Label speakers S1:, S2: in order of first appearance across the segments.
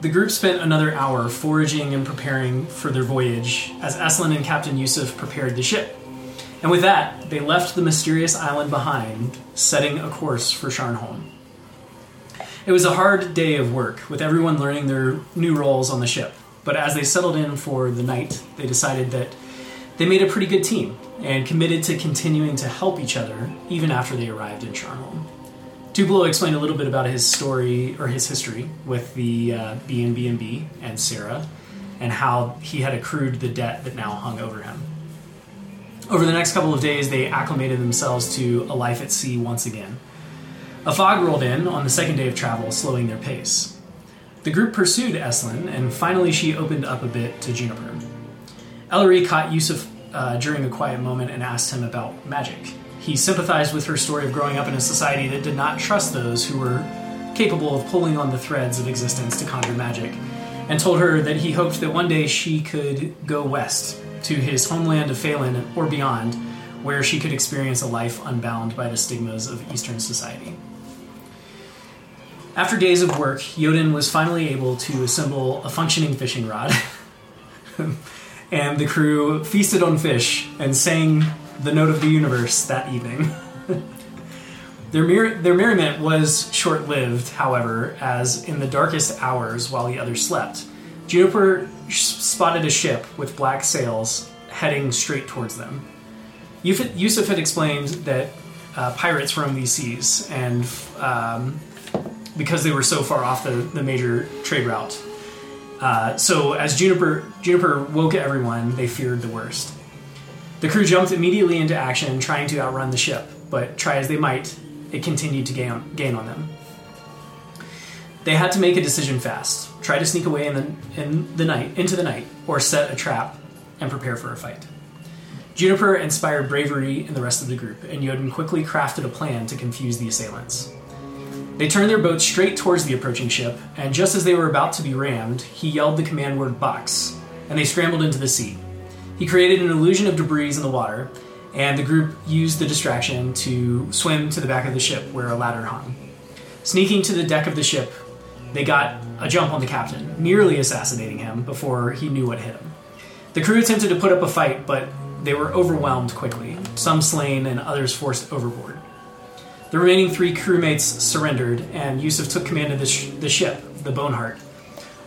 S1: The group spent another hour foraging and preparing for their voyage as Esalen and Captain Yusuf prepared the ship. And with that, they left the mysterious island behind, setting a course for Sharnholm. It was a hard day of work, with everyone learning their new roles on the ship. But as they settled in for the night, they decided that they made a pretty good team and committed to continuing to help each other even after they arrived in Sharnholm. Tupelo explained a little bit about his story or his history with the uh, B&B&B and Sarah and how he had accrued the debt that now hung over him. Over the next couple of days, they acclimated themselves to a life at sea once again. A fog rolled in on the second day of travel, slowing their pace. The group pursued Eslin, and finally she opened up a bit to Juniper. Ellery caught Yusuf uh, during a quiet moment and asked him about magic. He sympathized with her story of growing up in a society that did not trust those who were capable of pulling on the threads of existence to conjure magic, and told her that he hoped that one day she could go west to his homeland of Phelan or beyond, where she could experience a life unbound by the stigmas of Eastern society. After days of work, Yoden was finally able to assemble a functioning fishing rod, and the crew feasted on fish and sang the note of the universe that evening. their, mer- their merriment was short lived, however, as in the darkest hours while the others slept, Juniper sh- spotted a ship with black sails heading straight towards them. Yuf- Yusuf had explained that uh, pirates roam these seas, and um, because they were so far off the, the major trade route. Uh, so as Juniper Juniper woke everyone, they feared the worst. The crew jumped immediately into action, trying to outrun the ship, but try as they might, it continued to gain, gain on them. They had to make a decision fast: try to sneak away in the, in the night, into the night, or set a trap and prepare for a fight. Juniper inspired bravery in the rest of the group, and Yoden quickly crafted a plan to confuse the assailants. They turned their boat straight towards the approaching ship, and just as they were about to be rammed, he yelled the command word box, and they scrambled into the sea. He created an illusion of debris in the water, and the group used the distraction to swim to the back of the ship where a ladder hung. Sneaking to the deck of the ship, they got a jump on the captain, nearly assassinating him before he knew what hit him. The crew attempted to put up a fight, but they were overwhelmed quickly, some slain and others forced overboard. The remaining three crewmates surrendered, and Yusuf took command of the, sh- the ship, the Boneheart,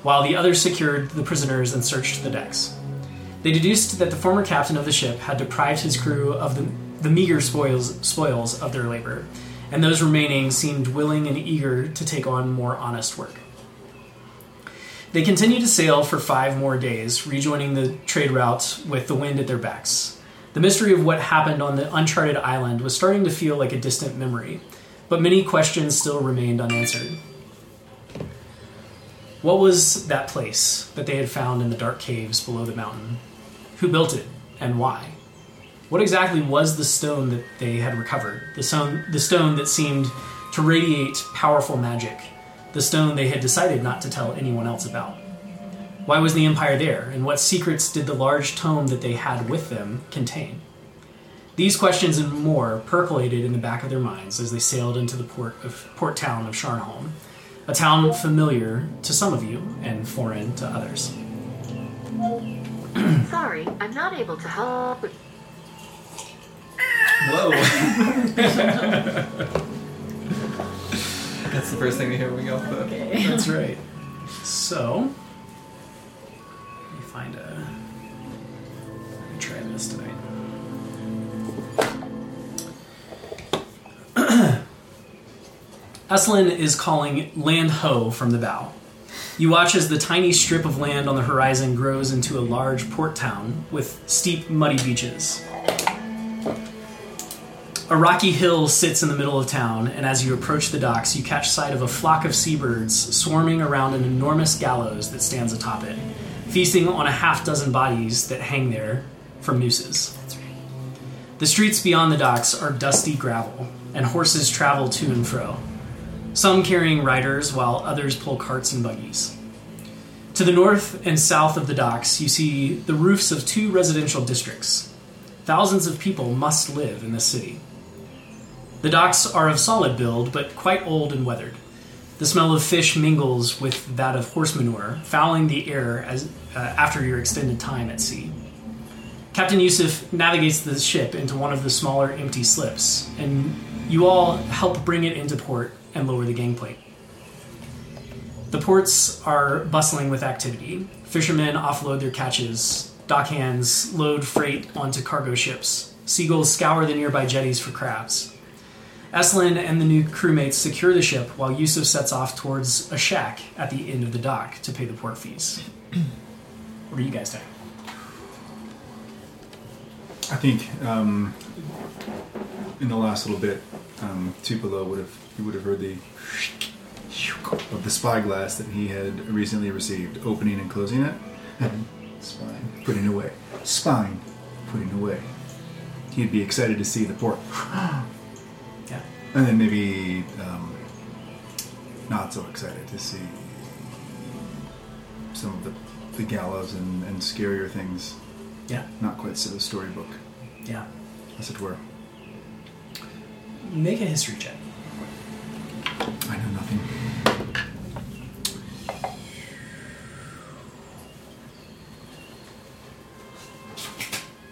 S1: while the others secured the prisoners and searched the decks. They deduced that the former captain of the ship had deprived his crew of the, the meager spoils, spoils of their labor, and those remaining seemed willing and eager to take on more honest work. They continued to sail for five more days, rejoining the trade route with the wind at their backs. The mystery of what happened on the uncharted island was starting to feel like a distant memory, but many questions still remained unanswered. What was that place that they had found in the dark caves below the mountain? Who built it, and why? What exactly was the stone that they had recovered? The stone, the stone that seemed to radiate powerful magic, the stone they had decided not to tell anyone else about. Why was the Empire there, and what secrets did the large tome that they had with them contain? These questions and more percolated in the back of their minds as they sailed into the port, of, port town of Sharnholm, a town familiar to some of you and foreign to others.
S2: Sorry, I'm not able to help.
S3: Whoa. That's the first thing we hear when we go off the.
S4: Okay.
S1: That's right. So, let me find a. Let me try this tonight. Esalen is calling land ho from the bow. You watch as the tiny strip of land on the horizon grows into a large port town with steep, muddy beaches. A rocky hill sits in the middle of town, and as you approach the docks, you catch sight of a flock of seabirds swarming around an enormous gallows that stands atop it, feasting on a half dozen bodies that hang there from nooses. The streets beyond the docks are dusty gravel, and horses travel to and fro, some carrying riders while others pull carts and buggies. To the north and south of the docks, you see the roofs of two residential districts. Thousands of people must live in this city. The docks are of solid build, but quite old and weathered. The smell of fish mingles with that of horse manure, fouling the air as, uh, after your extended time at sea. Captain Yusuf navigates the ship into one of the smaller empty slips, and you all help bring it into port and lower the gangplank. The ports are bustling with activity. Fishermen offload their catches, dockhands load freight onto cargo ships, seagulls scour the nearby jetties for crabs. Eslin and the new crewmates secure the ship while Yusuf sets off towards a shack at the end of the dock to pay the port fees. what are you guys doing?
S4: I think um, in the last little bit, um, Tupelo would have he would have heard the of the spyglass that he had recently received, opening and closing it. Spine putting away. Spine putting away. He'd be excited to see the port,
S1: Yeah.
S4: and then maybe um, not so excited to see some of the, the gallows and, and scarier things.
S1: Yeah.
S4: Not quite so storybook,
S1: Yeah.
S4: as it were.
S1: Make a history check.
S4: I know nothing.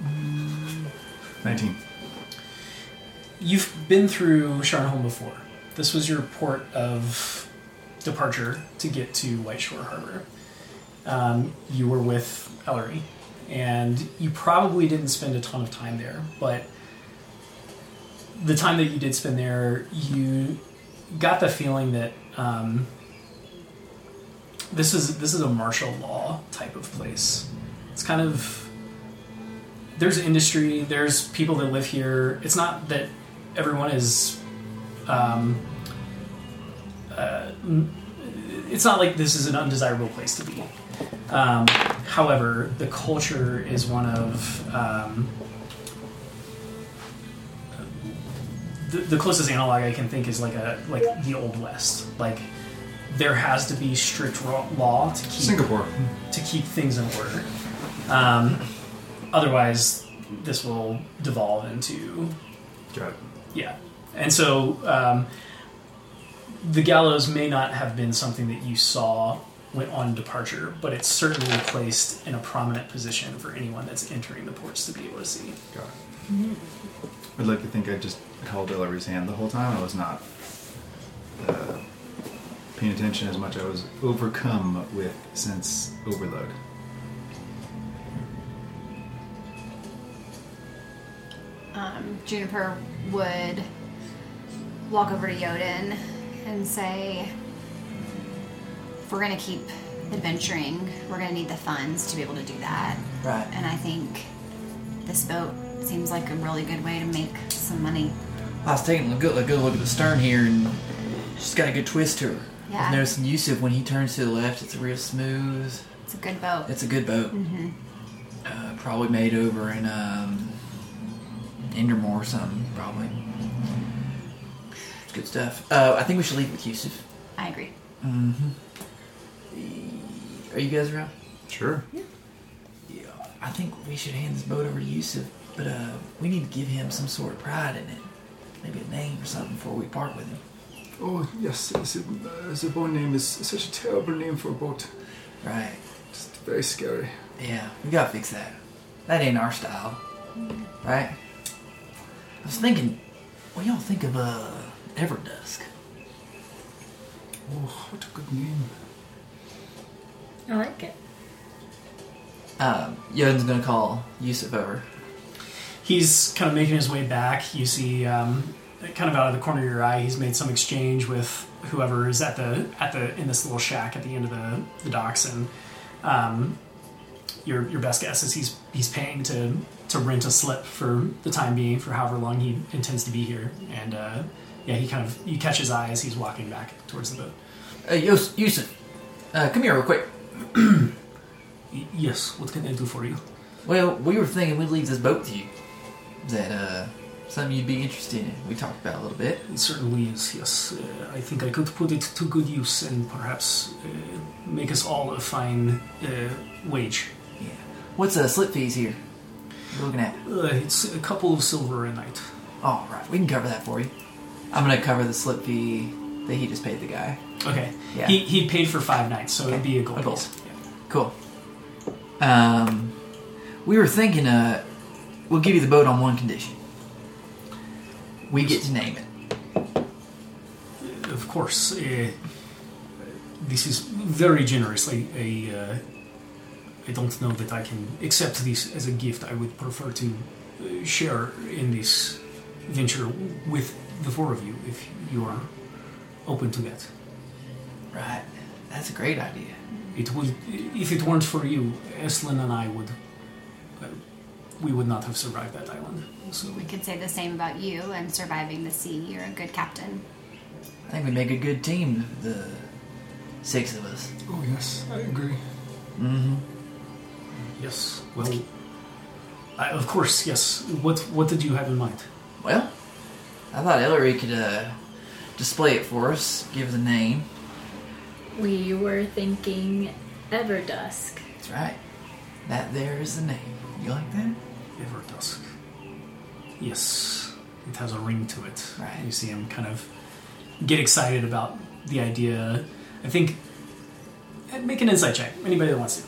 S4: Hmm. Nineteen.
S1: You've been through Sharnholm before. This was your port of departure to get to White Shore Harbor. Um, you were with Ellery, and you probably didn't spend a ton of time there, but the time that you did spend there, you got the feeling that um, this is this is a martial law type of place. It's kind of there's industry, there's people that live here. It's not that everyone is. Um, uh, n- it's not like this is an undesirable place to be. Um, however, the culture is one of um, the, the closest analog I can think is like a like the old west. Like there has to be strict ro- law to keep
S4: Singapore.
S1: to keep things in order. Um, otherwise, this will devolve into
S4: Got it.
S1: yeah. And so um, the gallows may not have been something that you saw went on departure, but it's certainly placed in a prominent position for anyone that's entering the ports to be able to see.
S4: Got it. I'd like to think I just held Ellery's hand the whole time. I was not uh, paying attention as much. I was overcome with sense overload.
S5: um, Juniper would walk over to Yoden and say, if we're going to keep adventuring, we're going to need the funds to be able to do that.
S6: Right.
S5: And I think this boat seems like a really good way to make some money.
S6: I was taking a good, a good look at the stern here, and she's got a good twist to her.
S5: Yeah.
S6: I've noticed in Yusuf when he turns to the left, it's real smooth.
S5: It's a good boat.
S6: It's a good boat.
S5: hmm
S6: Uh, probably made over in um, Endermore or something. Probably. It's good stuff. Uh, I think we should leave with Yusuf.
S5: I agree.
S6: Are you guys around?
S4: Sure.
S6: Yeah. I think we should hand this boat over to Yusuf, but uh, we need to give him some sort of pride in it. Maybe a name or something before we part with him.
S4: Oh yes, it's a, uh, the boat name is such a terrible name for a boat.
S6: Right.
S4: It's very scary.
S6: Yeah, we gotta fix that. That ain't our style, right? I was thinking, what y'all think of uh, Everdusk?
S4: Oh, what a good name!
S7: I like it.
S6: Um, Yoden's gonna call Yusuf over.
S1: He's kind of making his way back. You see, um, kind of out of the corner of your eye, he's made some exchange with whoever is at the at the in this little shack at the end of the, the docks, and um, your your best guess is he's he's paying to to rent a slip for the time being for however long he intends to be here, and uh, yeah, he kind of you catch his eye as he's walking back towards the boat.
S6: Hey, Yus- Yusuf, uh, come here real quick.
S1: Y- yes, what can I do for you?
S6: Well, we were thinking we'd leave this boat to you. Is that uh, something you'd be interested in? We talked about it a little bit.
S1: It certainly is, yes. Uh, I think I could put it to good use and perhaps uh, make us all a fine uh, wage.
S6: Yeah. What's uh, slip fees here? You're looking at.
S1: Uh, it's a couple of silver a night.
S6: All right, we can cover that for you. I'm gonna cover the slip fee that he just paid the guy.
S1: Okay.
S6: Yeah.
S1: He, he paid for five nights, so it'd
S6: Okay.
S1: be a
S6: A
S1: gold
S6: gold.
S1: piece. Yeah.
S6: Cool. Um, we were thinking, uh, we'll give you the boat on one condition. We get to name it.
S1: Of course, uh, this is very generously. I, uh, I don't know that I can accept this as a gift. I would prefer to uh, share in this venture with the four of you if you are open to that.
S6: Right. That's a great idea.
S1: It would, if it weren't for you, Eslin and I would, uh, we would not have survived that island. So
S5: We could say the same about you and surviving the sea. You're a good captain.
S6: I think we make a good team, the six of us.
S4: Oh yes, I agree.
S6: Mm-hmm.
S1: yes, well, I, of course, yes. What what did you have in mind?
S6: Well, I thought Ellery could uh, display it for us, give the name.
S7: We were thinking Everdusk.
S6: That's right. That there is the name. You like that?
S1: Ever dusk. Yes, it has a ring to it.
S6: Right.
S1: You see him kind of get excited about the idea. I think. eh, Make an insight check. Anybody that wants to.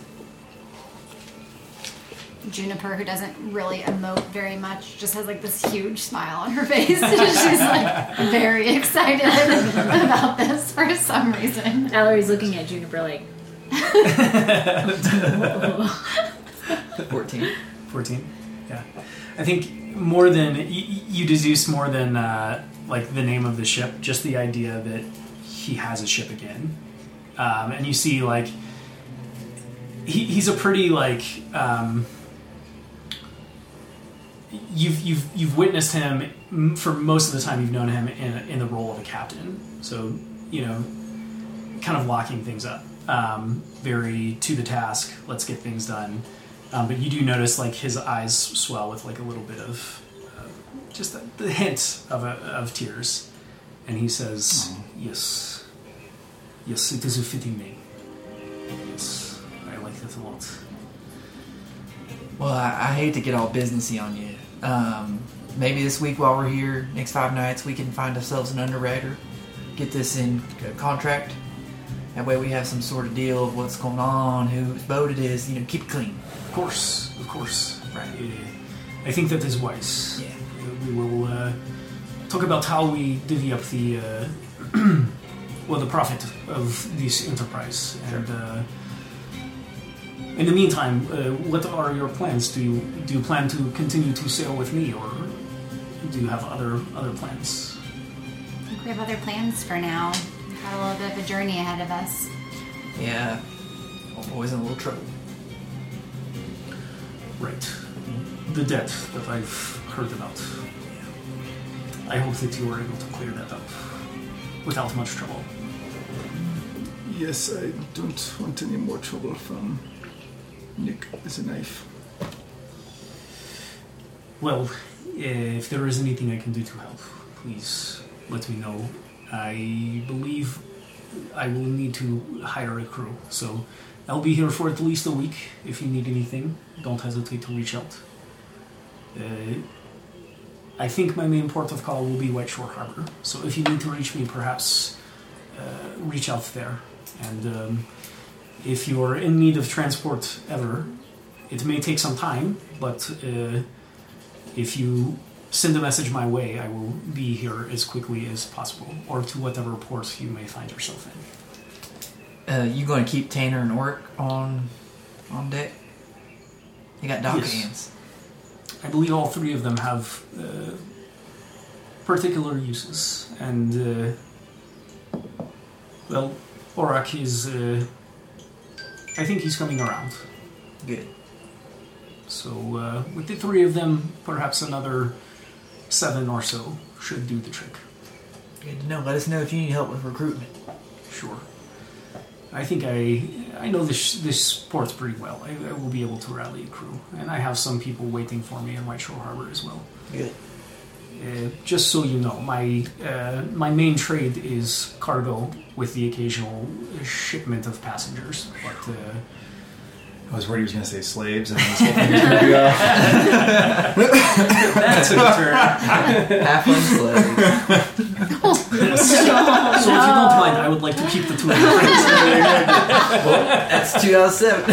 S5: Juniper, who doesn't really emote very much, just has like this huge smile on her face. She's like very excited about this for some reason.
S7: Ellery's looking at Juniper like,
S6: 14.
S1: 14 yeah i think more than y- y- you deduce more than uh, like the name of the ship just the idea that he has a ship again um, and you see like he, he's a pretty like um, you've you've you've witnessed him m- for most of the time you've known him in, in the role of a captain so you know kind of locking things up um, very to the task let's get things done um, but you do notice like his eyes swell with like a little bit of uh, just the, the hint of, a, of tears, and he says, "Yes, yes, it is a fitting name. Yes, I like that a lot.
S6: Well, I, I hate to get all businessy on you. Um, maybe this week while we're here, next five nights, we can find ourselves an underwriter, get this in c- contract. That way we have some sort of deal of what's going on, whose boat it is, you know, keep it clean.
S1: Of course, of course.
S6: Right.
S1: Uh, I think that is wise.
S6: Yeah.
S1: Uh, we will uh, talk about how we divvy up the uh, well the profit of this enterprise. And uh, in the meantime, uh, what are your plans? Do you do you plan to continue to sail with me, or do you have other other plans?
S5: I think we have other plans for now. We've got a little bit of a journey ahead of us.
S6: Yeah. Old boy's in a little trouble.
S1: Right. The debt that I've heard about. I hope that you were able to clear that up without much trouble.
S4: Yes, I don't want any more trouble from Nick with a knife.
S1: Well, eh, if there is anything I can do to help, please let me know. I believe I will need to hire a crew, so I'll be here for at least a week. If you need anything, don't hesitate to reach out. Eh, I think my main port of call will be White Shore Harbor, so if you need to reach me, perhaps uh, reach out there. And um, if you are in need of transport ever, it may take some time, but. Uh, if you send a message my way, I will be here as quickly as possible, or to whatever port you may find yourself in.
S6: Uh, you going to keep Tanner and Orc on on deck? They got dock
S1: Yes.
S6: hands.
S1: I believe all three of them have uh, particular uses, and uh, well, Orak is. Uh, I think he's coming around.
S6: Good.
S1: So uh, with the three of them, perhaps another seven or so should do the trick.
S6: Good to know. Let us know if you need help with recruitment.
S1: Sure. I think I I know this this port's pretty well. I, I will be able to rally a crew, and I have some people waiting for me in White Shore Harbor as well.
S6: Good.
S1: Uh, just so you know, my uh, my main trade is cargo, with the occasional shipment of passengers. But uh,
S4: I was worried he was going to say slaves, and I was hoping he was going to go.
S1: that's a turn.
S6: Half slaves.
S5: Oh
S1: Yes. yes. so if you don't mind, I would like to keep the two of you friends.
S6: That's two out of seven.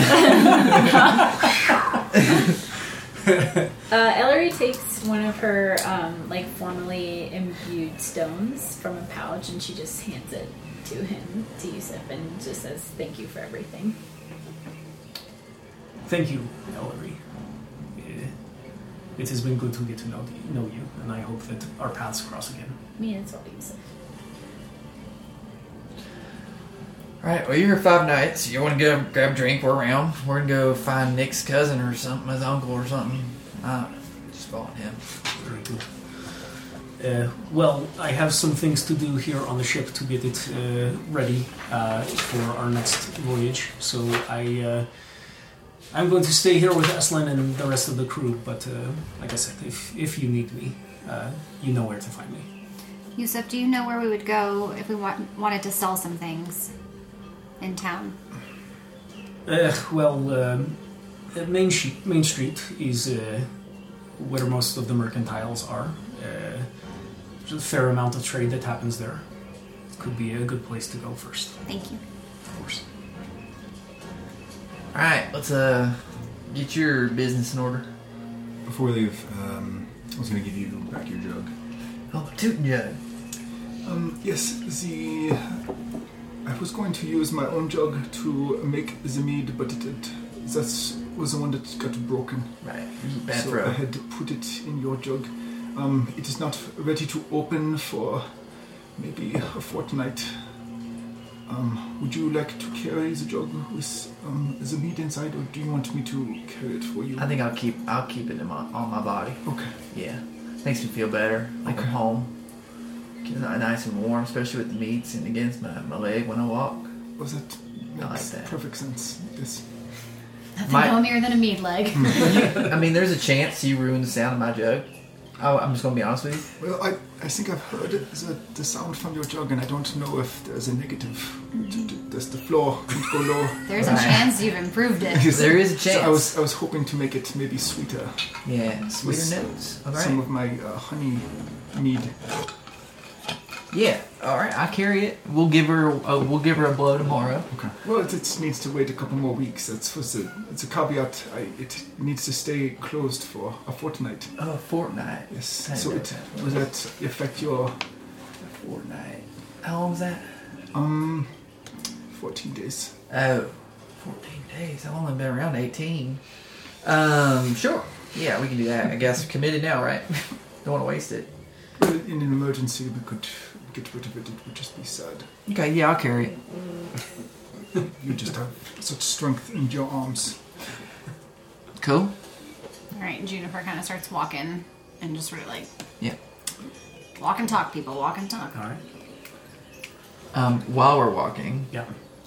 S7: Uh, Ellery takes one of her um, like formerly imbued stones from a pouch and she just hands it to him to Yusuf and just says thank you for everything.
S1: Thank you, Ellery. Eh, It has been good to get to know, know you, and I hope that our paths cross again.
S7: Me and it's all Yusuf.
S6: All right, well, you're here five nights. You want to go grab a drink? We're around. We're going to go find Nick's cousin or something, his uncle or something. Uh, just following him.
S1: Very good. Uh, well, I have some things to do here on the ship to get it uh, ready uh, for our next voyage. So I, uh, I'm going to stay here with Aslan and the rest of the crew. But uh, like I said, if if you need me, uh, you know where to find me.
S5: Yusuf, do you know where we would go if we wa- wanted to sell some things in town?
S1: Uh, well, um, uh, Main, Sh- Main Street is uh, where most of the mercantiles are. Uh, there's a fair amount of trade that happens there. Could be a good place to go first,
S5: Thank you.
S1: of course.
S6: All right, let's uh get your business in order.
S4: Before we leave, um, I was going to give you back your jug.
S6: Oh, tootin' jug.
S4: Um, yes, the. I was going to use my own jug to make the mead, but it, it that was the one that got broken.
S6: Right, bad
S4: so I
S6: throw.
S4: had to put it in your jug. Um, it is not ready to open for maybe a fortnight. Um, would you like to carry the jug with um, the mead inside, or do you want me to carry it for you?
S6: I think I'll keep I'll keep it in my, on my body.
S4: Okay.
S6: Yeah, makes me feel better. Like I'm home. It's not nice and warm, especially with the meats and against my, my leg when I walk.
S4: Was that
S6: I like
S4: makes
S6: that.
S4: perfect sense? Yes.
S5: Nothing
S6: My-
S5: homier than a mead leg.
S6: I mean, there's a chance you ruin the sound of my jug. I, I'm just gonna be honest with you.
S4: Well, I, I think I've heard the, the sound from your jug, and I don't know if there's a negative. D- d- There's the floor, don't go low.
S5: There's a
S6: Right.
S5: chance you've improved it.
S6: There is a
S4: So I
S6: chance.
S4: was I was hoping to make it maybe sweeter.
S6: Yeah, sweeter
S4: With
S6: notes. All
S4: Some
S6: right.
S4: of my uh, honey mead.
S6: Yeah. All right. I carry it. We'll give her. Uh, we'll give her a blow tomorrow.
S4: Okay. Well, it, it needs to wait a couple more weeks. That's was a, it's a caveat. I, it needs to stay closed for a fortnight.
S6: Oh, Fortnite.
S4: Yes.
S6: I
S4: So
S6: know
S4: it
S6: that.
S4: will that affect your
S6: Fortnite. How long was that?
S4: um 14 days?
S6: Oh, 14 days. I've only been around 18. Um, sure. Yeah, we can do that. I guess committed now, right? Don't want to waste it.
S4: Well, in an emergency, we could get rid of it. It would just be sad.
S6: Okay, yeah, I'll carry it.
S4: You just have such strength in your arms.
S6: Cool.
S5: All right, and Juniper kind of starts walking and just sort of like
S6: Yeah.
S5: walk and talk, people, walk and talk.
S1: All right.
S6: Um, while we're walking,
S1: Yeah.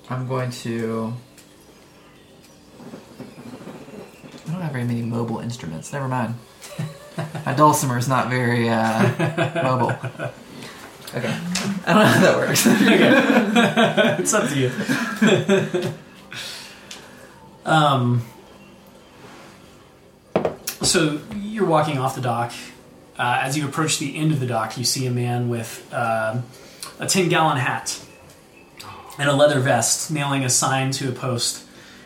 S6: I'm going to. I don't have very many mobile instruments. Never mind. My dulcimer is not very uh, mobile. Okay. I don't know how that works.
S1: It's up to you. um, so you're walking off the dock. Uh, as you approach the end of the dock, you see a man with um a 10 gallon hat and a leather vest nailing a sign to a post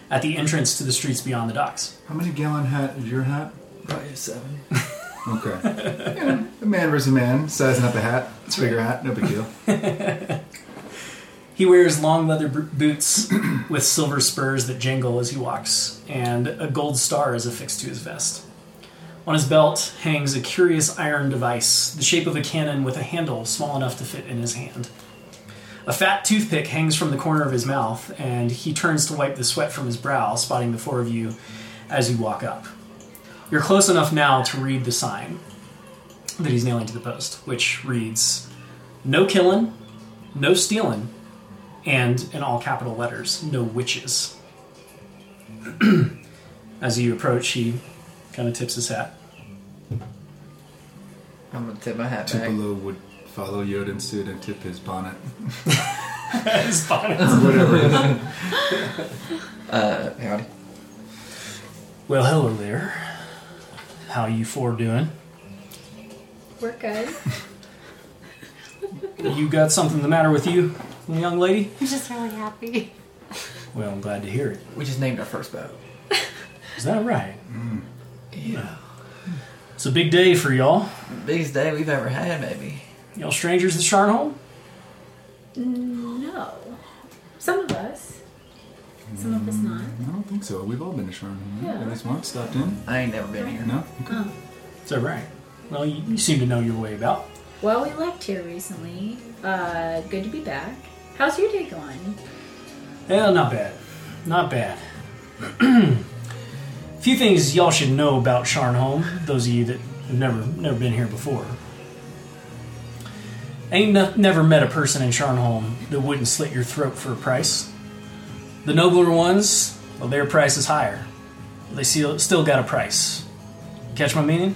S1: at the entrance to the streets beyond the docks.
S4: How many gallon hat is your hat?
S6: Probably a seven.
S4: Okay. Yeah, a man versus a man, sizing up a hat. It's a bigger hat, no big deal.
S1: He wears long leather b- boots with silver spurs that jingle as he walks, and a gold star is affixed to his vest. On his belt hangs a curious iron device, the shape of a cannon with a handle small enough to fit in his hand. A fat toothpick hangs from the corner of his mouth, and he turns to wipe the sweat from his brow, spotting the four of you as you walk up. You're close enough now to read the sign that he's nailing to the post, which reads No killing, no stealing, and in all capital letters, no witches. As you approach, he kind of tips his hat.
S6: I'm going to tip my hat back.
S4: Tupelo would follow Yoden suit and tip his bonnet.
S1: His bonnet.
S4: Whatever. it is.
S6: Uh, howdy.
S1: well, hello there. How you four doing?
S7: We're good.
S1: You got something the matter with you, young lady?
S5: I'm just really happy.
S1: Well, I'm glad to hear it.
S6: We just named our first boat.
S1: Is that right?
S6: Yeah.
S1: It's a big day for y'all.
S6: Biggest day we've ever had, maybe.
S1: Y'all strangers to Sharnholm?
S7: No. Some of us. Some of us not.
S4: I don't think so. We've all been to Sharn.
S7: Yeah.
S4: At least once. Stopped in.
S6: I ain't never been here.
S4: No. Okay.
S7: Oh.
S1: Is that right? Well, you, you seem to know your way about.
S7: Well, we left here recently. Uh, good to be back. How's your day going?
S1: Well, not bad. Not bad. Few things y'all should know about Sharnholm, those of you that have never never been here before. Ain't no, never met a person in Sharnholm that wouldn't slit your throat for a price. The nobler ones, well, their price is higher. They still, still got a price. Catch my meaning?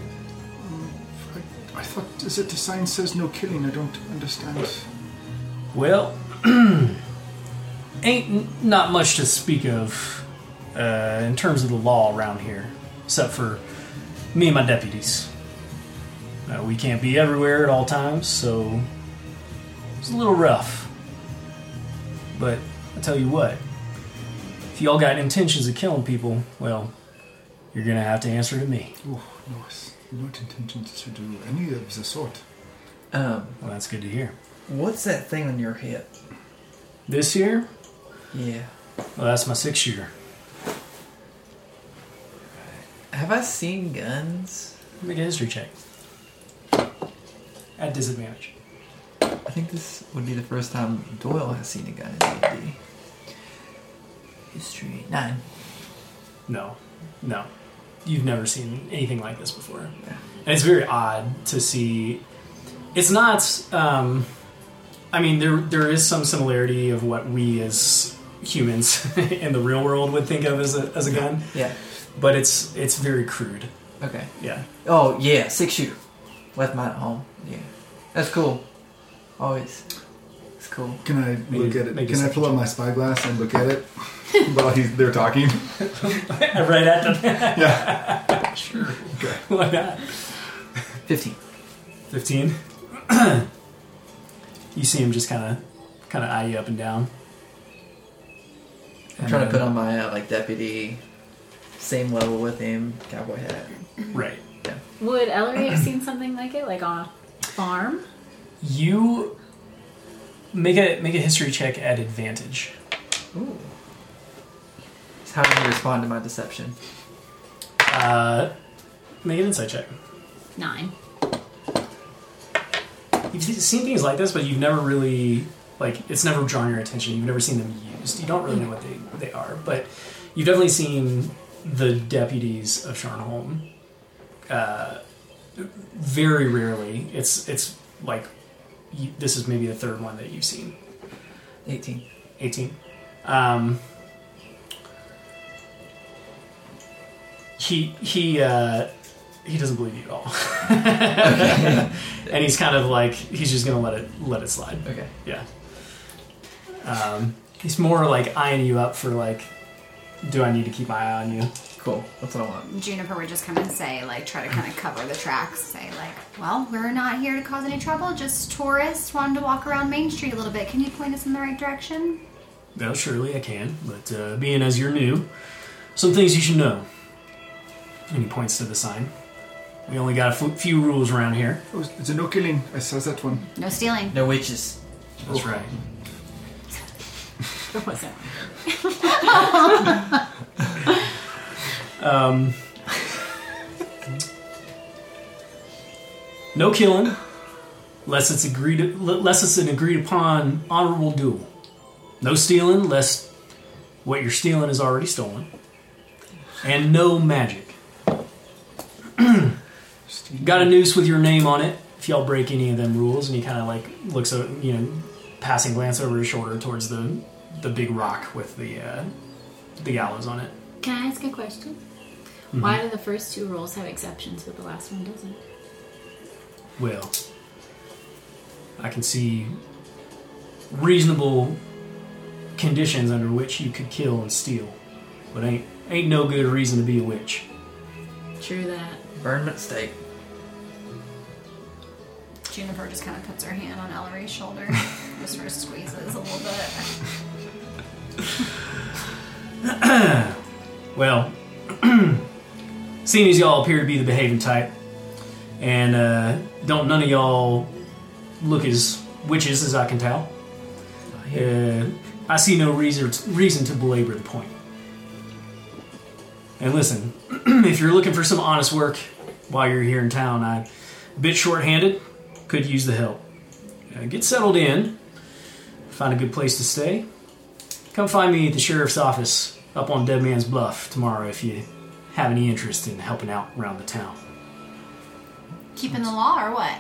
S4: I thought, is it the sign says no killing? I don't understand.
S1: Well, ain't n- not much to speak of uh, in terms of the law around here, except for me and my deputies. Uh, we can't be everywhere at all times, so it's a little rough. But I tell you what, if y'all got intentions of killing people, well, you're gonna have to answer to me.
S4: Oh, no, it's not intention to do any of the sort.
S6: Um,
S1: Well, that's good to hear.
S6: what's that thing on your hip?
S1: This year,
S6: Yeah.
S1: well, that's my six shooter.
S6: Have I seen guns?
S1: Make a history check. At disadvantage.
S6: I think this would be the first time Doyle has seen a gun in D&D. History nine.
S1: No, no. You've never seen anything like this before.
S6: Yeah.
S1: And it's very odd to see. It's not. Um, I mean, there there is some similarity of what we as humans in the real world would think of as a, as a gun,
S6: Yeah.
S1: but it's it's very crude.
S6: Okay.
S1: Yeah.
S6: Oh yeah, six shooter. Left mine at home. Yeah. That's cool. Always. It's cool.
S4: Can I look
S1: Maybe-
S4: at it?
S1: maybe
S4: Can I
S1: second
S4: pull out my spyglass and look at it while he's they're talking?
S1: right at them.
S4: yeah.
S1: Why not?
S6: Fifteen.
S1: 15 you see him just kind of kind of eye you up and down
S6: I'm trying to put on my uh, like deputy, same level with him, cowboy hat.
S1: right
S7: Would Ellery have seen something like it, like on a farm?
S1: you make a make a history check at advantage
S6: Ooh. So How did he respond to my deception?
S1: uh, make an insight check
S7: Nine.
S1: you've se- seen things like this but you've never really like it's never drawn your attention you've never seen them used you don't really know what they, they are but you've definitely seen the deputies of Sharnholm uh, very rarely it's it's like you, this is maybe the third one that you've seen
S6: Eighteen.
S1: 18. Um, he he uh, he doesn't believe you at all, and he's kind of like he's just gonna let it let it slide.
S6: Okay.
S1: Yeah. Um, he's more like eyeing you up for like, do I need to keep my eye on you?
S6: Cool. That's what I want.
S5: Juniper would just come and say, like, try to kind of cover the tracks. Say, like, well, we're not here to cause any trouble. Just tourists wanted to walk around Main Street a little bit. Can you point us in the right direction?
S1: No, surely I can, but uh, being as you're new, some things you should know. And he points to the sign. We only got a f- few rules around here.
S4: Oh, it's a no killing. I saw that one.
S5: No stealing.
S6: No witches.
S1: That's right.
S7: There wasn't.
S1: No killing, lest it's agreed, lest it's an agreed upon honorable duel. No stealing, lest what you're stealing is already stolen. And no magic. Got a noose with your name on it. If y'all break any of them rules, and he kind of like looks, o- you know, passing glance over his shoulder towards the the big rock with the uh, the gallows on it.
S7: Can I ask a question? Why do the first two rules have exceptions, but the last one doesn't?
S1: Well, I can see reasonable conditions under which you could kill and steal, but ain't ain't no good reason to be a witch.
S7: True that.
S6: Burn at stake.
S5: Juniper just kind of puts her hand on Ellery's shoulder, just sort of squeezes a little bit.
S1: Well, seeing as y'all appear to be the behaving type, and uh, don't none of y'all look as witches as I can tell, uh, I see no reason reason to belabor the point. And listen, if you're looking for some honest work while you're here in town, I'm a bit short-handed. Could use the help. Uh, get settled in. Find a good place to stay. Come find me at the sheriff's office up on Dead Man's Bluff tomorrow if you have any interest in helping out around the town.
S5: Keeping the law or what?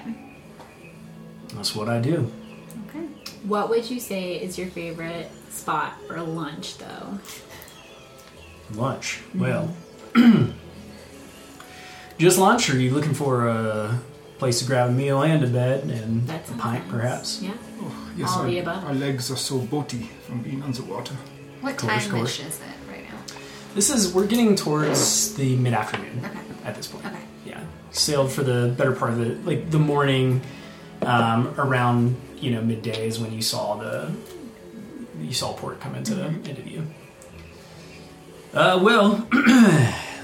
S1: That's what I do.
S5: Okay.
S7: What would you say is your favorite spot for lunch, though?
S1: Lunch. Well, just lunch, or are you looking for a place to grab a meal and a bed and
S7: That's
S1: a pint, perhaps?
S7: Yeah.
S4: Oh, yes,
S7: All
S4: our,
S7: the above.
S4: our legs are so boaty from being underwater.
S5: What
S1: Course,
S5: time
S1: course.
S5: ish is it right now?
S1: This is, we're getting towards the mid afternoon
S5: Okay.
S1: at this point.
S5: Okay.
S1: Yeah. Sailed for the better part of the, like, the morning um, around, you know, midday is when you saw the, you saw port come into,
S5: Mm-hmm.
S1: into view. Uh, well,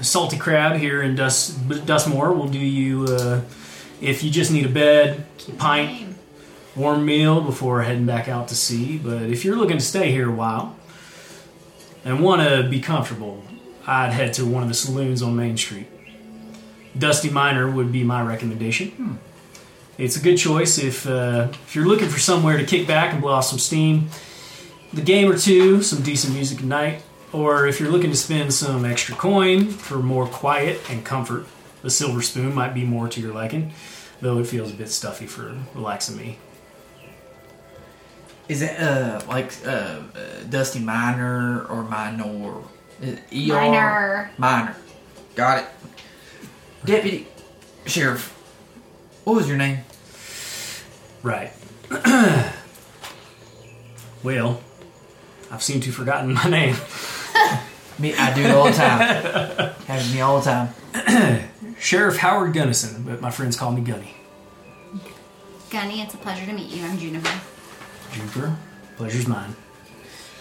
S1: salty crab here in Dust, Dustmore will do you, uh, if you just need a bed, pint,
S5: Name.
S1: warm meal before heading back out to sea. But if you're looking to stay here a while and want to be comfortable, I'd head to one of the saloons on Main Street. Dusty Miner would be my recommendation. It's a good choice if uh, if you're looking for somewhere to kick back and blow off some steam, the game or two, some decent music at night, or if you're looking to spend some extra coin for more quiet and comfort, the Silver Spoon might be more to your liking, though it feels a bit stuffy for relaxing me.
S6: Is it uh like uh, uh Dusty Minor or Minor? Uh, ER?
S5: Minor.
S6: Minor. Got it. Deputy Sheriff. What was your name?
S1: Right. well, I've seemed to have forgotten my name.
S6: Me, I do it all the time. Happens to me all the time.
S1: Sheriff Howard Gunnison, but my friends call me Gunny.
S5: Gunny, it's a pleasure to meet you. I'm Juniper.
S1: Juniper, pleasure's mine.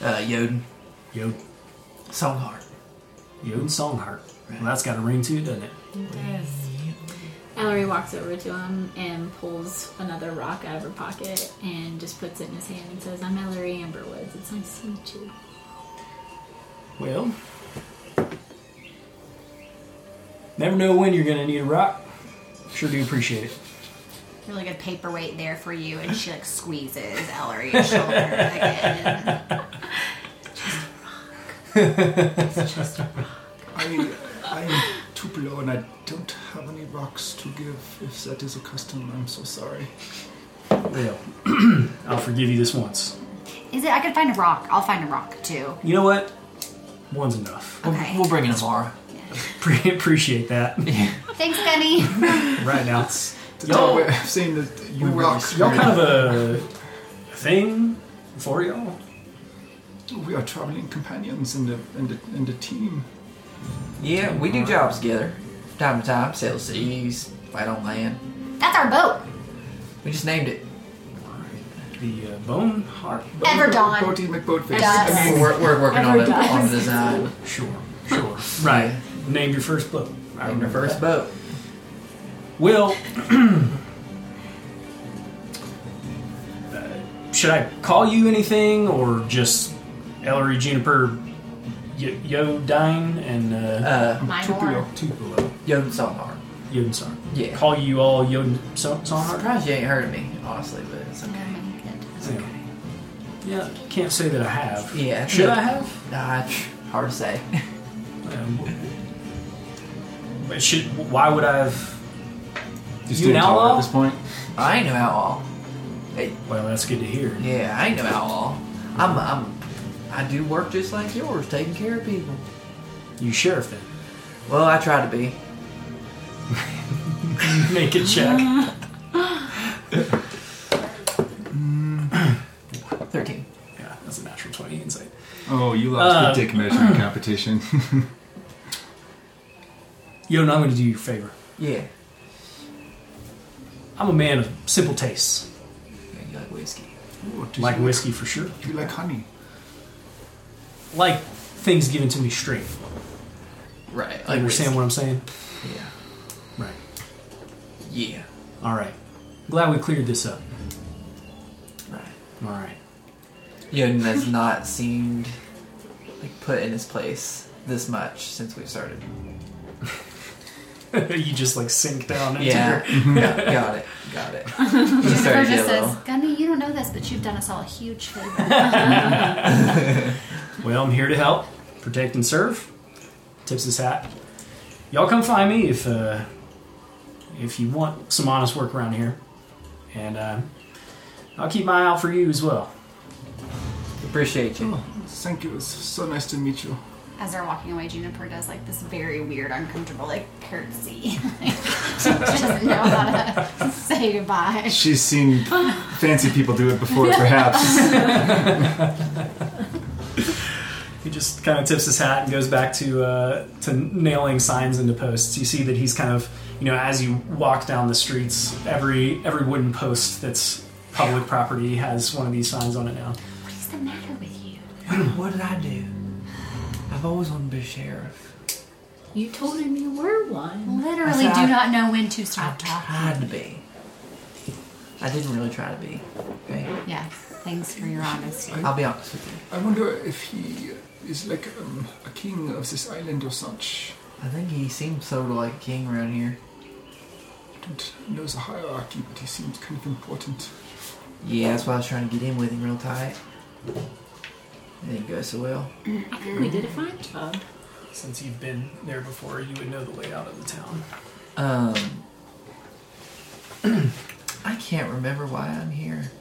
S6: Uh, Yoden.
S1: Yo,
S6: Songhart.
S1: yo, Songheart. Well, that's got a ring to it, doesn't it?
S7: Yes. Ellery walks over to him and pulls another rock out of her pocket and just puts it in his hand and says, I'm Ellery Amberwoods. It's nice to meet you.
S1: Well, never know when you're gonna need a rock. Sure do appreciate it.
S5: Really good paperweight there for you. And she like squeezes Ellery's shoulder again.
S4: I, I'm Tupelo and I don't have any rocks to give. If that is a custom, I'm so sorry.
S1: Well, I'll forgive you this once.
S5: Is it? I could find a rock. I'll find a rock too.
S1: You know what? One's enough.
S6: We'll,
S5: Okay.
S6: we'll bring in tomorrow.
S1: Pre- appreciate that.
S5: Thanks, Gunny.
S1: right now.
S4: The
S1: Y'all-
S4: top way of saying that you rocks.
S1: Y'all kind of a thing for y'all.
S4: We are traveling companions and a, and a, and a team.
S6: Yeah, we do jobs together. From time to time. Sail seas, fight on land.
S5: That's our boat.
S6: We just named it.
S1: The uh, bone heart.
S5: Everdawn.
S4: Boaty McBoatface.
S5: Yes.
S6: I mean, we're, we're working on it,
S7: Everdawn.
S6: on the design.
S1: Sure, sure. Right. Name your first boat. I
S6: Named our
S1: remember
S6: first
S1: first.
S6: boat.
S1: Will. Uh, Should I call you anything or just Ellery Juniper y- Yodine and uh,
S6: Uh,
S5: Minor.
S4: Tupelo. Tupelo.
S6: Yoden Songhart.
S1: Yodensar?
S6: Yeah.
S1: Call you all Yoden so-
S6: I'm
S1: Songhart?
S6: surprised you ain't heard of me, honestly, but it's okay.
S1: Yeah. yeah, can't say that I have.
S6: Yeah.
S1: Should I have?
S6: Nah, it's hard to say.
S1: Um, but should, why would I have?
S4: You
S1: still an outlaw?
S4: at this point?
S6: I ain't no outlaw.
S1: Well, that's good to hear.
S6: Yeah, I ain't no outlaw. I'm, I'm, I do work just like yours, taking care of people.
S1: You sheriff then.
S6: Well, I try to be.
S1: Make a check.
S6: 13.
S1: yeah, that's a natural twenty insight.
S4: Oh, you lost
S1: Uh,
S4: the dick measuring competition.
S1: Yo, and I'm going to do you a favor.
S6: Yeah.
S1: I'm a man of simple tastes.
S6: You like whiskey.
S4: Ooh, do
S1: Like
S4: you
S1: whiskey for sure.
S4: Do you like honey?
S1: Like things given to me straight.
S6: Right.
S1: You understand what I'm saying?
S6: whiskey. Yeah.
S1: Right.
S6: Yeah.
S1: All right. Glad we cleared this up.
S6: Right.
S1: All right.
S6: Yoden has not seemed like put in his place this much since we started.
S1: you just like sink down into
S6: Yeah.
S1: your.
S6: yeah. Got it. Got it. He
S5: Jennifer
S6: started
S5: just says,
S6: yellow.
S5: Gundy, you don't know this, but you've done us all a huge favor.
S1: Well, I'm here to help, protect and serve. Tips his hat. Y'all come find me if uh, if you want some honest work around here, and uh, I'll keep my eye out for you as well.
S6: Appreciate you.
S4: Oh, thank you. It's so nice to meet you.
S5: As they're walking away, Juniper does like this very weird, uncomfortable like curtsy. Like, she doesn't know how to say goodbye.
S4: She's seen fancy people do it before, perhaps.
S1: He just kind of tips his hat and goes back to uh, to nailing signs into posts. You see that he's kind of you know as you walk down the streets, every every wooden post that's public property has one of these signs on it now.
S5: What is the matter with you?
S6: What did I do? I've always wanted to be sheriff.
S7: You told him you were one.
S5: Literally,
S6: I said
S5: do
S6: I-
S5: not know when to stop talking.
S6: Tried to be. I didn't really try to be. Okay.
S5: Yeah, thanks for your honesty.
S6: I'll be honest with you.
S4: I wonder if he is like um, a king of this island or such.
S6: I think he seems sort of like a king around here.
S4: Don't know the hierarchy, but he seems kind of important.
S6: Yeah, that's why I was trying to get in with him real tight. It didn't go so well.
S7: I think we did a fine job.
S1: Since you've been there before, you would know the layout of the town.
S6: Um, I can't remember why I'm here.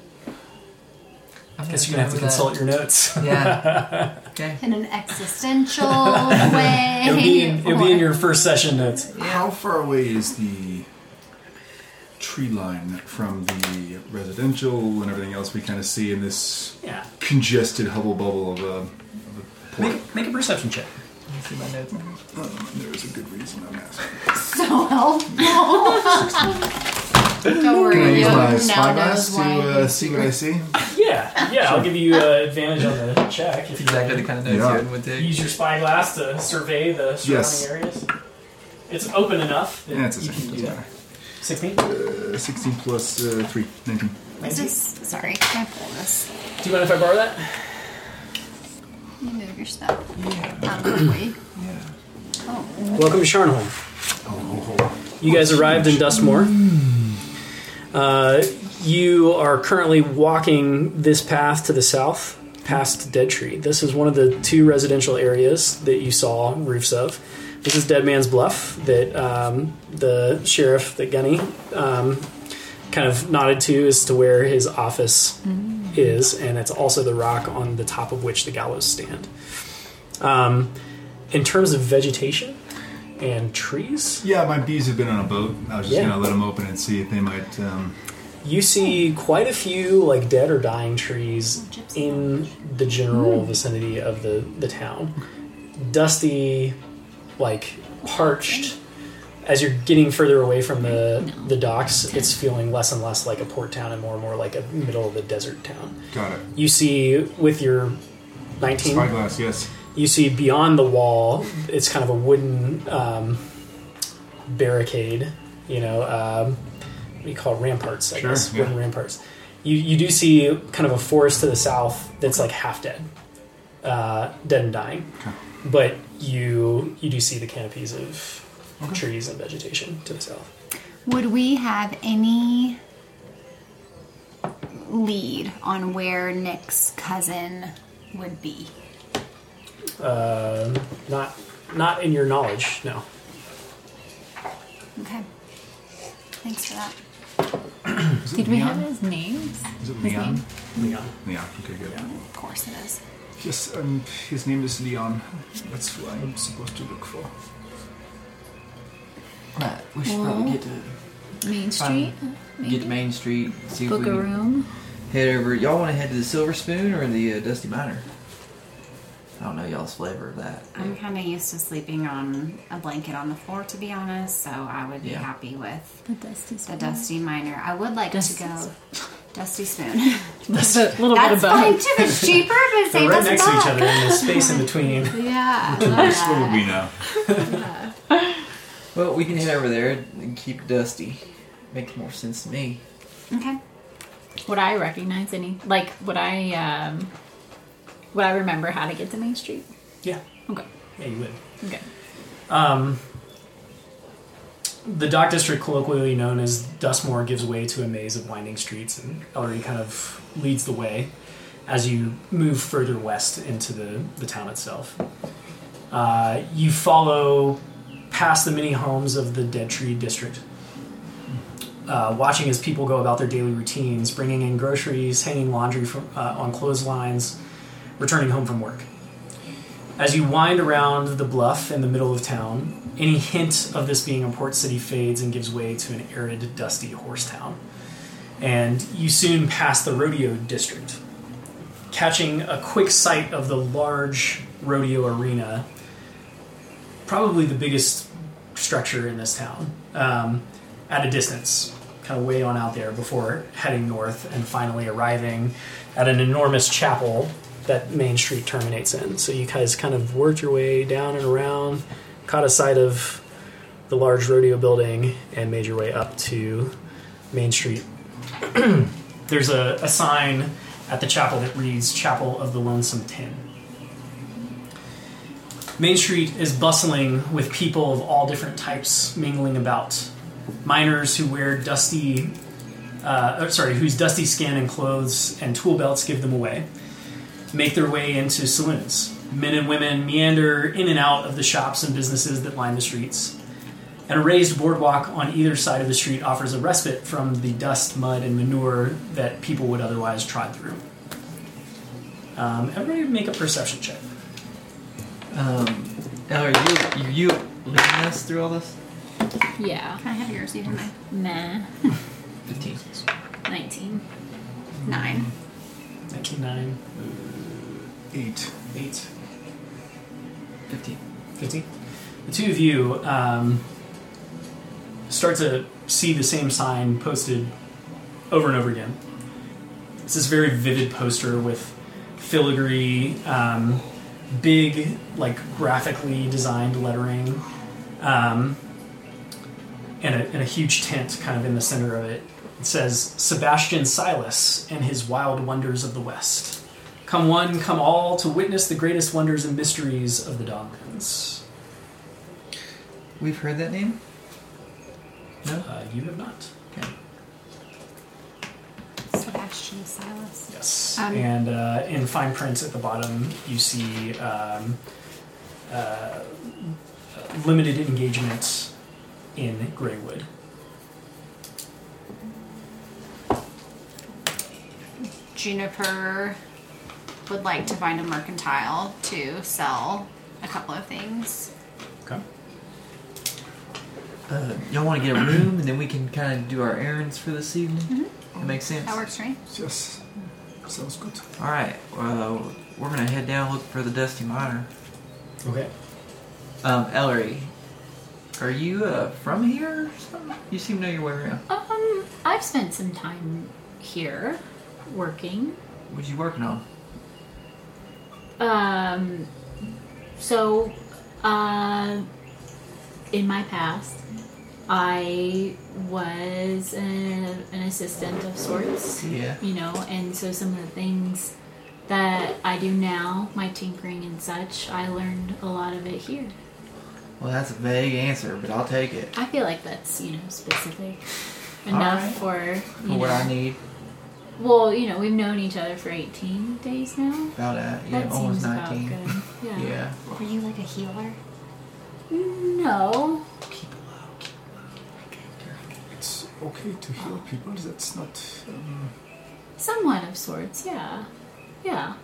S6: I'm
S1: Guess you're gonna have to
S6: remember that.
S1: consult your notes.
S6: Yeah. okay.
S5: In an existential way.
S1: It'll be in, it'll be in
S5: or-
S1: your first session notes.
S4: How far away is the tree line from the residential and everything else we kind of see in this
S1: Yeah.
S4: congested hubble bubble of uh, a, of a port?
S1: Make, make a perception check.
S6: Let me see my notes.
S4: Um, there is a good reason I'm asking.
S5: so helpful. Don't
S4: Can I
S5: worry,
S4: use
S5: Yoden
S4: my
S5: now
S4: spyglass
S5: knows
S4: to
S5: why
S4: uh,
S5: he's
S4: see what I see?
S1: Yeah, yeah. I'll give you uh, advantage on the check. If
S6: It's exactly the kind of notes
S4: Yeah.
S6: Yoden would take.
S1: Use your spyglass to survey the surrounding
S4: Yes.
S1: areas. It's open enough. that
S4: Yeah, it's a
S1: you can
S4: second.
S1: do
S4: Doesn't
S1: that. 16?
S4: matter. Uh, 16 plus uh, 3, 19.
S5: Is this, sorry, can I pull this?
S1: Do you mind if I borrow that?
S5: You move your stuff
S6: Yeah.
S5: out of the way.
S6: Yeah.
S5: Oh,
S1: Welcome to Sharnholm. You guys arrived in Dustmore. Uh, you are currently walking this path to the south past Dead Tree. This is one of the two residential areas that you saw roofs of. This is Dead Man's Bluff that um, the sheriff, that Gunny, um, kind of nodded to as to where his office is, and it's also the rock on the top of which the gallows stand. Um, in terms of vegetation and trees,
S4: Yeah, my bees have been on a boat. I was just
S1: Yeah.
S4: going to let them open and see if they might. Um,
S1: You see quite a few like dead or dying trees in the general vicinity of the, the town. Dusty, like parched. As you're getting further away from the the docks, it's feeling less and less like a port town and more and more like a middle of the desert town.
S4: got it.
S1: You see with your 19
S4: Spyglass, yes.
S1: you see beyond the wall it's kind of a wooden um, barricade you know um, what do you call it? ramparts i
S4: Sure,
S1: guess
S4: yeah.
S1: wooden ramparts you, you do see kind of a forest to the south that's like half dead uh, dead and dying
S4: Okay.
S1: but you you do see the canopies of trees and vegetation to the south
S5: Would we have any lead on where Nick's cousin would be?
S1: Um not not in your knowledge no
S5: Okay. Thanks for that.
S4: Is it
S8: Did we
S4: Leon?
S8: have his names?
S4: Is it Leon?
S1: Leon.
S4: Leon. Okay, good.
S5: Of course it is.
S4: Yes, um, his name is Leon. That's who I'm supposed to look for.
S5: Ah.
S6: Right. We should probably get to
S8: Main Street?
S6: get to Main Street. See if
S8: Book
S6: we
S8: a
S6: can
S8: room?
S6: head over. Y'all want to head to the Silver Spoon or the uh, Dusty Miner? I don't know y'all's flavor of that.
S5: I'm kind of used to sleeping on a blanket on the floor, to be honest, so I would be
S6: Yeah.
S5: happy with
S8: The dusty
S5: the
S8: spoon.
S5: Dusty Miner. I would like
S8: Dusty
S5: to go Dusty Spoon.
S8: Just a little bit
S5: That's
S8: of
S5: fine
S8: both.
S5: too. It's cheaper, but it
S1: They're
S5: saves
S1: right
S5: us
S1: next to each
S5: bucks.
S1: other in the space in between.
S5: Yeah, I love
S4: What would
S5: that.
S4: we know?
S6: Well, we can head over there and keep Dusty. Makes more sense to me.
S5: Okay.
S7: Would I recognize any? Like, would I, um, would I remember how to get to Main Street?
S1: Yeah,
S7: Okay.
S1: yeah, you would.
S7: Okay.
S1: The dock district, colloquially known as Dustmore, gives way to a maze of winding streets, and Ellery kind of leads the way as you move further west into the, the town itself. Uh, you follow past the many homes of the Dead Tree District, uh, watching as people go about their daily routines, bringing in groceries, hanging laundry from, uh, on clotheslines, returning home from work. As you wind around the bluff in the middle of town, any hint of this being a port city fades and gives way to an arid, dusty horse town. And you soon pass the rodeo district, catching a quick sight of the large rodeo arena, probably the biggest structure in this town, um, at a distance, kind of way on out there before heading north and finally arriving at an enormous chapel that Main Street terminates in. So you guys kind of worked your way down and around, caught a sight of the large rodeo building, and made your way up to Main Street. There's a, a sign at the chapel that reads Chapel of the Lonesome Tin. Main Street is bustling with people of all different types mingling about. Miners who wear dusty, uh, oh, sorry, whose dusty skin and clothes and tool belts give them away, make their way into saloons. Men and women meander in and out of the shops and businesses that line the streets. And a raised boardwalk on either side of the street offers a respite from the dust, mud, and manure that people would otherwise trod through. Um, everybody make a perception check.
S6: Um, now are you are you leading us through all this?
S7: Yeah.
S5: Can I have yours? You have mine.
S7: Nah.
S6: Fifteen.
S7: 19.
S5: Nine.
S1: 19,
S4: Eight.
S1: 8,
S6: Fifteen.
S1: 15. The two of you um, start to see the same sign posted over and over again. It's this very vivid poster with filigree, um, big, like graphically designed lettering, um, and, a, and a huge tent kind of in the center of it. It says Sebastian Silas and his wild wonders of the West. Come one, come all to witness the greatest wonders and mysteries of the Doglands.
S6: We've heard that name. No.
S1: Uh, you have not.
S6: Okay.
S5: Sebastian Silas.
S1: Yes.
S5: Um,
S1: and uh, in fine print at the bottom, you see um, uh, limited engagement in Greywood.
S5: Juniper would like to find a mercantile to sell a couple of things.
S1: Okay.
S6: Uh, y'all want to get a room and then we can kind of do our errands for this evening.
S8: Mm-hmm.
S6: That makes sense.
S5: That works for me.
S4: Yes. Sounds good.
S6: All right. Well, we're gonna head down look for the Dusty Miner.
S1: Okay.
S6: Um, Ellery, are you uh, from here? Or something? You seem to know your way around.
S7: Um, I've spent some time here working.
S6: What you working on?
S7: Um, so, uh, in my past, I was an, an assistant of sorts.
S6: Yeah.
S7: You know, and so some of the things that I do now, my tinkering and such, I learned a lot of it here.
S6: Well, that's a vague answer, but I'll take it.
S7: I feel like that's you know specific
S6: All right.
S7: enough for
S6: For
S7: you
S6: what I
S7: know.
S6: need
S7: Well, you know, we've known each other for 18 days now.
S6: about that. Yeah,
S7: that
S6: almost
S7: seems
S6: nineteen.
S7: about good. Yeah.
S6: Yeah.
S5: Were you like a healer?
S7: No.
S4: It's okay to heal people. That's not. Um,
S7: Somewhat of sorts, yeah. Yeah.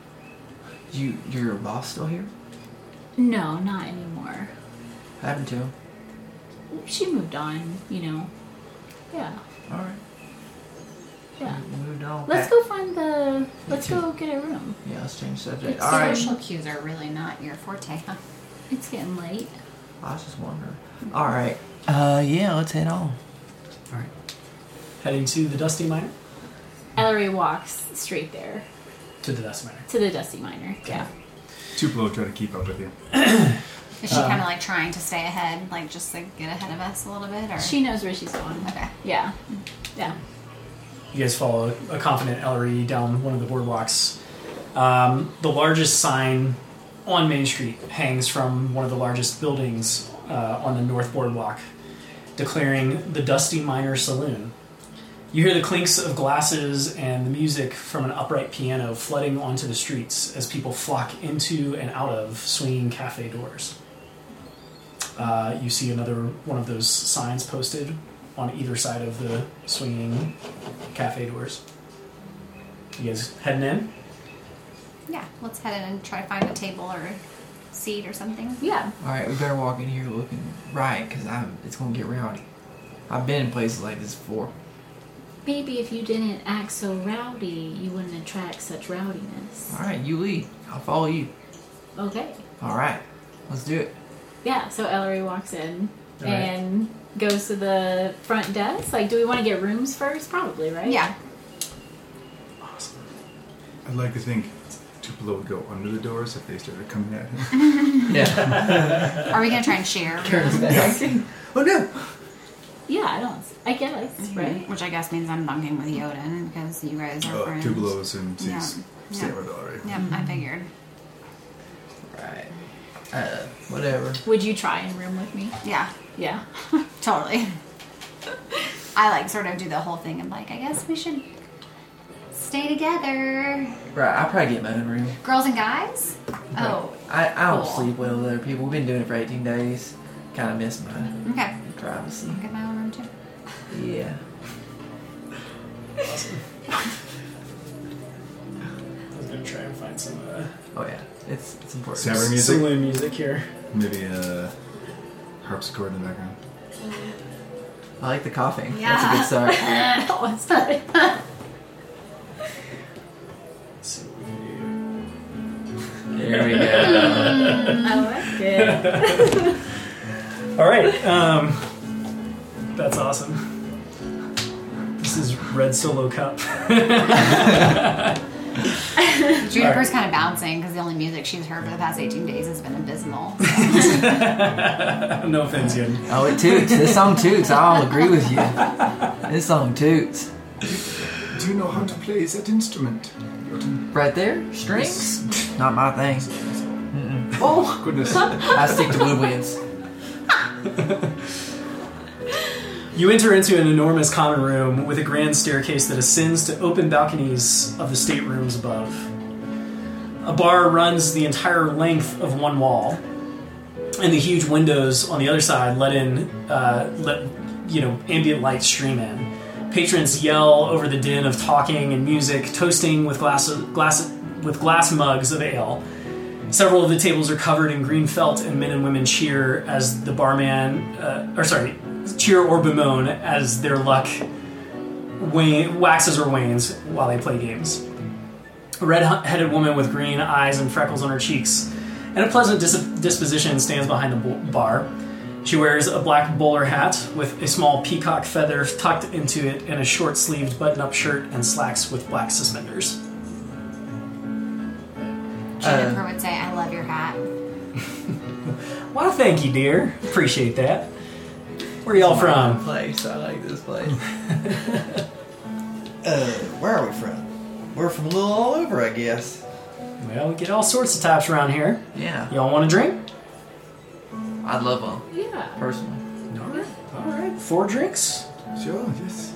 S6: You, your boss still here?
S7: No, not anymore.
S6: What Happened to him.
S7: She moved on, you know. Yeah.
S6: All right.
S7: Yeah.
S6: Moved on.
S7: Let's
S6: back.
S7: go find the. Let's go get a room.
S6: Yeah, let's change subject.
S7: It's
S6: All right.
S5: Social cues are really not your forte, huh?
S7: It's getting late.
S6: I was just wondering. All right. Uh, yeah, let's head on.
S1: All right. Heading to the Dusty Miner?
S7: Ellery walks straight there
S1: To the Dusty Miner.
S7: to the dusty miner. Yeah.
S4: Tupelo try to keep up with you.
S5: Is
S6: Uh.
S5: she kind of like trying to stay ahead, like just like get ahead of us a little bit, or
S7: She knows where she's going.
S5: Okay.
S7: Yeah. Yeah.
S1: You guys follow a confident Ellery down one of the boardwalks. Um, the largest sign on Main Street hangs from one of the largest buildings uh, on the North Boardwalk, declaring the Dusty Miner Saloon. You hear the clinks of glasses and the music from an upright piano flooding onto the streets as people flock into and out of swinging cafe doors. Uh, you see another one of those signs posted on either side of the swinging cafe doors. You guys heading in?
S5: yeah, let's head in and try to find a table or seat or something.
S7: Yeah.
S6: All right, we better walk in here looking right, cause I'm. It's gonna get rowdy. I've been in places like this before.
S7: Maybe if you didn't act so rowdy, you wouldn't attract such rowdiness.
S6: All right, you lead. I'll follow you.
S7: Okay.
S6: All right, let's do it.
S7: Yeah. So Ellery walks in
S1: All right.
S7: and goes to the front desk. Like, do we want to get rooms first? Probably, right?
S5: Yeah,
S1: Awesome.
S4: I'd like to think Tupelo would go under the doors if they started coming at him.
S6: Yeah.
S5: are we gonna try and share?
S6: oh no.
S7: Yeah. I don't. I guess. Right.
S5: Which I guess means I'm bunking with Yoden because you guys are
S4: Uh,
S5: friends.
S4: Tupelo assumes
S5: Yeah.
S4: he's staying
S5: Yeah.
S4: with Ellery.
S5: Yep, I figured.
S6: All right. Uh, whatever.
S7: Would you try and room with me?
S5: Yeah,
S7: Yeah.
S5: totally. I like sort of do the whole thing and like I guess we should stay together,
S6: Right. I'll probably get my own room.
S5: girls and guys. Oh,
S6: I, I don't
S5: Cool.
S6: sleep well with other people. We've been doing it for 18 days. Kind of miss my
S5: okay.
S6: privacy.
S5: I'll get my own room too.
S6: Yeah.
S1: I was gonna try and find some uh,
S6: Oh yeah. It's it's important.
S4: Sabra music?
S1: saloon music here.
S4: Maybe a harpsichord in the background.
S6: I like the coughing.
S5: Yeah.
S6: That's a good start.
S7: that was funny.
S1: Let's see what we can
S6: there we go.
S7: I like it.
S1: do. All right. Um, that's awesome. This is Red Solo Cup.
S5: Juniper's kind of bouncing because the only music she's heard for the past 18 days has been
S1: Uh,
S5: abysmal.
S1: no offense, Yoden.
S6: Oh, it toots. This song toots. I'll agree with you. This song toots.
S4: Do you know how to play that instrument?
S6: Right there, strings. Not my thing.
S4: Oh goodness!
S6: I stick to woodwinds.
S1: You enter into an enormous common room with a grand staircase that ascends to open balconies of the staterooms above. A bar runs the entire length of one wall, and the huge windows on the other side let in, uh, let you know, ambient light stream in. Patrons yell over the din of talking and music, toasting with glass glass with glass mugs of ale. Several of the tables are covered in green felt, and men and women cheer as the barman, uh, or sorry, cheer or bemoan as their luck wane, waxes or wanes while they play games. A red headed woman with green eyes and freckles on her cheeks and a pleasant dis- disposition stands behind the bo- bar. She wears a black bowler hat with a small peacock feather tucked into it and a short sleeved button up shirt and slacks with black suspenders.
S5: Juniper would say, I love your hat.
S1: Well, thank you, dear. Appreciate that. Where y'all from?
S6: Place. I like this place. uh, where are we from? We're from a little all over, I guess.
S1: Well, we get all sorts of types around here.
S6: Yeah.
S1: Y'all want a drink?
S6: I'd love one
S7: Yeah.
S6: personally.
S1: All right. All right. Four drinks?
S4: Sure, yes.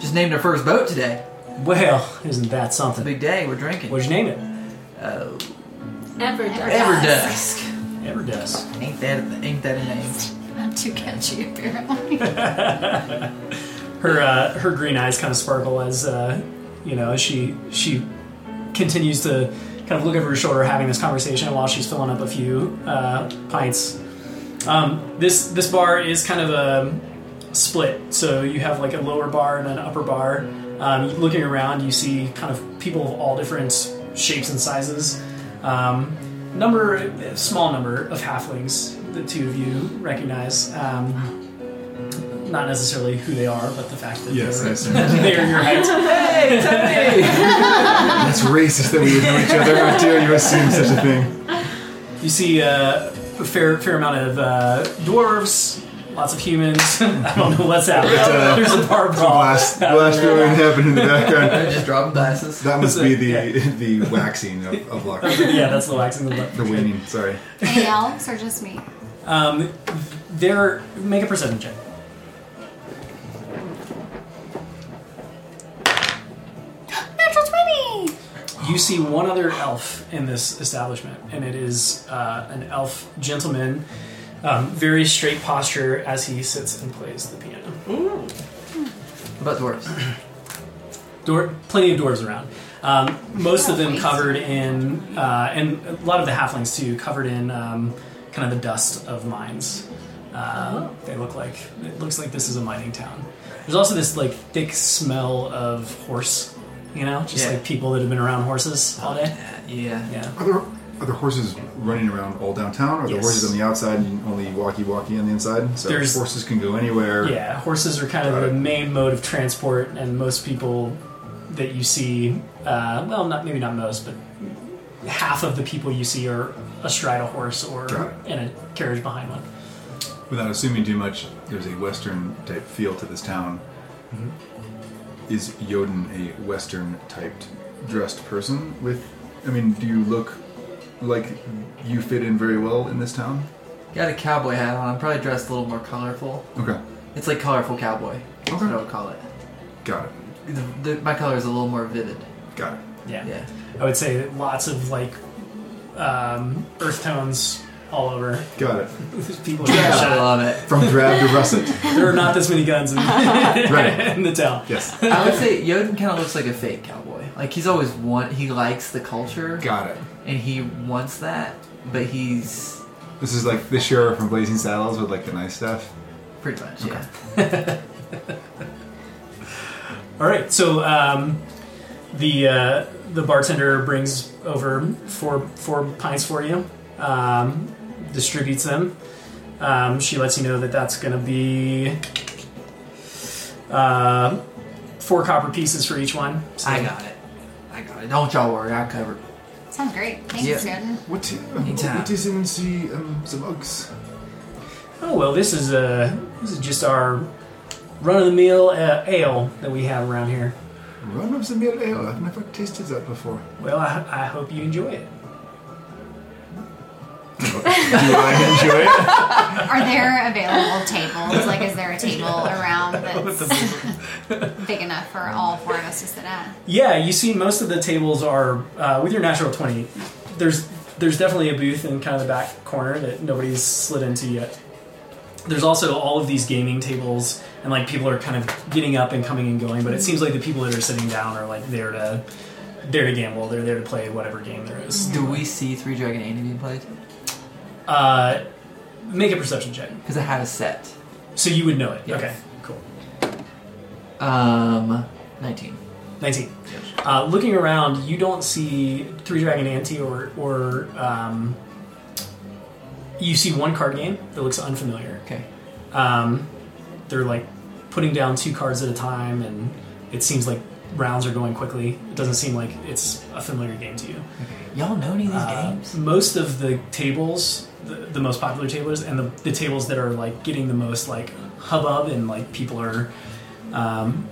S6: Just named our first boat today.
S1: Well, isn't that
S6: It's a
S1: something?
S6: big day. We're drinking.
S1: What'd you name it?
S6: Oh,
S7: Mm-hmm. Ever done.
S6: Everdusk.
S1: Everdusk.
S6: Ain't that ain't that a name?
S5: I'm too catchy, apparently.
S1: her uh, her green eyes kind of sparkle as uh, you know as she she continues to kind of look over her shoulder having this conversation while she's filling up a few uh, pints. Um, this this bar is kind of a split, so you have like a lower bar and an upper bar. Um, looking around, you see kind of people of all different shapes and sizes. Um, number, small number of halflings. The two of you recognize. Um, not necessarily who they are, but the fact that
S4: Yes, I
S1: they're,
S4: assume.
S1: they're your height.
S4: That's racist that we would know each other. How dare you assume such a thing?
S1: You see uh, a fair fair amount of uh, dwarves, lots of humans. I don't know what's happening.
S4: uh,
S1: There's a bar brawl.
S4: Blast, blast throwing happened in the background.
S6: Just dropping glasses.
S4: That must be the the waxing of, of luck. The
S1: yeah, that's the waxing. of The
S4: waning, sorry.
S5: Any elves or just me?
S1: Um, they're make a perception check.
S5: Natural twenty.
S1: You see one other elf in this establishment, and it is uh, an elf gentleman, um, very straight posture as he sits and plays the piano.
S6: What about dwarves?
S1: Door, plenty of dwarves around. Um, most of them covered in, uh, and a lot of the halflings too, covered in um, kind of the dust of mines. Uh, They look like it looks like this is a mining town. There's also this like thick smell of horse, you know, just
S6: Yeah. Oh,
S1: like people that have been around horses all day.
S6: Yeah.
S1: Yeah.
S4: Are there, are there horses running around all downtown? Or are there
S1: Yes.
S4: horses on the outside and only walkie walkie on the inside? So
S1: There's-
S4: horses can go anywhere.
S1: Yeah, horses are kind of
S4: Got
S1: the
S4: it.
S1: main mode of transport, and most people that you see, uh, well, not maybe not most, but half of the people you see are astride a horse or
S4: Got
S1: in a carriage behind one.
S4: Without assuming too much, there's a Western type feel to this town. Is Yoden a Western typed dressed person? With, I mean, do you look like you fit in very well in this town?
S6: Got a cowboy hat on. I'm probably dressed a little more colorful.
S4: Okay,
S6: It's like colorful cowboy. That's
S4: Okay.
S6: what I would call it.
S4: got it,
S6: The, the, my color is a little more vivid.
S4: got it.
S1: Yeah.
S6: Yeah.
S1: I would say that lots of like um, earth tones all over.
S4: Got it.
S1: people are
S6: I
S1: getting shot.
S6: love it.
S4: From drab to russet.
S1: There are not this many guns in,
S4: Right.
S1: in the town.
S4: Yes.
S6: I would say Yoden kind of looks like a fake cowboy. Like he's always want he likes the culture
S4: Got it.
S6: and he wants that, but he's
S4: This is like the sheriff from Blazing Saddles with like the nice stuff.
S6: pretty much yeah.
S1: All right, so um, the uh, the bartender brings over four four pints for you, um, distributes them. Um, she lets you know that that's going to be uh, four copper pieces for each one. So
S6: I got it. I got it. Don't y'all worry. I covered.
S5: Sounds great. Thanks,
S6: Yeah.
S5: Jordan.
S4: What, uh,
S6: Anytime.
S4: what is in the, um, the mugs?
S1: Oh well, this is uh, this is just our run of the mill uh, ale that we have around here.
S4: Run of the mill ale. I've never tasted that before.
S1: Well, I, I hope you enjoy it.
S4: Do I enjoy it?
S5: Are there available tables? Like, is there a table around that's big enough for all four of us to sit at?
S1: Yeah, you see, most of the tables are uh, with your natural twenty. There's there's definitely a booth in kind of the back corner that nobody's slid into yet. There's also all of these gaming tables, and like people are kind of getting up and coming and going. But it seems like the people that are sitting down are like there to there to gamble. They're there to play whatever game there is.
S6: Do we see Three Dragon Inn being played?
S1: Uh, make a perception check,
S6: Because I had a set.
S1: so you would know it.
S6: Yes.
S1: Okay, cool.
S6: Um, nineteen.
S1: 19. Uh, looking around, you don't see Three Dragon Ante or. or um, you see one card game that looks unfamiliar.
S6: Okay.
S1: Um, they're like putting down two cards at a time, and it seems like rounds are going quickly. It doesn't seem like it's a familiar game to you.
S6: Y'all know any of these
S1: Uh,
S6: games?
S1: most of the tables, the, the most popular tables, and the, the tables that are like getting the most like hubbub and like people are, um,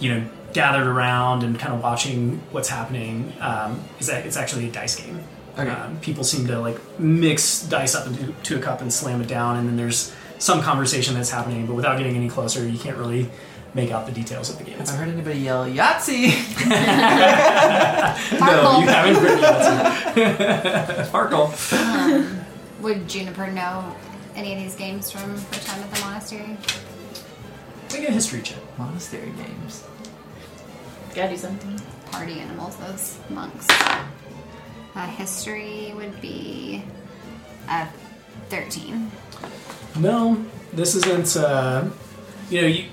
S1: you know, gathered around and kind of watching what's happening. Um, is that it's actually a dice game.
S6: Okay.
S1: Um, people seem to like mix dice up into to a cup and slam it down, and then there's some conversation that's happening, but without getting any closer, you can't really make out the details of the game.
S6: Have I heard anybody yell Yahtzee?
S1: no, you
S5: Farkle.
S1: haven't written that. Sparkle.
S5: Would Juniper know any of these games from her time at the monastery?
S1: Make a history check.
S6: Monastery games.
S7: Gotta do something.
S5: Party animals, those monks. Uh, history would be uh, 13.
S1: No, this isn't. Uh, you know, you,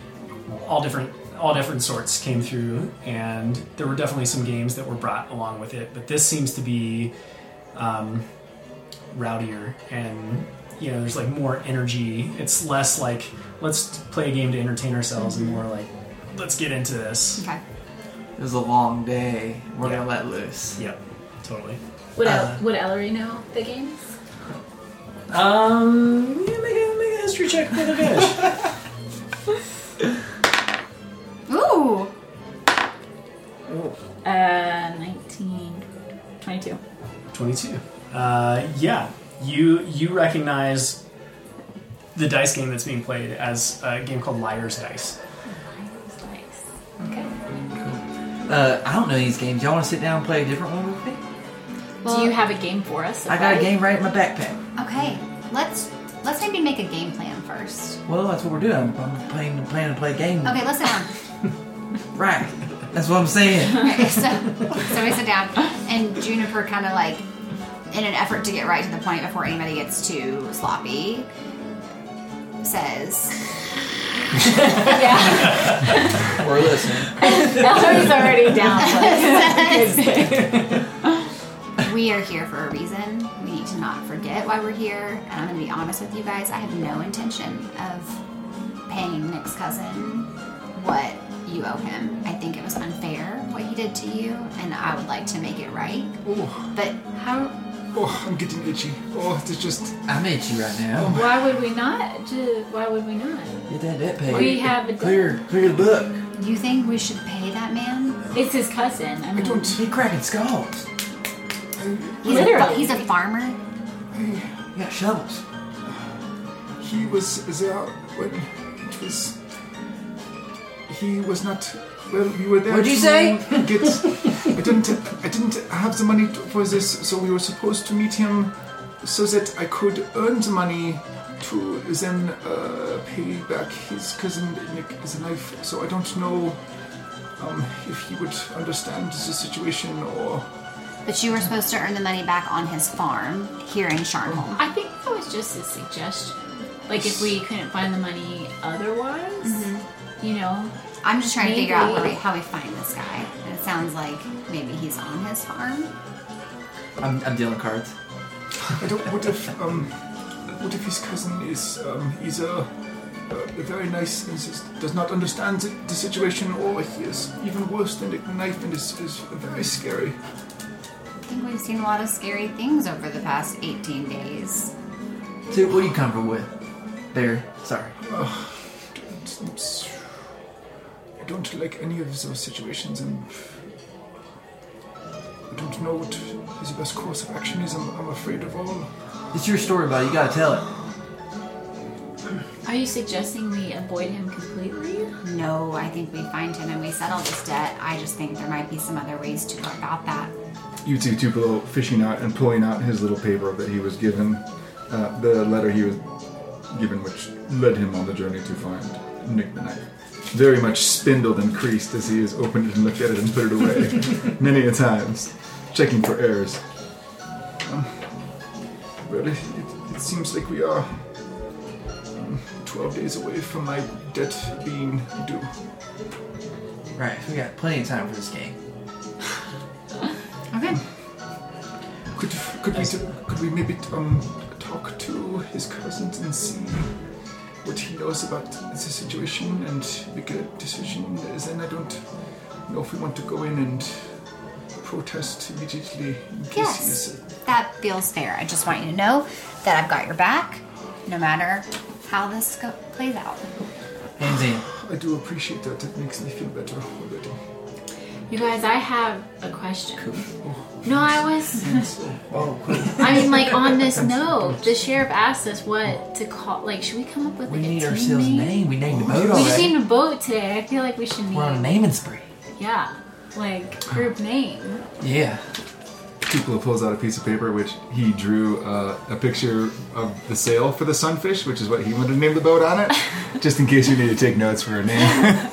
S1: all different all different sorts came through, and there were definitely some games that were brought along with it. But this seems to be um, rowdier, and you know, there's like more energy. It's less like let's play a game to entertain ourselves, and more like let's get into this.
S5: Okay.
S6: It was a long day. We're
S1: Yeah.
S6: gonna let loose.
S1: Yep, totally.
S7: Would,
S6: Uh,
S7: El- would Ellery know the games?
S1: Um, yeah, make a, make a history check with advantage.
S5: Ooh.
S7: Uh, 19, 22.
S1: Twenty-two. Uh, yeah, you you recognize the dice game that's being played as a game called Liar's Dice.
S7: Nice. Okay.
S6: Uh, I don't know these games. Y'all want to sit down and play a different one with me?
S5: Well,
S7: Do you have a game for us?
S6: I got a
S7: If
S6: game right in my backpack.
S5: Okay. Let's let's maybe make a game plan first.
S6: Well, that's what we're doing. I'm playing, playing to play a game.
S5: Okay, let's sit down.
S6: Right. That's what I'm saying.
S5: Okay, so, so we sit down, and Juniper kind of like, in an effort to get right to the point before anybody gets too sloppy, says,
S6: we're listening.
S7: Ellery's already down. Like,
S5: "We are here for a reason. We need to not forget why we're here." And I'm gonna be honest with you guys. I have no intention of paying Nick's cousin what you owe him. I think it was unfair what he did to you, and I would like to make it right.
S4: Oh,
S5: But how?
S4: oh, I'm getting itchy. Oh, it's just.
S6: I'm at you right now.
S7: why would we not? ju- Why would we not?
S6: Get that debt paid.
S7: We have a debt.
S6: clear, clear the book.
S5: You think we should pay that man?
S7: It's his cousin. I mean,
S6: He cracking skulls.
S5: He's a,
S7: Literally.
S5: he's a farmer.
S6: You got shovels.
S4: He was is out when it was. He was not. Well, we were there.
S6: What'd you
S4: to
S6: say?
S4: Get, I didn't. I didn't have the money to- for this, so we were supposed to meet him, so that I could earn the money to then uh, pay back his cousin Nick's life. So I don't know um, if he would understand the situation or.
S5: But you were supposed to earn the money back on his farm here in Sharnholm.
S7: I think that was just a suggestion. Like if we couldn't find the money otherwise, you know,
S5: I'm just trying to figure out where we,
S7: Maybe.
S5: how we find this guy. And it sounds like maybe he's on his farm.
S6: I'm, I'm dealing cards.
S4: I don't. What if um, what if his cousin is um, he's a, a very nice and s- does not understand the, the situation, or he is even worse than a knife and is, is very scary.
S5: I think we've seen a lot of scary things over the past 18 days.
S6: Dude, what are you comfortable with? Barry, sorry.
S4: It's- I don't like any of those situations, and I don't know what his best course of action is. I'm, I'm afraid of all.
S6: It's your story, buddy. You gotta tell it.
S7: are you suggesting we avoid him completely?
S5: No, I think we find him and we settle this debt. I just think there might be some other ways to go about that.
S4: you two Tupelo fishing out and pulling out his little paper that he was given, uh, the letter he was given, which led him on the journey to find Nick the Knife. Very much spindled and creased as he has opened it and looked at it and put it away many a times, checking for errors. Um, well, it, it, it seems like we are um, 12 days away from my debt being due.
S6: Right, we got plenty of time for this game.
S5: Okay.
S4: Could, could, we, do- could we maybe um, talk to his cousins and see what he knows about the situation and make a decision? As in, I don't know if we want to go in and protest immediately in case
S5: Yes.
S4: he's.
S5: That feels fair. I just want you to know that I've got your back, no matter how this go- plays out.
S6: Hands in.
S4: I do appreciate that. It makes me feel better already.
S7: You guys, I have a question. No, I was.
S6: Oh, cool.
S7: I mean, like on this note, the sheriff asked us what to call. Like, should we come up with
S6: We
S7: like,
S6: need
S7: a team
S6: ourselves a
S7: name?
S6: name. We named the boat
S7: We just
S6: already.
S7: need a boat today. I feel like we should name.
S6: We're on a naming spree.
S7: Yeah, like group name.
S6: Yeah.
S4: Tupelo pulls out a piece of paper which he drew uh, a picture of the sail for the sunfish, which is what he wanted to name the boat on it, just in case you need to take notes for a name.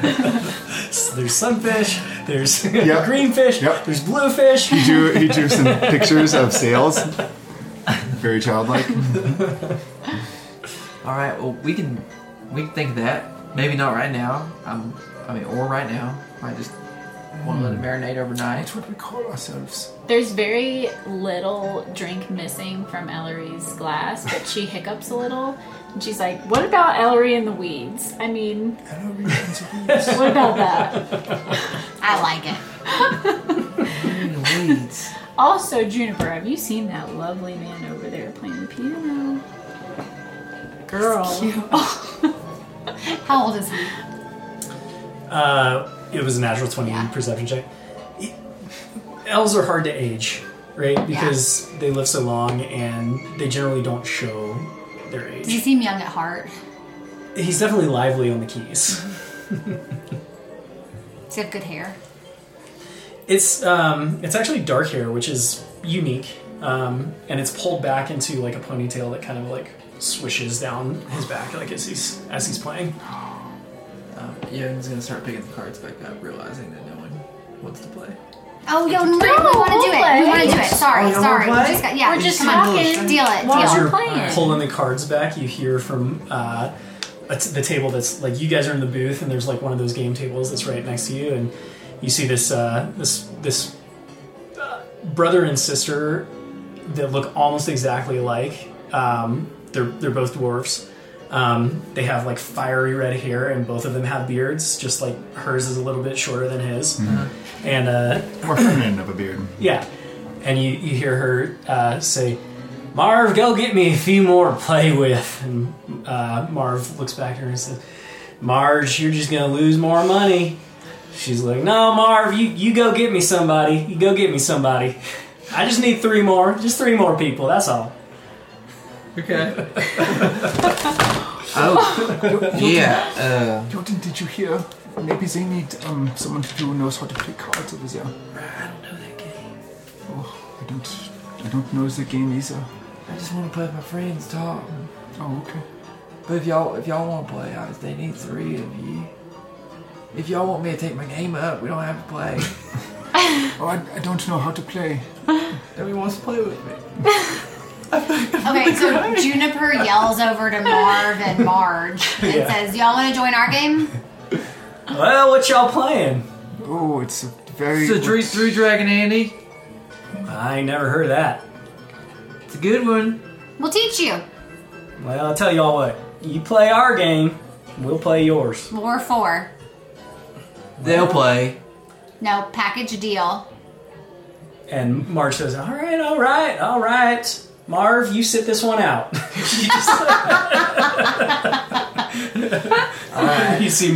S1: There's sunfish. There's
S4: Yep.
S1: green fish.
S4: Yep.
S1: There's blue fish.
S4: He drew, he drew some pictures of sails. Very childlike.
S6: All right. Well, we can we can think of that. Maybe not right now. I'm, I mean, or right now. I just want to let it marinate overnight.
S4: That's what we call ourselves.
S7: There's very little drink missing from Ellery's glass, but she hiccups a little. And she's like, What about Ellery and the weeds? I mean,
S4: Hello, Regents of Peace.
S7: what about that?
S5: I like it.
S6: In the weeds.
S7: also, Juniper, have you seen that lovely man over there playing the piano? Girl.
S5: How old is he?
S1: Uh, it was a natural 20 perception check. E- Elves are hard to age, right? Because they live so long and they generally don't show their
S5: Does he
S1: age.
S5: seem young at heart?
S1: He's definitely lively on the keys.
S5: Does he have good hair?
S1: It's um, it's actually dark hair, which is unique, um, and it's pulled back into like a ponytail that kind of like swishes down his back, like as he's as he's playing.
S6: Um, Yoden's gonna start picking the cards back up, realizing that no one wants to play.
S5: Oh, yo, no, we want to do it. We want to do it. Sorry,
S6: Oh, you wanna
S5: sorry. We
S6: play?
S5: just got, yeah,
S7: We're just
S5: come on.
S7: talking.
S5: Deal it,
S7: While
S5: deal
S1: As
S5: it.
S7: we're
S1: you're
S7: playing.
S1: pulling the cards back, you hear from uh, a t- the table that's like you guys are in the booth, and there's like one of those game tables that's right next to you, and you see this uh, this this uh, brother and sister that look almost exactly alike. Um, they're they're both dwarves. Um, they have like fiery red hair, and both of them have beards. Just like hers is a little bit shorter than his, and uh,
S4: More feminine of a beard.
S1: yeah. And you, you hear her uh, say, Marv, go get me a few more to play with. And uh, Marv looks back at her and says, Marge, you're just going to lose more money. She's like, No, Marv, you, you go get me somebody. You go get me somebody. I just need three more. Just three more people. That's all.
S3: Okay.
S6: Oh, yeah. Uh,
S4: Jordan, did you hear? Maybe they need um, someone who knows how to play cards over there.
S6: uh,
S4: I don't know that game. Oh, I don't. I don't know the game either.
S6: I just want to play with my friends, talk.
S4: Oh, okay.
S6: But if y'all if y'all want to play, I, they need three of you. If y'all want me to take my game up, we don't have to play.
S4: Oh, I, I don't know how to play.
S6: Nobody wants to play with me.
S5: Okay, so Juniper yells over to Marv and Marge and
S1: Yeah.
S5: says, Y'all want to join our game?
S1: Well, what y'all playing?
S4: Oh, it's a very.
S6: So three three dragon Andy.
S1: I ain't never heard of that.
S6: It's a good one.
S5: We'll teach you.
S1: Well, I'll tell y'all what. You play our game, we'll play yours.
S5: Well, We're four.
S6: They'll play.
S5: No, package deal.
S1: And Marge says, "All right, all right, all right, Marv, you sit this one out." you, just- You see,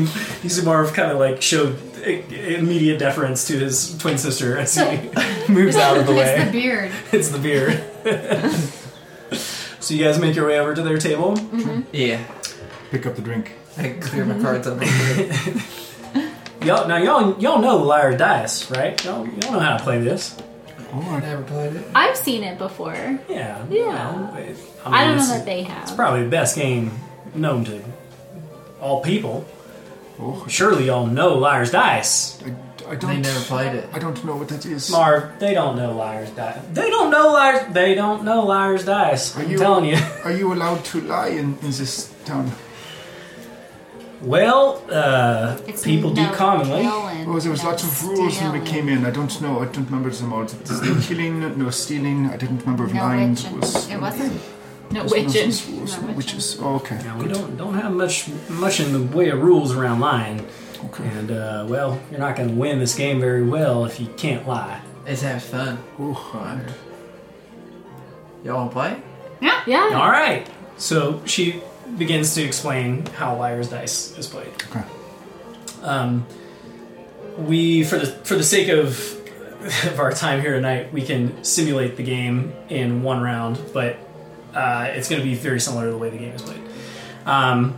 S1: you see Marv kind of like show i- immediate deference to his twin sister as he moves out of the
S5: It's the
S1: way.
S5: beard.
S1: It's the beard. so you guys make your way over to their table.
S6: Yeah.
S4: Pick up the drink.
S6: I clear my cards up. Real
S1: Y'all now y'all y'all know liar dice, right? Y'all, y'all know how to play this.
S4: Oh,
S6: I
S4: I,
S6: never played it.
S7: I've seen it before.
S1: Yeah.
S7: Yeah.
S1: well, it-
S7: I don't know
S1: it's-
S7: that they have.
S1: Probably the best game known to all people.
S4: oh,
S1: Surely y'all know Liar's Dice.
S4: I, I don't.
S6: They never played it.
S4: I don't know what that is.
S1: Marv, they don't know Liar's Dice. They don't know Liar's. They don't know Liar's Dice. I'm
S4: you-
S1: telling you.
S4: Are you allowed to lie in, in this town?
S1: Well, uh,
S5: It's
S1: people do
S5: no
S1: commonly.
S5: killing,
S4: Oh, there was
S5: no
S4: lots of rules when we
S5: stealing.
S4: came in. I don't know. I don't remember them all. There's no killing, no stealing. I didn't remember if
S5: No
S4: lying
S5: witching.
S4: was.
S5: It wasn't.
S7: No
S4: was one of
S7: witches.
S4: those rules, Which is oh, okay.
S1: Now, we don't don't have much much in the way of rules around lying,
S4: Okay.
S1: and uh, well, you're not going to win this game very well if you can't lie.
S6: It's have fun.
S4: Oh, I-
S6: Y'all want to play?
S7: Yeah.
S1: All right. So she begins to explain how Liar's Dice is played.
S4: okay.
S1: um, we for the for the sake of of our time here tonight, we can simulate the game in one round, but uh, it's going to be very similar to the way the game is played. Um,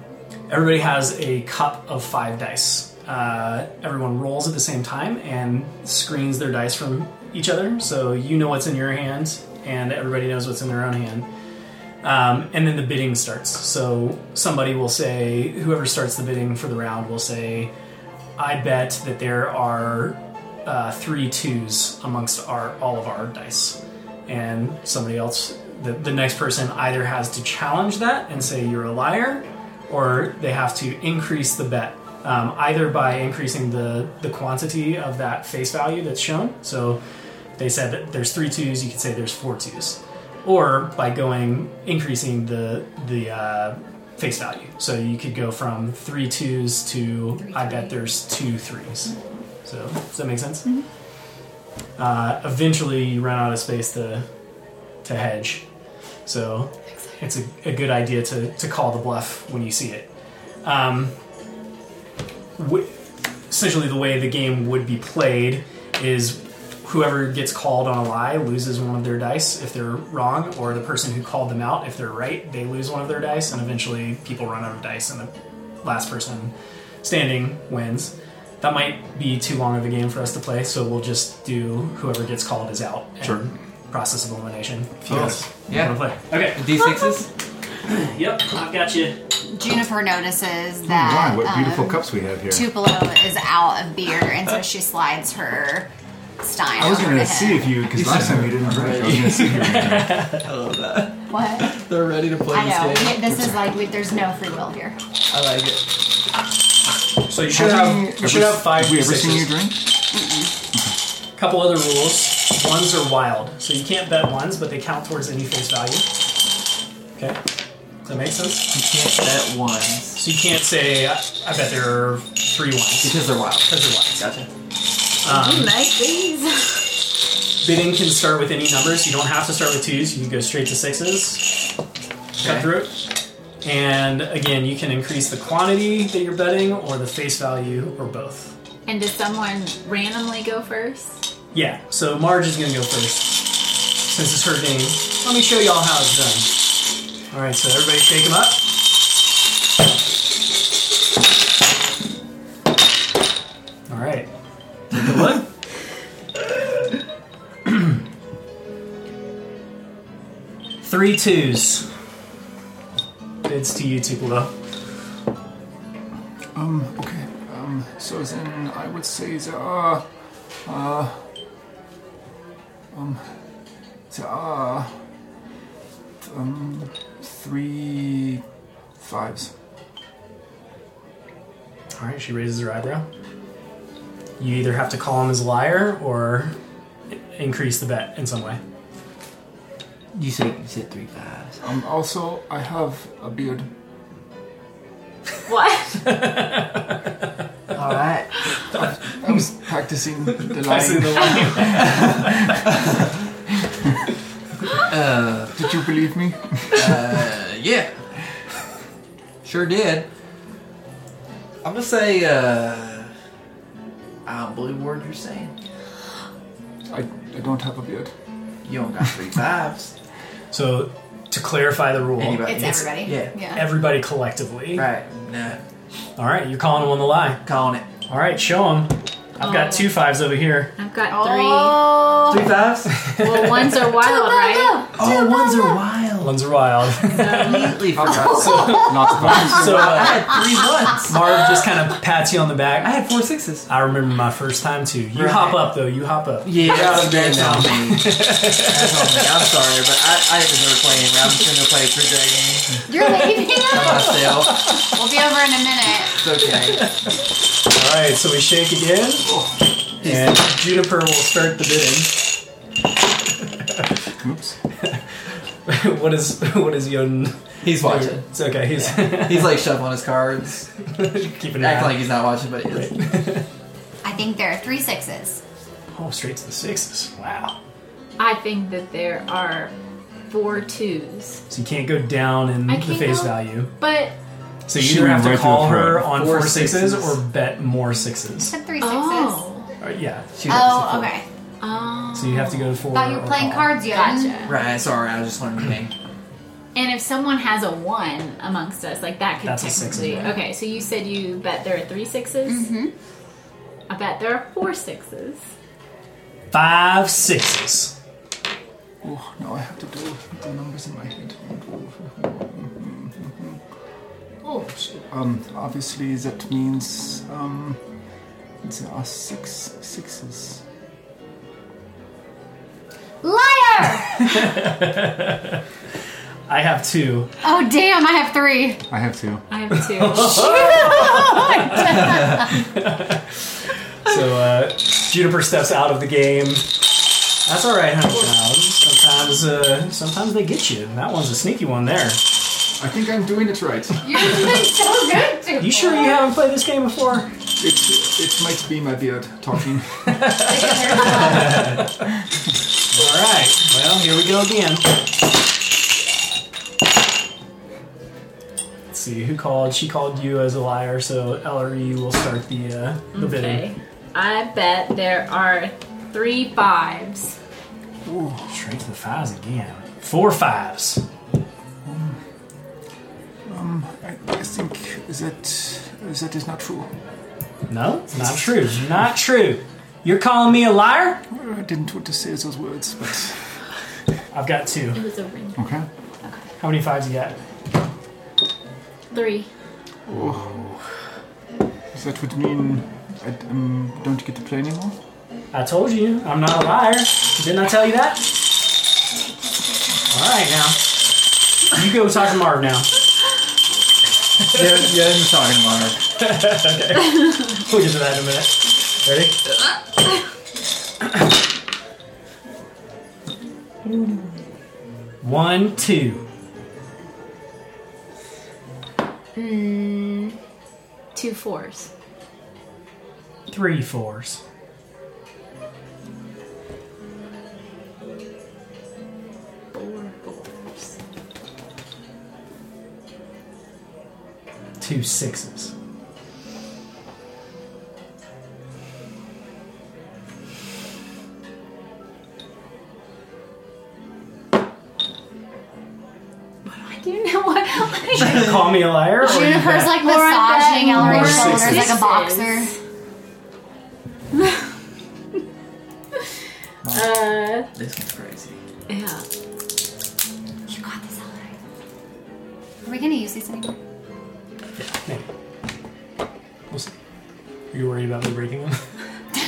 S1: everybody has a cup of five dice. Uh, everyone rolls at the same time and screens their dice from each other, so you know what's in your hand, and everybody knows what's in their own hand. Um, and then the bidding starts. So somebody will say, whoever starts the bidding for the round will say, I bet that there are uh, three twos amongst our all of our dice, and somebody else, the, the next person either has to challenge that and say you're a liar, or they have to increase the bet, um, either by increasing the, the quantity of that face value that's shown. So they said that there's three twos, you could say there's four twos, or by going increasing the the uh, face value. So you could go from three twos to I bet there's two threes. So does that make sense? Uh, eventually, you run out of space to to hedge. So it's a, a good idea to, to call the bluff when you see it. Um, w- essentially, the way the game would be played is whoever gets called on a lie loses one of their dice if they're wrong, or the person who called them out, if they're right, they lose one of their dice, and eventually people run out of dice and the last person standing wins. That might be too long of a game for us to play, so we'll just do whoever gets called is out. and
S4: Sure.
S1: Process of elimination. If you
S6: Oh,
S1: guys
S6: yeah.
S1: want to play. Okay.
S6: D sixes.
S1: Yep, I've got you.
S5: Juniper notices
S4: Wow,
S5: that
S4: Hmm, what beautiful
S5: um,
S4: cups we have here.
S5: Tupelo is out of beer, and so she slides her stein.
S4: I was
S5: going
S4: gonna
S5: to
S4: see if you, because
S6: You
S4: last
S6: said
S4: time you didn't drink. I was gonna see if you
S6: I love that.
S5: What?
S6: They're ready to play
S5: I know.
S6: this game.
S5: We- This is like we, there's no free will here.
S6: I like it.
S1: So you should have you should have five.
S4: Have we ever
S1: sixes.
S4: seen you drink?
S1: Couple other rules. Ones are wild, so you can't bet ones, but they count towards any face value. Okay, does that make sense?
S6: You can't bet ones
S1: So you can't say I, I bet there are three ones
S6: because they're wild.
S1: because they're ones.
S6: Gotcha.
S1: Um,
S7: Nice things.
S1: bidding can start with any numbers. You don't have to start with twos. You can go straight to sixes. Cut
S6: Okay.
S1: through it. And again, you can increase the quantity that you're betting, or the face value, or both.
S7: And does someone randomly go first?
S1: Yeah, so Marge is gonna go first. Since it's her game, let me show y'all how it's done. Alright, so everybody shake them up. Alright. Take a look. Three twos. Bids to you, Tupelo.
S4: Um, okay. Um, so then I would say the, uh, uh, um, the, uh, um, three fives.
S1: Alright, she raises her eyebrow. You either have to call him as a liar or increase the bet in some way.
S6: You said you said three fives.
S4: Um, also, I have a beard.
S7: What?
S6: All right.
S4: I was practicing the
S1: Practicing
S4: line.
S1: the line.
S6: Uh,
S4: Did you believe me?
S6: uh, yeah. Sure did. I'm gonna say uh, I don't believe a word you're saying.
S4: I, I don't have a beard.
S6: You don't got three fives.
S1: So, to clarify the rule,
S6: Anybody?
S5: It's, everybody.
S6: yeah.
S5: Yeah.
S1: everybody collectively.
S6: Right. Nah.
S1: All right, you're calling them on the lie.
S6: Calling it.
S1: All right, show them. I've
S7: Oh.
S1: got two fives over here.
S7: I've got three.
S5: Oh.
S6: Three fives?
S7: Well, ones are wild, right?
S6: oh, ones are wild.
S1: One's wild.
S6: Completely forgot.
S4: Lots of vibes.
S1: so,
S6: I
S1: uh,
S6: had three ones.
S1: Marv just kind of pats you on the
S6: I
S1: back.
S6: had four sixes.
S1: I remember my first time too. You
S6: Right.
S1: hop up though. You hop up.
S6: Yeah,
S1: That's good
S6: that's
S1: now.
S6: on me. That's on me. I'm sorry, but I, I didn't deserve playing. I'm just gonna play True Dragon
S5: You're leaving us.
S6: myself.
S5: We'll be over in a minute.
S6: It's okay.
S1: All right, so we shake again, and Juniper will start the bidding.
S4: Oops.
S1: what is what is Yodin?
S6: He's watching.
S1: It's okay. He's
S6: He's like shuffling his cards,
S1: keeping an
S6: acting
S1: eye.
S6: like he's not watching, but he is.
S5: I think there are three sixes.
S1: oh, straight to the sixes. Wow.
S7: I think that there are four twos.
S1: So you can't go down in
S7: I
S1: the
S7: can't
S1: face
S7: go-
S1: value.
S7: But
S1: So you
S4: She
S1: either
S4: went
S1: have to
S4: right through
S1: call
S4: the
S1: her
S4: throat.
S1: on
S6: Four
S1: four sixes
S6: sixes.
S1: or bet more sixes.
S5: Said three sixes.
S7: oh,
S1: All right, yeah.
S6: She was
S5: Oh,
S6: upset.
S5: okay.
S7: oh.
S1: So you have to go four.
S5: Thought you were
S1: or
S5: playing
S1: call.
S5: cards, you
S7: Gotcha.
S6: Right, sorry, I was just learning the game.
S7: And if someone has a one amongst us, like that could
S1: That's a six,
S7: technically.
S1: isn't it?
S7: okay, so you said you bet there are three Mm-hmm. I bet there are four sixes.
S1: Five sixes.
S4: Oh, now I have to do the numbers in my head. Oh, so, um, obviously that means um, there are six sixes.
S5: Liar!
S1: I have two.
S5: Oh damn! I have three.
S4: I have two.
S8: I have
S1: Oh,
S8: two.
S1: So uh, Juniper steps out of the game. That's all right, hundred pounds. Sometimes, uh, sometimes they get you. That one's a sneaky one there.
S4: I think I'm doing it right.
S5: You're doing so good. Dude.
S1: You sure you haven't played this game before?
S4: It's it might be my beard talking.
S1: All right. Well, here we go again. Let's see who called. She called you as a liar, so Ellery, you will start the uh, the
S7: Okay.
S1: bidding.
S7: I bet there are three fives.
S1: Straight to the fives again. Four fives.
S4: I, I think that that is not true.
S1: No, it's not true. Not true. You're calling me a liar?
S4: I didn't want to say those words, but
S1: I've got two.
S7: It was a ring.
S4: okay.
S1: How many fives you got?
S7: Three.
S4: That would mean I um, don't get to play anymore.
S1: I told you, I'm not a liar. Didn't I tell you that? All right, now. You go talk to Marv now.
S3: yeah, yeah, I'm talking about her.
S1: We'll get to that in a minute. Ready? One, two.
S7: Two fours.
S1: Three fours.
S7: Four fours.
S1: Two sixes.
S7: I do know what.
S1: Call me a liar? Or Oh, you
S5: Juniper's
S1: bet?
S5: like
S8: More
S5: massaging
S8: than-
S1: more
S5: Ellery's
S1: than
S5: shoulders like
S7: sixes.
S5: a boxer.
S7: uh,
S6: This one's crazy.
S7: yeah.
S5: You got this, Ellery. Are we gonna use these anymore?
S1: Maybe. We'll see. Are you worried about me breaking them?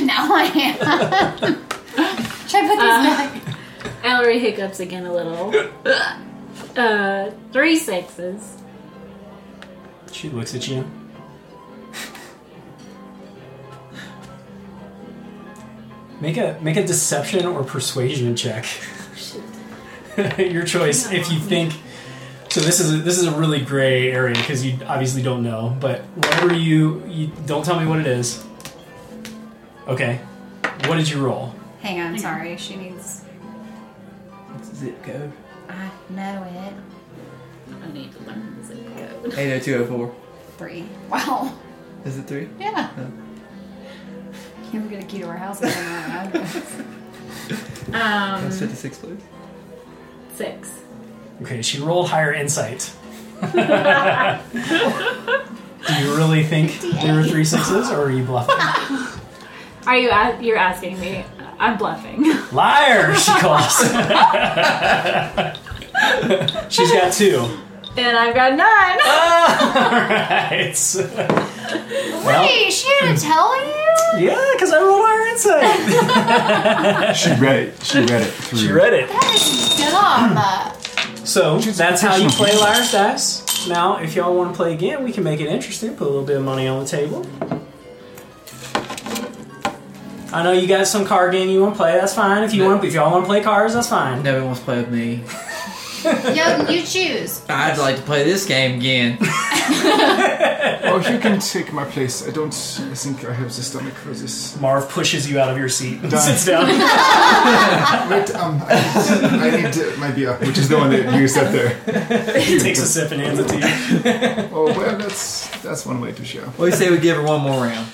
S5: now I am. Should I put these back?
S7: Ellery hiccups again a little. uh, three sixes.
S1: She looks at you. Make a make a deception or persuasion check.
S7: Shit.
S1: Your choice. If you think so, this is a, this is a really gray area because you obviously don't know. But whatever you you don't tell me what it is. Okay, what did you roll?
S5: Hang on, sorry. She needs.
S6: What's the zip code?
S5: I know it.
S7: I need to learn the zip code.
S6: 80204.
S5: Three. Wow.
S6: Is it three?
S5: Yeah. You ever get a key to our house? I don't know.
S7: Um,
S6: That's 56, please.
S7: six.
S1: Okay, she rolled higher insight. Do you really think there were three sixes, or are you bluffing?
S7: Are you? a- You're asking me. I'm bluffing.
S1: Liar, she calls. She's got two.
S7: and I've got nine.
S1: Alright. Well,
S5: Wait, she didn't tell you?
S1: yeah, because I rolled higher insight.
S4: She read it. She read it. Through.
S1: She read it.
S5: That is dumb.
S1: So that's how you play Liar Dice. Now, if y'all want to play again, we can make it interesting, put a little bit of money on the table. I know you got some card game you want to play, that's fine. If you want if y'all want to play cards, that's fine.
S6: No one wants to play with me.
S5: Yo, you choose.
S6: I'd like to play this game again.
S4: Oh, you can take my place. I don't. I think I have the stomach for this.
S1: Marv pushes you out of your seat and
S4: Done.
S1: sits down.
S4: But um, I, I need uh, my beer, which is the one that you set there.
S1: he takes a sip and hands it to you.
S4: Oh well, that's that's one way to share.
S6: What do you say we give her one more round?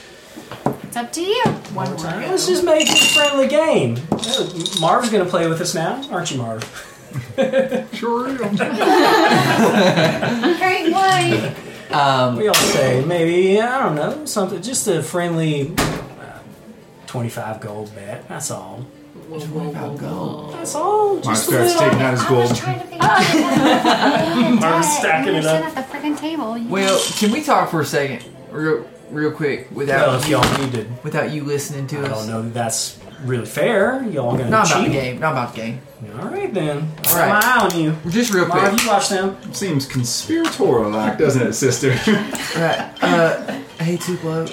S5: It's up to you. One more.
S1: Alright,
S5: go.
S1: Let's just make it a friendly game. Marv's gonna play with us now, aren't you, Marv?
S4: Sure. am.
S5: Great one.
S6: Um,
S1: We all say maybe I don't know something, just a friendly uh, twenty-five gold bet. That's all. That's all.
S4: Marv
S1: Just a
S4: starts
S1: little-
S4: taking out his
S5: I was
S4: gold.
S5: trying to think of
S1: Marv's stacking it up.
S5: at the freaking table. You-
S6: well, can we talk for a second? Real, real quick. Without
S1: Well, if
S6: you,
S1: y'all needed,
S6: without you listening to
S1: I
S6: us.
S1: don't know. that That's really fair. Y'all gonna
S6: Not about the
S1: cheat?
S6: game. Not about the game.
S1: All right then. All
S6: right.
S1: right. Smile on you.
S6: Just real
S1: Mom,
S6: quick.
S1: you watch them.
S4: Seems conspiratorial, like, doesn't it, sister?
S6: Right. Uh, hey, Tupelo.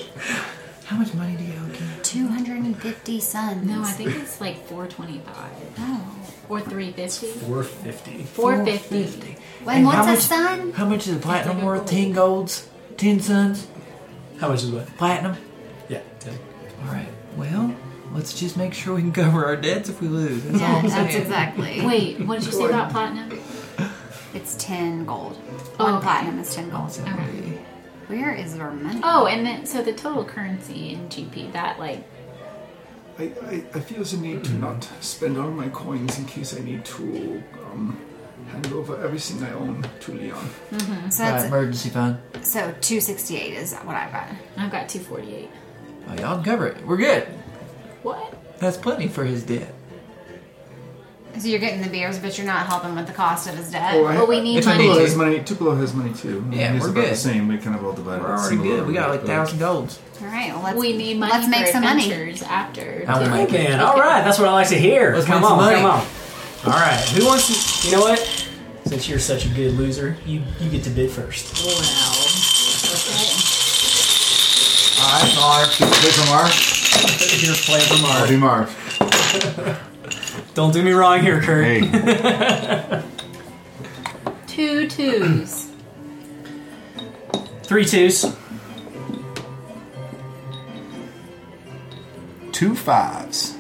S6: How much money do you owe? Ken?
S5: 250 suns.
S7: No, I think it's like 425
S5: Oh.
S7: or 350.
S1: Four fifty.
S7: 450.
S5: When
S6: how
S5: what's a
S6: much-
S5: sun?
S6: How much is the platinum worth? Ten golds? Ten suns?
S1: How much is what?
S6: Platinum?
S1: Yeah. ten.
S6: All right. Well, let's just make sure we can cover our debts if we lose. That's all
S5: Yeah,
S6: I'm
S5: Oh, that's
S6: saying.
S5: exactly.
S7: Wait, what did you say about platinum?
S5: It's 10 gold.
S7: Oh,
S5: One
S7: okay.
S5: platinum is 10 gold.
S7: Okay.
S5: Where is our money?
S7: Oh, and then so the total currency in GP that like
S4: I, I, I feel the need to not spend all my coins in case I need to um, hand over everything I own to Leon.
S5: so,
S6: All right,
S5: that's,
S6: emergency fund.
S5: so 268 is what I got.
S7: I've got 248.
S6: Oh, y'all can cover it. We're good.
S7: What?
S6: That's plenty for his debt.
S5: So you're getting the beers, but you're not helping with the cost of his debt.
S4: Oh, I-
S5: well, Uh, we need
S6: If I
S5: money.
S6: need
S4: Tupelo
S6: to.
S4: has money. Tupelo has money too.
S6: Yeah,
S4: He's
S6: we're
S4: about the
S6: good.
S4: same. We kind of all divided.
S6: We're already
S4: similar,
S6: good. We got like
S4: but-
S6: thousand golds.
S5: All right, well, let's,
S7: We need money.
S5: Let's make
S7: for
S5: some money.
S7: adventures After
S6: I will make it.
S1: Man, all right. That's what I like to hear.
S6: Let's
S1: come
S6: make some
S1: on,
S6: money.
S1: come on. All right. Who wants? To, you know what? Since you're such a good loser, you you get to bid first.
S7: Wow.
S4: All right, Marv. Good for Marv.
S1: Your play from
S4: I'll
S1: Marv.
S4: do Marv.
S1: Don't do me wrong here, Kurt.
S4: Hey.
S7: Okay. Two twos.
S1: Three twos.
S4: Two fives.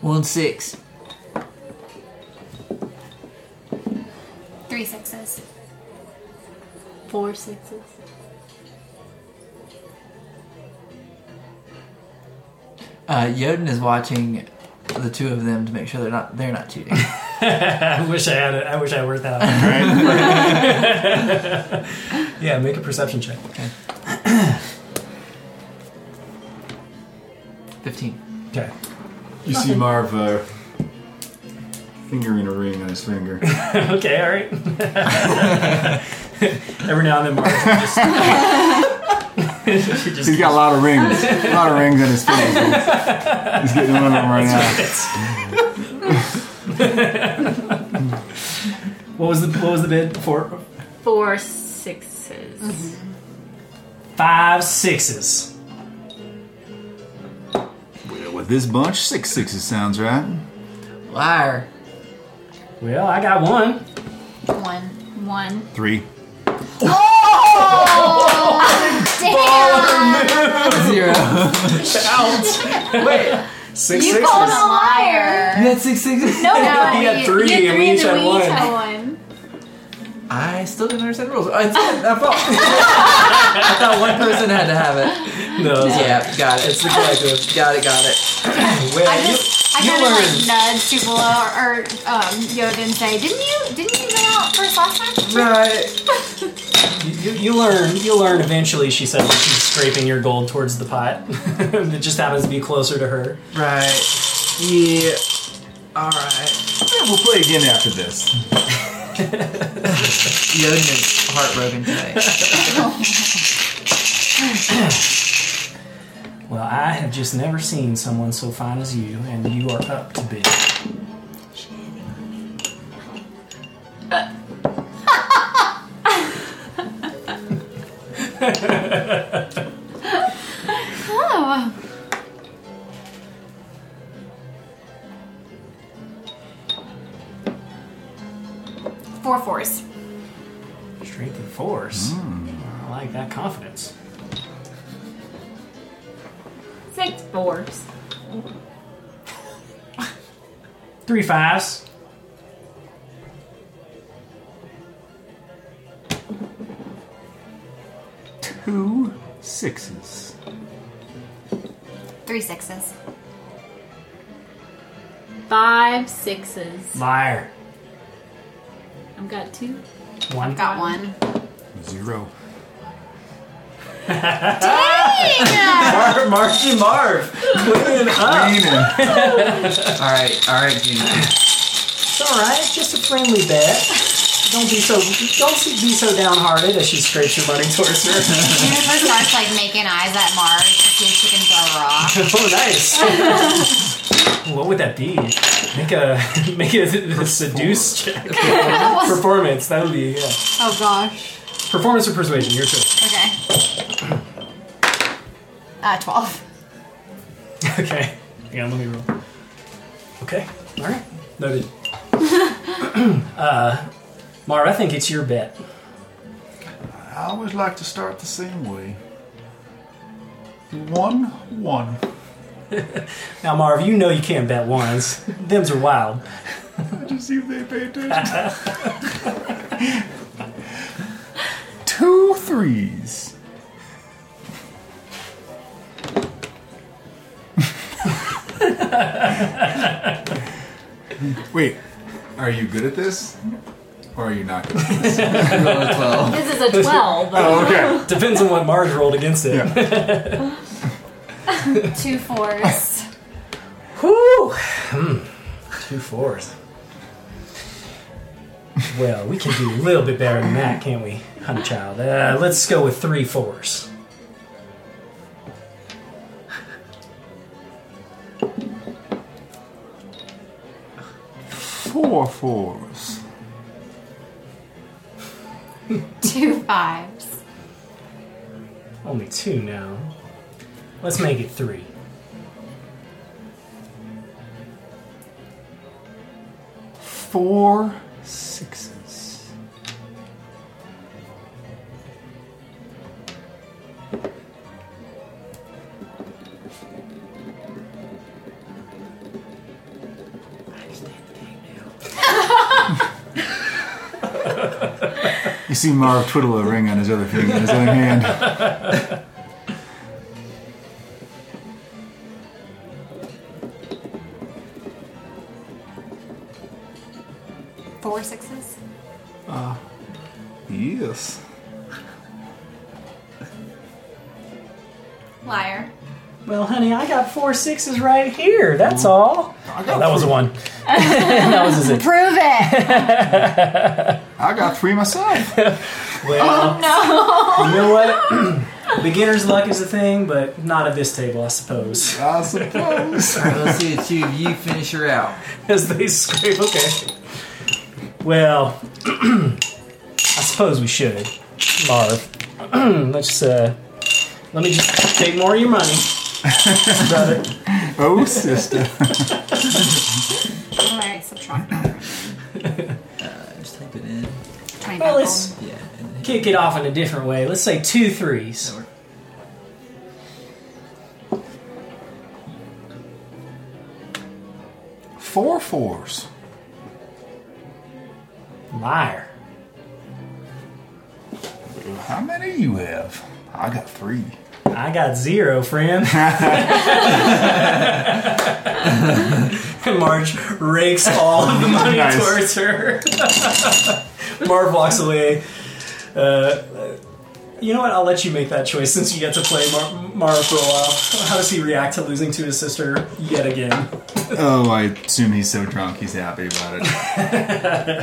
S6: One six.
S5: three sixes.
S7: Four sixes.
S6: Uh, Yoden is watching the two of them to make sure they're not they're not cheating.
S1: I wish I had it. I wish I worked that out.
S4: Right?
S1: yeah. Make a perception check.
S6: Fifteen.
S1: Okay.
S4: you see Marv uh, fingering a ring on his finger.
S1: Okay. All right. Every now and then, Marv. Just, she just
S4: He's got a lot of rings. A lot of rings on his fingers. He's getting one of them right now.
S1: What was the What was the bid? Four,
S7: Four sixes.
S1: five sixes.
S4: Well, with this bunch, six sixes sounds right.
S6: Liar.
S1: Well, I got one.
S5: One.
S7: One.
S4: Three.
S5: Damn!
S6: Zero.
S1: Out.
S6: Wait.
S1: Six
S5: You
S1: sixes.
S5: called him a liar.
S6: That's six six.
S7: No, no.
S1: He had three,
S7: you
S1: and
S7: three
S1: we each had
S7: then
S1: one.
S7: each had one.
S6: I still didn't understand the rules. Oh, it's my fault. I thought one person had to have it.
S1: No, it's-
S6: Yeah, got it.
S1: It's the collective.
S6: Got it, got it.
S1: Well,
S5: I just, I
S6: you
S5: kind of
S6: learn.
S5: like nudged people or, or um, Yoden say, didn't you, didn't you go out first last time?
S6: Right.
S1: you, you, you learn. You learn eventually. She said that she's scraping your gold towards the pot. it just happens to be closer to her.
S6: Right. Yeah. Alright.
S4: We'll play again after this.
S6: Yoden is heartbroken today.
S1: Well, I have just never seen someone so fine as you, and you are up to bid.
S5: Oh. Four fours.
S1: Strength and force. I like that confidence.
S7: Six fours.
S1: Three fives.
S4: Two sixes.
S5: Three sixes.
S7: Five sixes.
S1: Liar.
S7: I've got two.
S1: One.
S5: Got one.
S4: Zero.
S1: Marv, Marshy Marv. Clean up.
S4: Green and
S6: Alright, alright, Junior.
S1: It's all right. Just a friendly bet. Don't be so don't be so downhearted as she scrapes her money towards her.
S5: Juniper starts like making eyes at Mars to see if she can throw her off.
S1: oh, nice. what would that be? Make a make a, seduce check. Performance. That would be yeah.
S5: Oh gosh.
S1: Performance or persuasion. Your choice.
S5: Okay. Uh, twelve.
S1: Okay. Hang on. Let me roll. Okay. All right. Noted. uh, Mara, I think it's your bet.
S4: I always like to start the same way. One, one.
S1: Now, Marv, you know you can't bet ones. Them's are wild.
S4: To see if they pay attention. Two threes. Wait, are you good at this? Or are you not good at this?
S3: Roll a 12.
S7: This is a 12.
S4: Oh, okay.
S1: Depends on what Mars rolled against it.
S4: Yeah.
S5: Two fours.
S1: Whew. Hmm. Two fours. Well, we can do a little bit better than that, can't we, honey child? Uh, let's go with three fours.
S4: Four fours.
S5: Two fives.
S1: Only two now. Let's make it three.
S4: Four sixes. You see Marv twiddle a ring on his other finger, his other hand.
S5: Four sixes.
S1: Uh,
S4: Yes.
S5: Liar.
S1: Well, honey, I got four sixes right here. That's all. Oh, that was a one. that was a zip.
S5: Prove it.
S4: I got three myself.
S1: Well,
S5: no.
S1: you know what? Beginner's luck is a thing, but not at this table, I suppose.
S4: I suppose.
S6: Well, let's see the two of you finish her out.
S1: as they scream. Okay. Well, I suppose we should, Marv. let's uh, let me just take more of your money, brother.
S4: Oh, sister.
S5: All right, subtract.
S6: Just type it in.
S5: Twenty
S1: Well,
S5: back
S1: let's
S5: home.
S6: Yeah. And then
S1: kick it off in a different way. Let's say two threes.
S4: Four fours.
S1: Liar.
S4: How many you have? I got three.
S1: I got zero, friend. Marge rakes all of the money
S4: Nice.
S1: towards her. Marv walks away. Uh, you know what? I'll let you make that choice since you get to play Mar- Marv for a while. How does he react to losing to his sister yet again?
S4: Oh, I assume he's so drunk he's happy about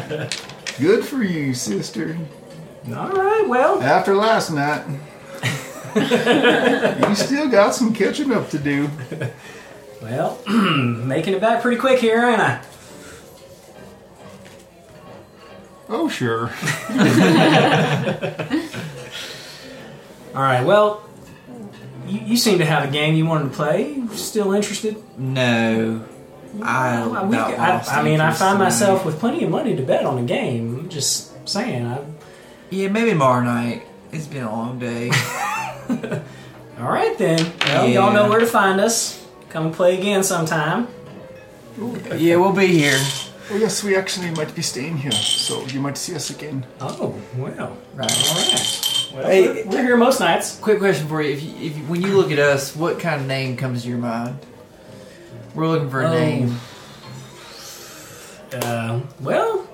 S4: it. Good for you, sister.
S1: All right, well,
S4: After last night, you still got some catching up to do.
S1: well, making it back pretty quick here, ain't I?
S4: Oh, sure.
S1: All right, well, you, you seem to have a game you wanted to play. Still interested?
S6: No. I,
S1: Well,
S6: about
S1: we- I,
S6: lost
S1: I mean, I
S6: interest
S1: find
S6: tonight.
S1: myself with plenty of money to bet on a game. Just saying. I,
S6: Yeah, maybe tomorrow night. It's been a long day.
S1: all right then. Well, y'all
S6: Yeah.
S1: know where to find us. Come and play again sometime.
S6: yeah, we'll be here.
S4: Oh, yes, we actually might be staying here, so you might see us again.
S1: Oh well.
S6: Right.
S1: All right. Well,
S6: Hey.
S1: we're, we're here most nights.
S6: Quick question for you: If, you, if you, when you look at us, what kind of name comes to your mind? We're looking for a
S1: Oh.
S6: name.
S1: Uh, well,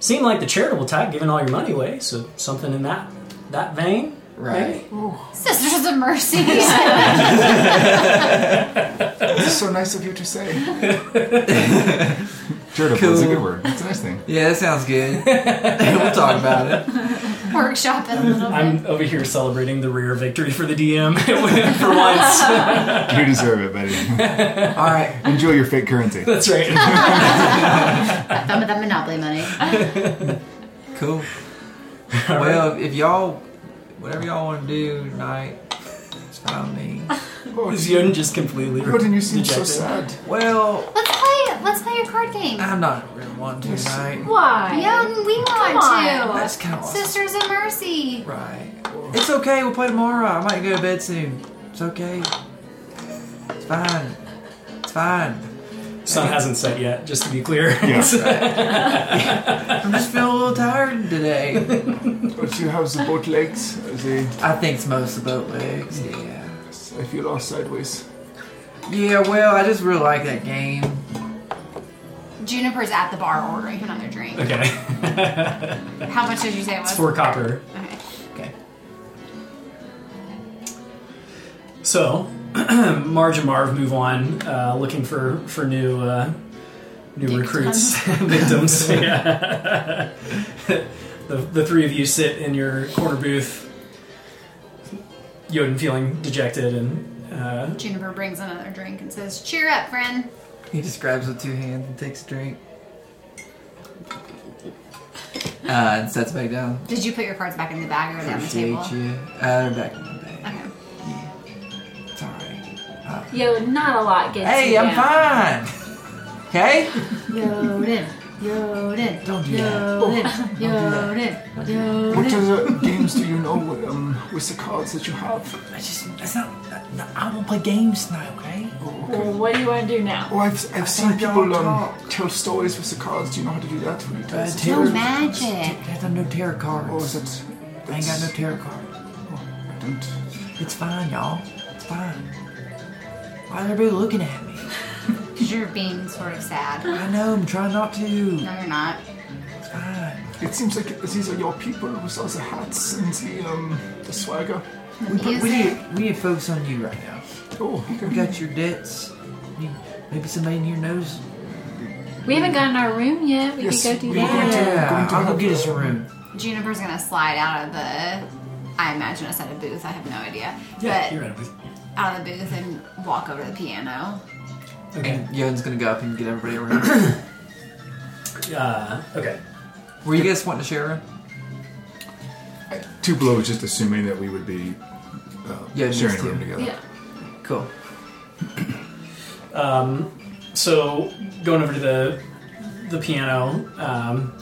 S1: seemed like the charitable type giving all your money away. So something in that that vein.
S6: Right.
S1: maybe?
S5: Sisters of Sisters of Mercy.
S4: This is so nice of you to say. Charitable is a
S6: Cool.
S4: good word. It's a nice thing.
S6: Yeah, that sounds good. we'll talk about it.
S5: Workshop it a little bit.
S1: I'm over here celebrating the rear victory for the DM for once.
S4: You deserve it, buddy.
S6: All right.
S4: Enjoy your fake currency.
S1: That's right.
S5: I found that Monopoly money.
S6: Cool. well, if y'all, whatever y'all want to do tonight, it's fine with me.
S1: Is Yoden just completely
S4: Gordon, you seem so
S1: dejected?
S4: sad.
S6: Well,
S5: Let's play. Let's play a card game.
S6: I'm not really wanting to tonight.
S7: Why?
S5: Yeah, we want
S7: on.
S5: to.
S6: That's kinda awesome.
S5: Sisters of Mercy.
S6: Right. It's okay. We'll play tomorrow. I might go to bed soon. It's okay. It's fine. It's fine.
S1: Sun hasn't set yet, just to be clear.
S4: Yeah.
S6: I'm just feeling a little tired today.
S4: but you have the boat legs. They,
S6: I think it's most the boat legs. Yeah.
S4: I feel all sideways.
S6: Yeah. Well, I just really like that game.
S5: Juniper's at the bar ordering another drink.
S1: okay.
S5: How much did you say it was?
S1: it's for copper.
S5: Okay.
S6: Okay.
S1: So, Marge and Marv move on, uh, looking for for new uh, new recruits, victims. Yeah. the, the three of you sit in your corner booth. Yoden feeling dejected and uh,
S5: Juniper brings another drink and says, "Cheer up, friend."
S6: He just grabs with two hands and takes a drink. Uh, and sets back down.
S5: Did you put your cards back in the bag or are they on the
S6: Appreciate you.
S5: table?
S6: Uh, they're back in my bag.
S5: Okay.
S6: It's alright.
S7: Yo, not a lot gets
S6: Hey,
S7: you
S6: I'm
S7: down.
S6: fine. Okay.
S5: Yoden. Yoden.
S6: Don't do that.
S5: Yoden. Yoden.
S4: What
S5: Yoden.
S4: other games do you know um, with the cards that you have?
S6: I just. It's not. No, I won't play games tonight. Okay.
S4: Oh,
S7: Well,
S4: okay.
S7: what do you want to do now?
S4: oh I've, I've seen
S6: thought y'all
S4: people um,
S6: talked.
S4: tell stories with the cards. Do you know how to do that? Will you tell
S6: Uh,
S4: us?
S6: tarot-
S5: No magic.
S6: I got no tarot cards.
S4: Oh, is it?
S6: I ain't got no tarot cards.
S4: I don't.
S6: It's fine, y'all. It's fine. Why is everybody looking at me?
S5: Because you're being sort of sad.
S6: I know. I'm trying not to.
S5: No, you're not.
S6: It's fine.
S4: It seems like these are your people with all the hats and the um, the swagger.
S6: We, put- we,
S5: Music.
S6: need, we need to focus on you right now.
S4: Oh,
S6: You
S4: okay.
S6: got your debts. You, maybe somebody in here knows.
S7: We haven't gotten our room yet. We
S4: Yes,
S7: could go do
S4: we
S7: that.
S4: going to-
S6: Yeah,
S4: going to
S6: I'll go
S4: have
S6: get
S4: a-
S6: us a room.
S5: Juniper's gonna slide out of the. I imagine us at a booth. I have no idea.
S1: yeah,
S5: but
S1: you're right.
S5: out of the booth and walk over to the piano.
S1: Okay.
S6: Yoden's gonna go up and get everybody a room.
S1: Uh, okay.
S6: Were you guys wanting to share a room?
S4: Tupelo was just assuming that we would be uh,
S6: Yeah, just
S4: sharing a
S6: you.
S4: room together.
S7: Yeah.
S6: Cool.
S1: So going over to the the piano, um,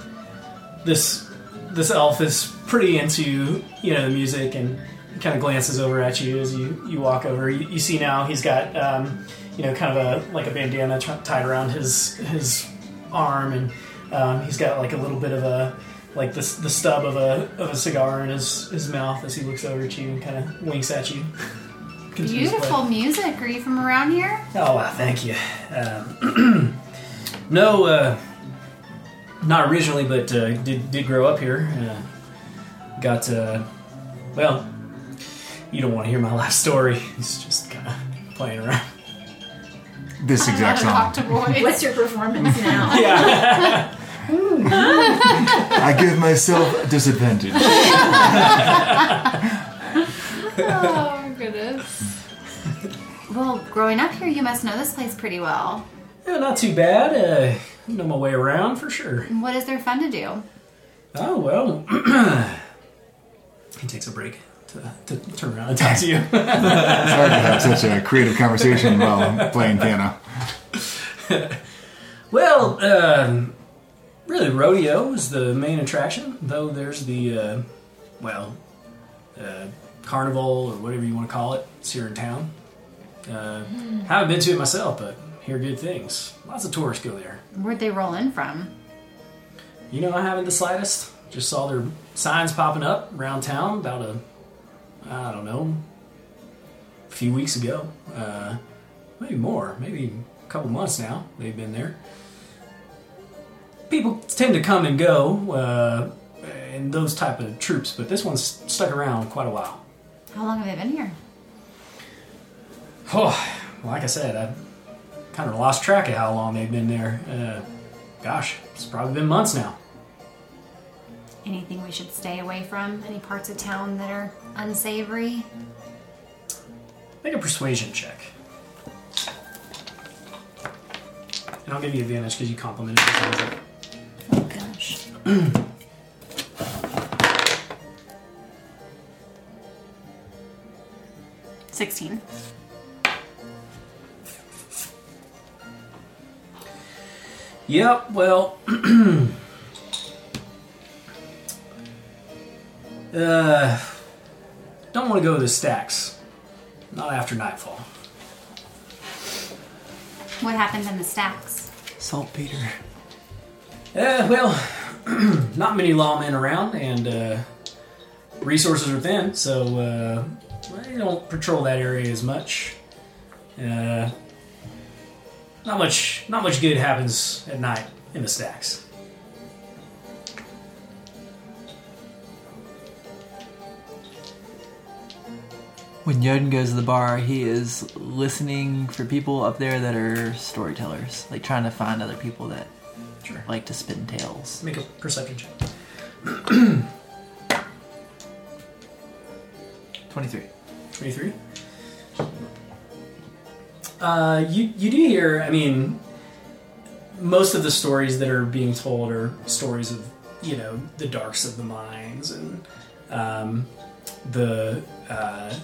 S1: this this elf is pretty into you know the music and kind of glances over at you as you you walk over. You, you see now he's got um, you know kind of a like a bandana t- tied around his his arm and um, he's got like a little bit of a like the, s- the stub of a of a cigar in his, his mouth as he looks over at you and kind of winks at you. Continues to play.
S5: Beautiful music. Are you from around here?
S1: Oh, wow, thank you. Um, no, uh, not originally, but uh, did did grow up here. Uh, got uh, well, you don't want to hear my life story. It's just kind of playing around.
S4: This exact song.
S5: Talk to boys.
S7: What's your performance now?
S1: Yeah,
S4: I give myself disadvantage.
S5: oh goodness. Well, growing up here, you must know this place pretty well.
S1: Yeah, not too bad. Uh, know my way around for sure.
S5: And What is there fun to do?
S1: Oh well. he takes a break to, to turn around and talk to you.
S4: It's hard to have such a creative conversation while playing piano.
S1: Well, um, really, rodeo is the main attraction, though there's the, uh, well, uh, carnival or whatever you want to call it. It's here in town. Uh, Haven't been to it myself, but hear good things. Lots of tourists go there.
S5: Where'd they roll in from?
S1: You know, I haven't the slightest. Just saw their signs popping up around town about a, I don't know, a few weeks ago. Uh, maybe more, maybe a couple months now. They've been there. People tend to come and go uh, in those type of troops, but this one's stuck around quite a while.
S5: How long have they been here?
S1: Oh, like I said, I kind of lost track of how long they've been there. Uh, gosh, it's probably been months now.
S5: Anything we should stay away from? Any parts of town that are unsavory?
S1: Make a persuasion check. And I'll give you advantage because you complimented me.
S5: Oh gosh. Sixteen.
S1: Yep, well. uh, don't want to go to the stacks. Not after nightfall.
S5: What happened in the stacks?
S6: Saltpeter.
S1: Uh, well, not many lawmen around, and uh, resources are thin, so uh, they don't patrol that area as much. Uh, not much, not much good happens at night in the stacks.
S6: When Yoden goes to the bar, he is listening for people up there that are storytellers, like trying to find other people that
S1: Sure.
S6: like to spin tales.
S1: Make a perception check.
S6: 23.
S1: 23. Uh, you, you do hear, I mean, most of the stories that are being told are stories of, you know, the darks of the mines and um, the, uh,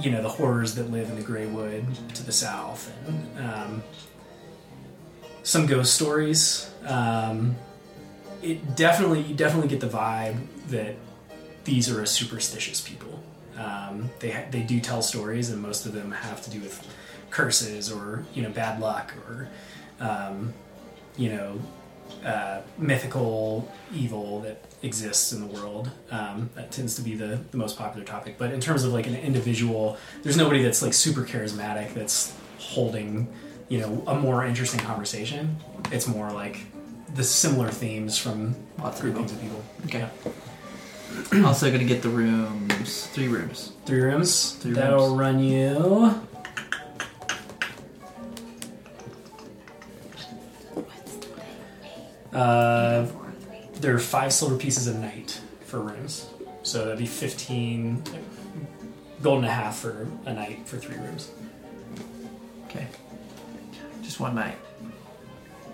S1: you know, the horrors that live in the Grey Wood to the south and um, some ghost stories. Um, it definitely, you definitely get the vibe that these are a superstitious people. Um, they ha- they do tell stories, and most of them have to do with curses or you know bad luck or um, you know uh, mythical evil that exists in the world. Um, that tends to be the, the most popular topic. But in terms of like an individual, there's nobody that's like super charismatic that's holding you know a more interesting conversation. It's more like the similar themes from
S6: Lots of
S1: groupings of people.
S6: Okay. also gonna get the rooms. Three rooms.
S1: Three rooms.
S6: Three
S1: That'll
S6: rooms.
S1: run you. Uh,
S5: Four, three.
S1: there are five silver pieces a night for rooms, so that'd be fifteen gold and a half for a night for three rooms.
S6: Okay. Just one night.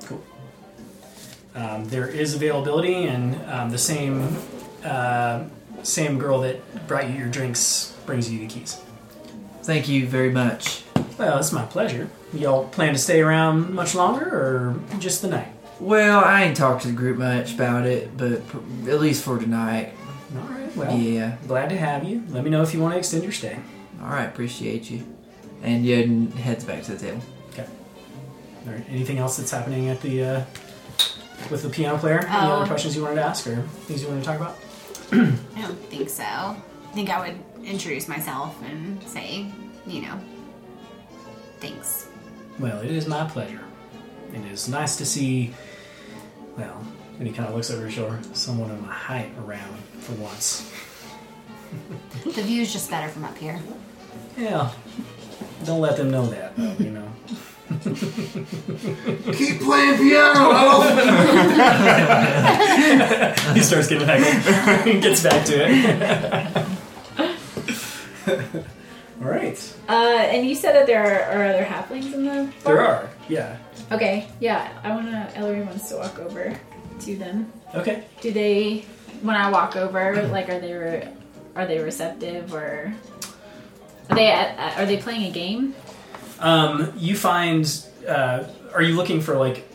S1: Cool. Um, there is availability, and um, the same uh, same girl that brought you your drinks brings you the keys.
S6: Thank you very much.
S1: Well, it's my pleasure. Y'all plan to stay around much longer, or just the night?
S6: Well, I ain't talked to the group much about it, but p- at least for tonight.
S1: All right. Well,
S6: Yeah.
S1: glad to have you. Let me know if you want to extend your stay.
S6: All right. Appreciate you. And Yoden heads back to the table.
S1: All right, anything else that's happening at the uh, with the piano player? Any
S5: Oh.
S1: other questions you wanted to ask or things you wanted to talk about?
S5: I don't think so. I think I would introduce myself and say, you know, thanks.
S1: Well, it is my pleasure. It is nice to see. Well, and he kind of looks over his shoulder. Someone of my height around for once.
S5: The view's just better from up here.
S1: Yeah. Don't let them know that, though. You know.
S4: Keep playing piano, Elf!
S1: he starts getting heckled. He gets back to it. All right.
S7: Uh, and you said that there are, are other halflings in the bar?
S1: There are. Yeah.
S7: Okay, yeah. I want to, Ellery wants to walk over to them.
S1: Okay.
S7: Do they, when I walk over, like, are they, re- are they receptive or are they, at, are they playing a game?
S1: Um, you find. Uh, are you looking for like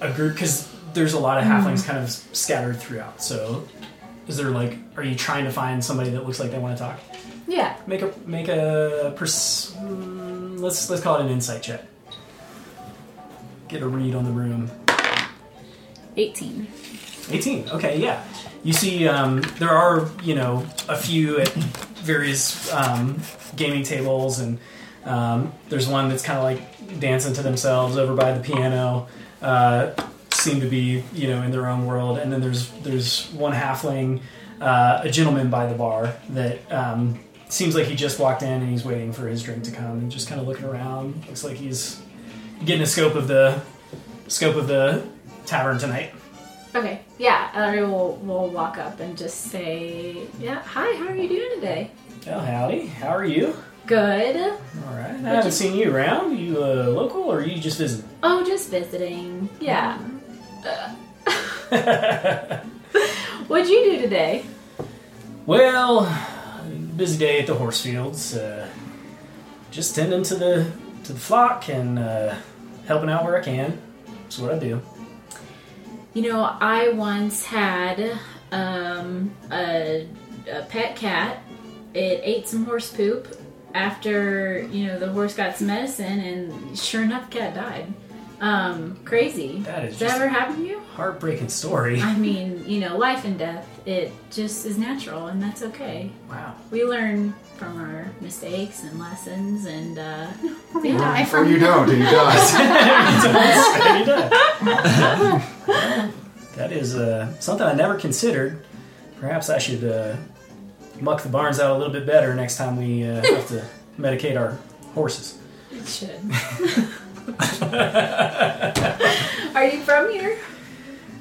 S1: a group? Because there's a lot of halflings kind of scattered throughout. So, is there like? Are you trying to find somebody that looks like they want to talk?
S7: Yeah.
S1: Make a make a pers- mm, let's let's call it an insight check. Get a read on the room.
S7: 18.
S1: 18 okay yeah you see um, there are you know a few at various um, gaming tables and um, there's one that's kind of like dancing to themselves over by the piano uh, seem to be you know in their own world and then there's there's one halfling uh, a gentleman by the bar that um, seems like he just walked in and he's waiting for his drink to come and just kind of looking around. Looks like he's getting a scope of the scope of the tavern tonight.
S7: Okay, yeah, Ellery will, will walk up and just say, yeah, hi, how are you doing today?
S1: Well, howdy. How are you?
S7: Good.
S1: All right. I haven't seen you around. You uh, local or you just visiting?
S7: Oh, just visiting. Yeah. Mm-hmm. What'd you do today?
S1: well, busy day at the horse fields. Uh, just tending to the to the flock and uh, helping out where I can. That's what I do.
S7: You know, I once had um, a, a pet cat. It ate some horse poop after, you know, the horse got some medicine, and sure enough, cat died. Um, crazy.
S1: That is
S7: Has that
S1: just-
S7: ever happened to you?
S1: Heartbreaking story.
S7: I mean, you know, life and death, it just is natural, and that's okay.
S1: Wow.
S7: We learn from our mistakes and lessons, and uh,
S5: Or-
S7: yeah.
S5: I
S9: Or you don't, and you die.
S1: that is uh, something I never considered. Perhaps I should uh, muck the barns out a little bit better next time we uh, have to medicate our horses.
S7: It should. Are you from here?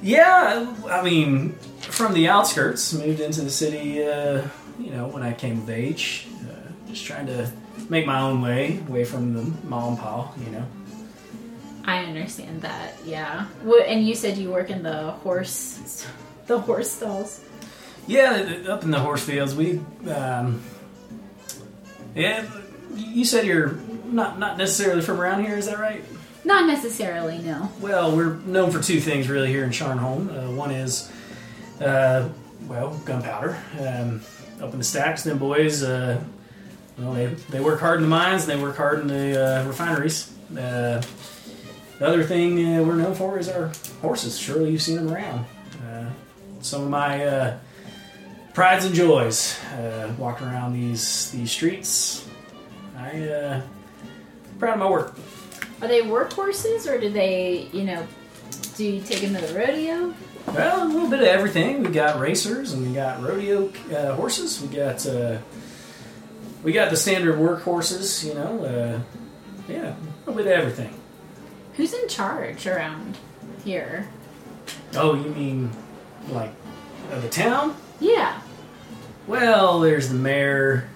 S1: Yeah, I mean, from the outskirts, moved into the city, uh, you know, when I came of age. Uh, just trying to make my own way, away from the mom and pa, you know.
S7: I understand that. Yeah. What, and you said you work in the horse, the horse stalls.
S1: Yeah, up in the horse fields, we. Um, yeah, you said you're not not necessarily from around here, is that right?
S7: Not necessarily. No.
S1: Well, we're known for two things really here in Sharnholm. Uh, one is, uh, well, gunpowder. Um, up in the stacks, them boys, uh, well, they, they work hard in the mines and they work hard in the uh, refineries. Uh, the other thing uh, we're known for is our horses. Surely you've seen them around. Uh, some of my uh, prides and joys uh, walking around these these streets. I uh, proud of my work.
S7: Are they work horses, or do they, you know, do you take them to the rodeo?
S1: Well, a little bit of everything. We got racers and we got rodeo uh, horses. We got uh, we got the standard work horses. You know, uh, yeah, a little bit of everything.
S7: Who's in charge around here?
S1: Oh, you mean like of the town?
S7: Yeah.
S1: Well, there's the mayor,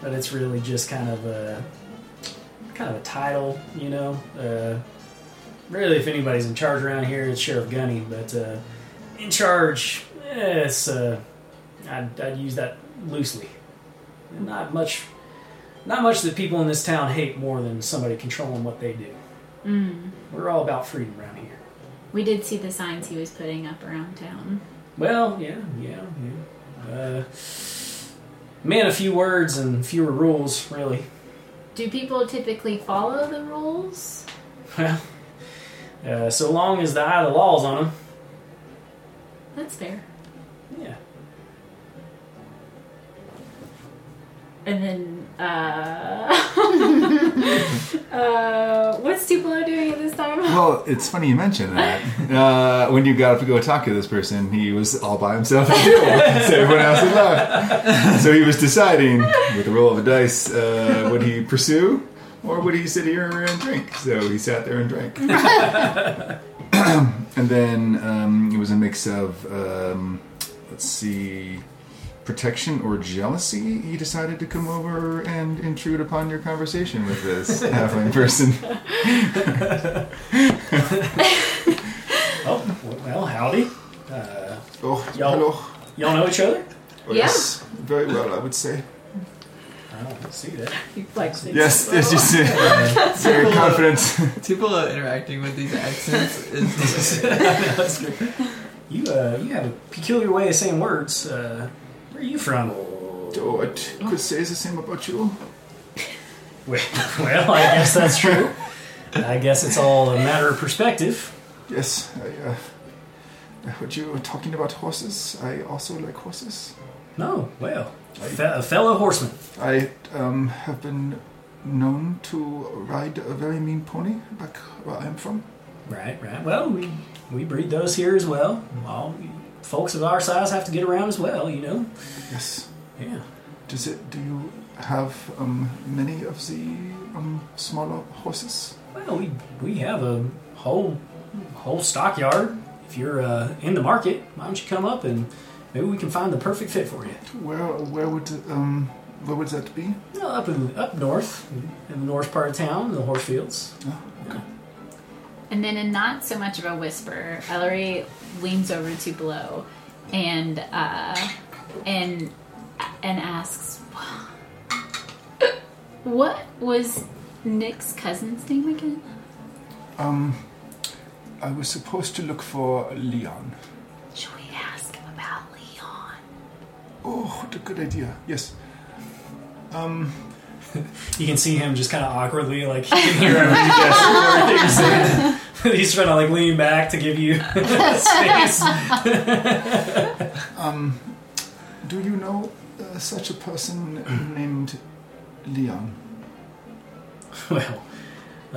S1: but it's really just kind of a kind of a title, you know. Uh, really, if anybody's in charge around here, it's Sheriff Gunny. But uh, in charge, eh, it's uh, I'd, I'd use that loosely. Not much, not much that people in this town hate more than somebody controlling what they do.
S7: Mm.
S1: We're all about freedom around here.
S7: We did see the signs he was putting up around town.
S1: Well, yeah, yeah, yeah. Uh, man, a few words and fewer rules, really.
S7: Do people typically follow the rules?
S1: Well, uh, so long as the eye of the law's on him.
S7: That's fair.
S1: Yeah.
S7: And then, uh, uh, what's Tupelo doing at this time?
S4: Well, it's funny you mentioned that. Uh, when you got up to go talk to this person, he was all by himself at the table, so everyone else had left. So he was deciding, with the roll of a dice, uh, would he pursue or would he sit here and drink? So he sat there and drank. and then um, it was a mix of, um, let's see, protection or jealousy. He decided to come over and intrude upon your conversation with this halfling person.
S1: Oh, well, howdy. Uh,
S4: Oh,
S1: Yo.
S4: hello.
S1: y'all know each other?
S4: Oh,
S7: Yeah.
S4: Yes, very well, I would say.
S1: I don't see that.
S7: He flexes.
S4: Yes, yes, you see. very confident.
S3: Tupelo interacting with these accents is
S1: That's good. You, uh, you have a peculiar way of saying words. Uh, where are you from?
S4: Oh, I t- could say the same about you.
S1: Well, well, I guess that's true. I guess it's all a matter of perspective.
S4: Yes, I, uh, I heard you were talking about horses. I also like horses.
S1: No, well, a, fe- a fellow horseman.
S4: I um, have been known to ride a very mean pony back where I'm from.
S1: Right, right. Well, we we breed those here as well. All folks of our size have to get around as well, you know.
S4: Yes,
S1: Yeah.
S4: Does it? Do you have um, many of the um, smaller horses?
S1: Well, we we have a whole whole stockyard. If you're uh, in the market, why don't you come up and maybe we can find the perfect fit for you.
S4: Where where would um, where would that be?
S1: Well, up in up north, in the north part of town, the horse fields.
S4: Oh, okay.
S7: And then, in not so much of a whisper, Ellery leans over to Blow and uh, and and asks, "What was Nick's cousin's name again?"
S4: Um, I was supposed to look for Leon.
S7: Should we ask him about Leon?
S4: Oh, what a good idea. Yes. Um,
S1: You can see him just kind of awkwardly, like he can hear every word that you're saying. He's trying to like lean back to give you space.
S4: um, do you know uh, such a person named Leon?
S1: Well,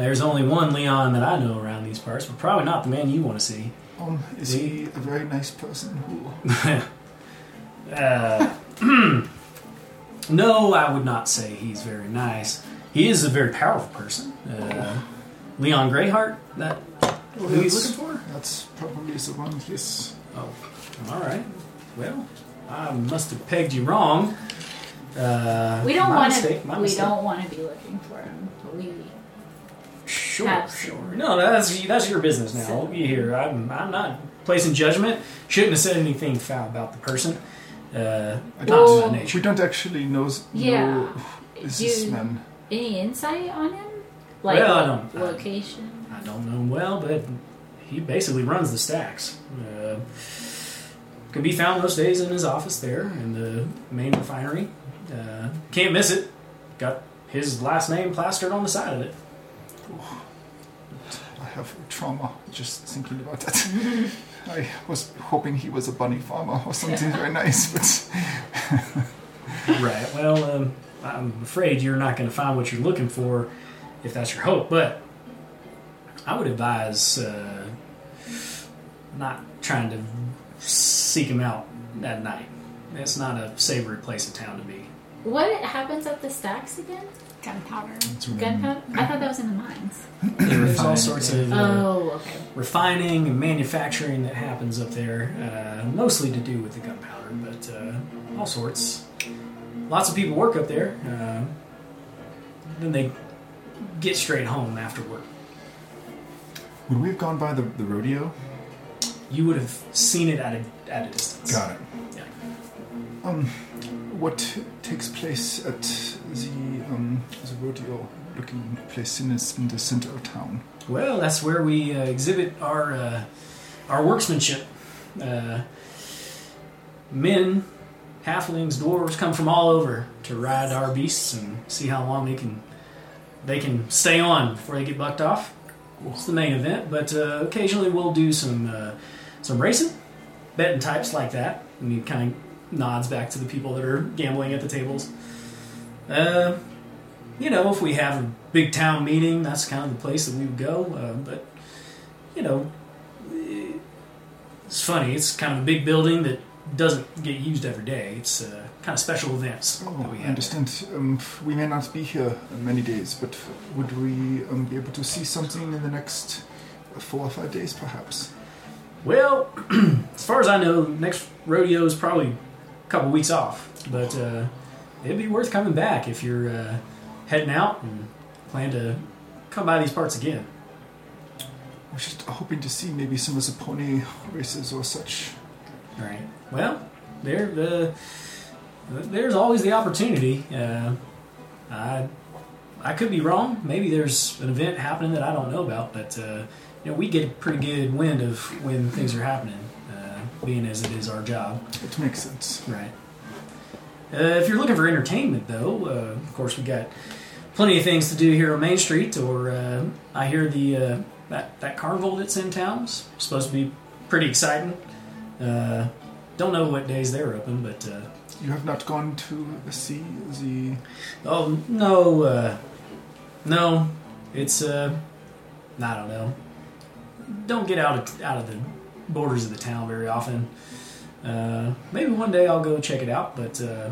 S1: there's only one Leon that I know around these parts, but probably not the man you want to see.
S4: Um, is he a very nice person? Who?
S1: Uh, no, I would not say he's very nice. He is a very powerful person. Uh, Leon Greyheart, that who he's
S4: that's,
S1: looking for?
S4: that's probably the one. Yes.
S1: Oh, all right. Well, I must have pegged you wrong. Uh,
S7: We don't
S1: my
S7: want to.
S1: mistake, my
S7: We
S1: mistake.
S7: don't want to be looking for him. But we.
S1: Sure,
S7: have-
S1: sure. No, that's that's your business now. You here? I'm I'm not placing judgment. Shouldn't have said anything foul about the person. Uh,
S4: I
S1: not
S4: don't-
S1: to that
S4: We
S1: nature.
S4: don't actually know.
S7: Yeah.
S4: know is this
S7: You-
S4: man?
S7: Any insight on him? Like
S1: Well, I don't- I-
S7: location.
S1: I don't know him well, but he basically runs the stacks. Uh, can be found most days in his office there in the main refinery. Uh, can't miss it. Got his last name plastered on the side of it.
S4: I have trauma just thinking about that. I was hoping he was a bunny farmer or something very nice, but
S1: Right. Well, um, I'm afraid you're not going to find what you're looking for if that's your hope, but I would advise uh, not trying to seek him out at night. It's not a savory place of town to be.
S7: What happens at the stacks again?
S5: Gunpowder.
S7: Gunpowder? I thought that was in the mines.
S1: There's all
S6: Refining,
S1: sorts
S6: yeah.
S1: of uh,
S7: Oh, okay.
S1: refining and manufacturing that happens up there, uh, mostly to do with the gunpowder, but uh, all sorts. Lots of people work up there. Uh, then they get straight home after work.
S4: would we have gone by the, the rodeo?
S1: You would have seen it at a, at a distance.
S4: Got it.
S1: Yeah.
S4: Um, what takes place at the um, the rodeo looking place in, this, in the center of town?
S1: Well, that's where we uh, exhibit our uh, our worksmanship. Uh, men, halflings, dwarves come from all over to ride our beasts and see how long they can they can stay on before they get bucked off. It's the main event, but uh, occasionally we'll do some uh, some racing, betting types like that. And he kind of nods back to the people that are gambling at the tables. Uh, you know, if we have a big town meeting, that's kind of the place that we would go. Uh, but you know, eh, it's funny. It's kind of a big building that doesn't get used every day. It's uh, kind of special events that
S4: Oh,
S1: we
S4: I
S1: have.
S4: understand. Um, we may not be here in many days, but would we um, be able to see something in the next four or five days, perhaps?
S1: Well, as far as I know, next rodeo is probably a couple weeks off, but uh, it'd be worth coming back if you're uh, heading out and plan to come by these parts again.
S4: I was just hoping to see maybe some of the pony races or such.
S1: Right. Well, there the there's always the opportunity. Uh, I I could be wrong. Maybe there's an event happening that I don't know about, but uh, you know we get a pretty good wind of when things are happening, uh, being as it is our job.
S4: It makes sense.
S1: Right. Uh, if you're looking for entertainment, though, uh, of course we got plenty of things to do here on Main Street. Or uh, I hear the uh, that that carnival that's in town's supposed to be pretty exciting. Uh, don't know what days they're open, but uh,
S4: You have not gone to see the.
S1: oh no, uh, no, it's uh, I don't know. Don't get out of out of the borders of the town very often. Uh, maybe one day I'll go check it out, but uh,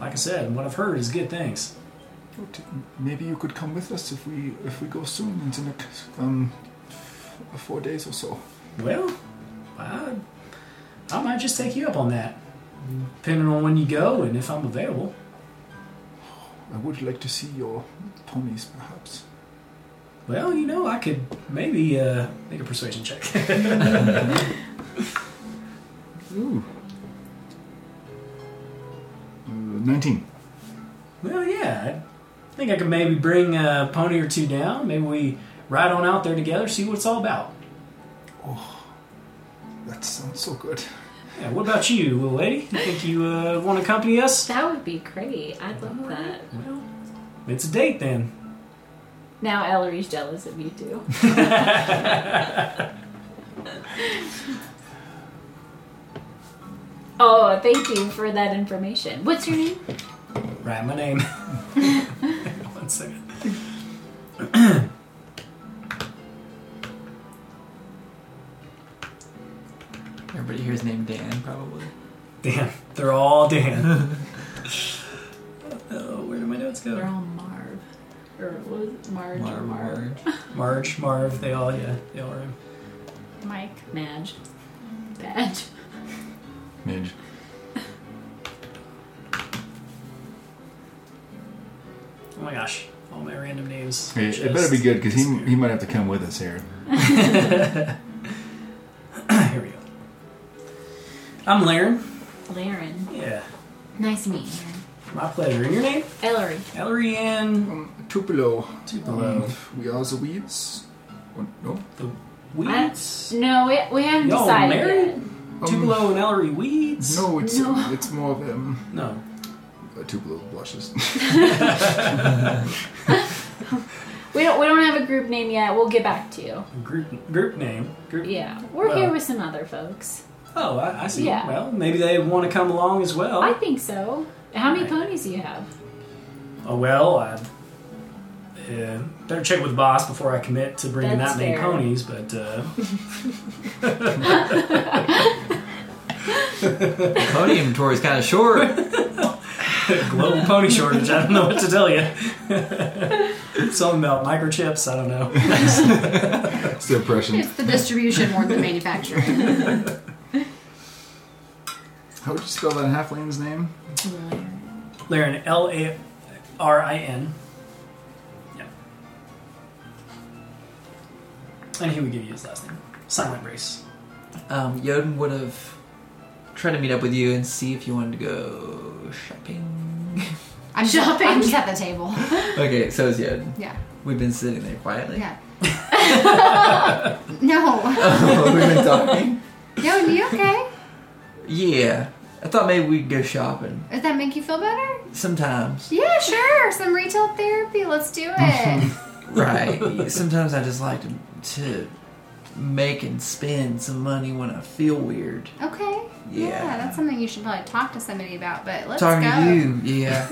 S1: Like I said, what I've heard is good things.
S4: But Maybe you could come with us if we if we go soon into the next um f- four days or so.
S1: Well, I, I might just take you up on that, depending on when you go and if I'm available.
S4: I would like to see your ponies, perhaps.
S1: Well, you know, I could maybe uh, make a persuasion check.
S4: Ooh. Uh, Nineteen.
S1: well, yeah, I think I could maybe bring a pony or two down. Maybe we ride on out there together, see what it's all about.
S4: That sounds so good.
S1: Yeah, what about you, little lady? You think you uh, want to accompany us?
S7: That would be great. I'd love that.
S1: Well, it's a date then.
S7: Now Ellery's jealous of you too. oh, thank you for that information. What's your name?
S1: Write my name. One second.
S6: Everybody hears name Dan, probably.
S1: Dan. They're all Dan. oh, where do my notes
S7: They're
S1: go?
S7: all Marv. Or what was it? Marge or
S6: Marv,
S7: Marv?
S6: Marv.
S1: Marge, Marv, they all, yeah, they all rhyme.
S8: Mike.
S7: Madge. Badge.
S4: Midge.
S1: Oh my gosh, all my random names.
S4: it better be good because he, he might have to come with us here.
S1: Here we go. I'm Laren.
S7: Laren.
S1: Yeah,
S7: Nice to meet you. Laren.
S1: my pleasure. And your name?
S7: Ellery.
S1: Ellery Ann
S4: Um, Tupelo. Uh,
S1: Tupelo.
S4: we are the weeds. Oh, no.
S1: Weeds.
S7: No, we, we haven't
S1: Y'all
S7: decided
S1: married?
S7: yet.
S1: Tupelo and Ellery Weeds.
S4: Um, No, it's
S7: No.
S4: it's more of um,
S1: No.
S4: uh, Tupelo blushes.
S7: We don't we don't have a group name yet. We'll get back to you.
S1: Group group name. Group.
S7: Yeah. We're
S1: Well.
S7: here with some other folks.
S1: Oh, I, I see.
S7: Yeah.
S1: Well, maybe they want to come along as well.
S7: I think so. How many
S1: Right.
S7: ponies do you have?
S1: Oh well, I uh, better check with the boss before I commit to bringing
S7: That's
S1: that many
S7: fair.
S1: ponies. But uh,
S6: Pony inventory is kind of short.
S1: global pony shortage, I don't know what to tell you. Something about microchips, I don't know.
S4: it's the impression.
S5: It's the distribution more than manufacturing.
S4: How would you spell that halfling's name?
S1: Laren, L A R I N. Yeah. And he would give you his last name, Silent Brace.
S6: Um, Yoden would have tried to meet up with you and see if you wanted to go shopping.
S5: I'm
S7: Shopping.
S5: I'm just at the table.
S6: okay, so is Yoden.
S5: Yeah.
S6: We've been sitting there quietly.
S5: Yeah. no.
S6: Oh, We've been talking.
S5: No, are you okay?
S6: Yeah. I thought maybe we'd go shopping
S5: Does that make you feel better?
S6: sometimes.
S5: Yeah, sure. Some retail therapy. Let's do
S6: Mm.
S5: it.
S6: Right. sometimes I just like to, to make and spend some money when I feel weird.
S5: okay. Yeah.
S6: Yeah.
S5: that's something you should probably talk to somebody about. But let's
S6: Talking
S5: go.
S6: to you, yeah.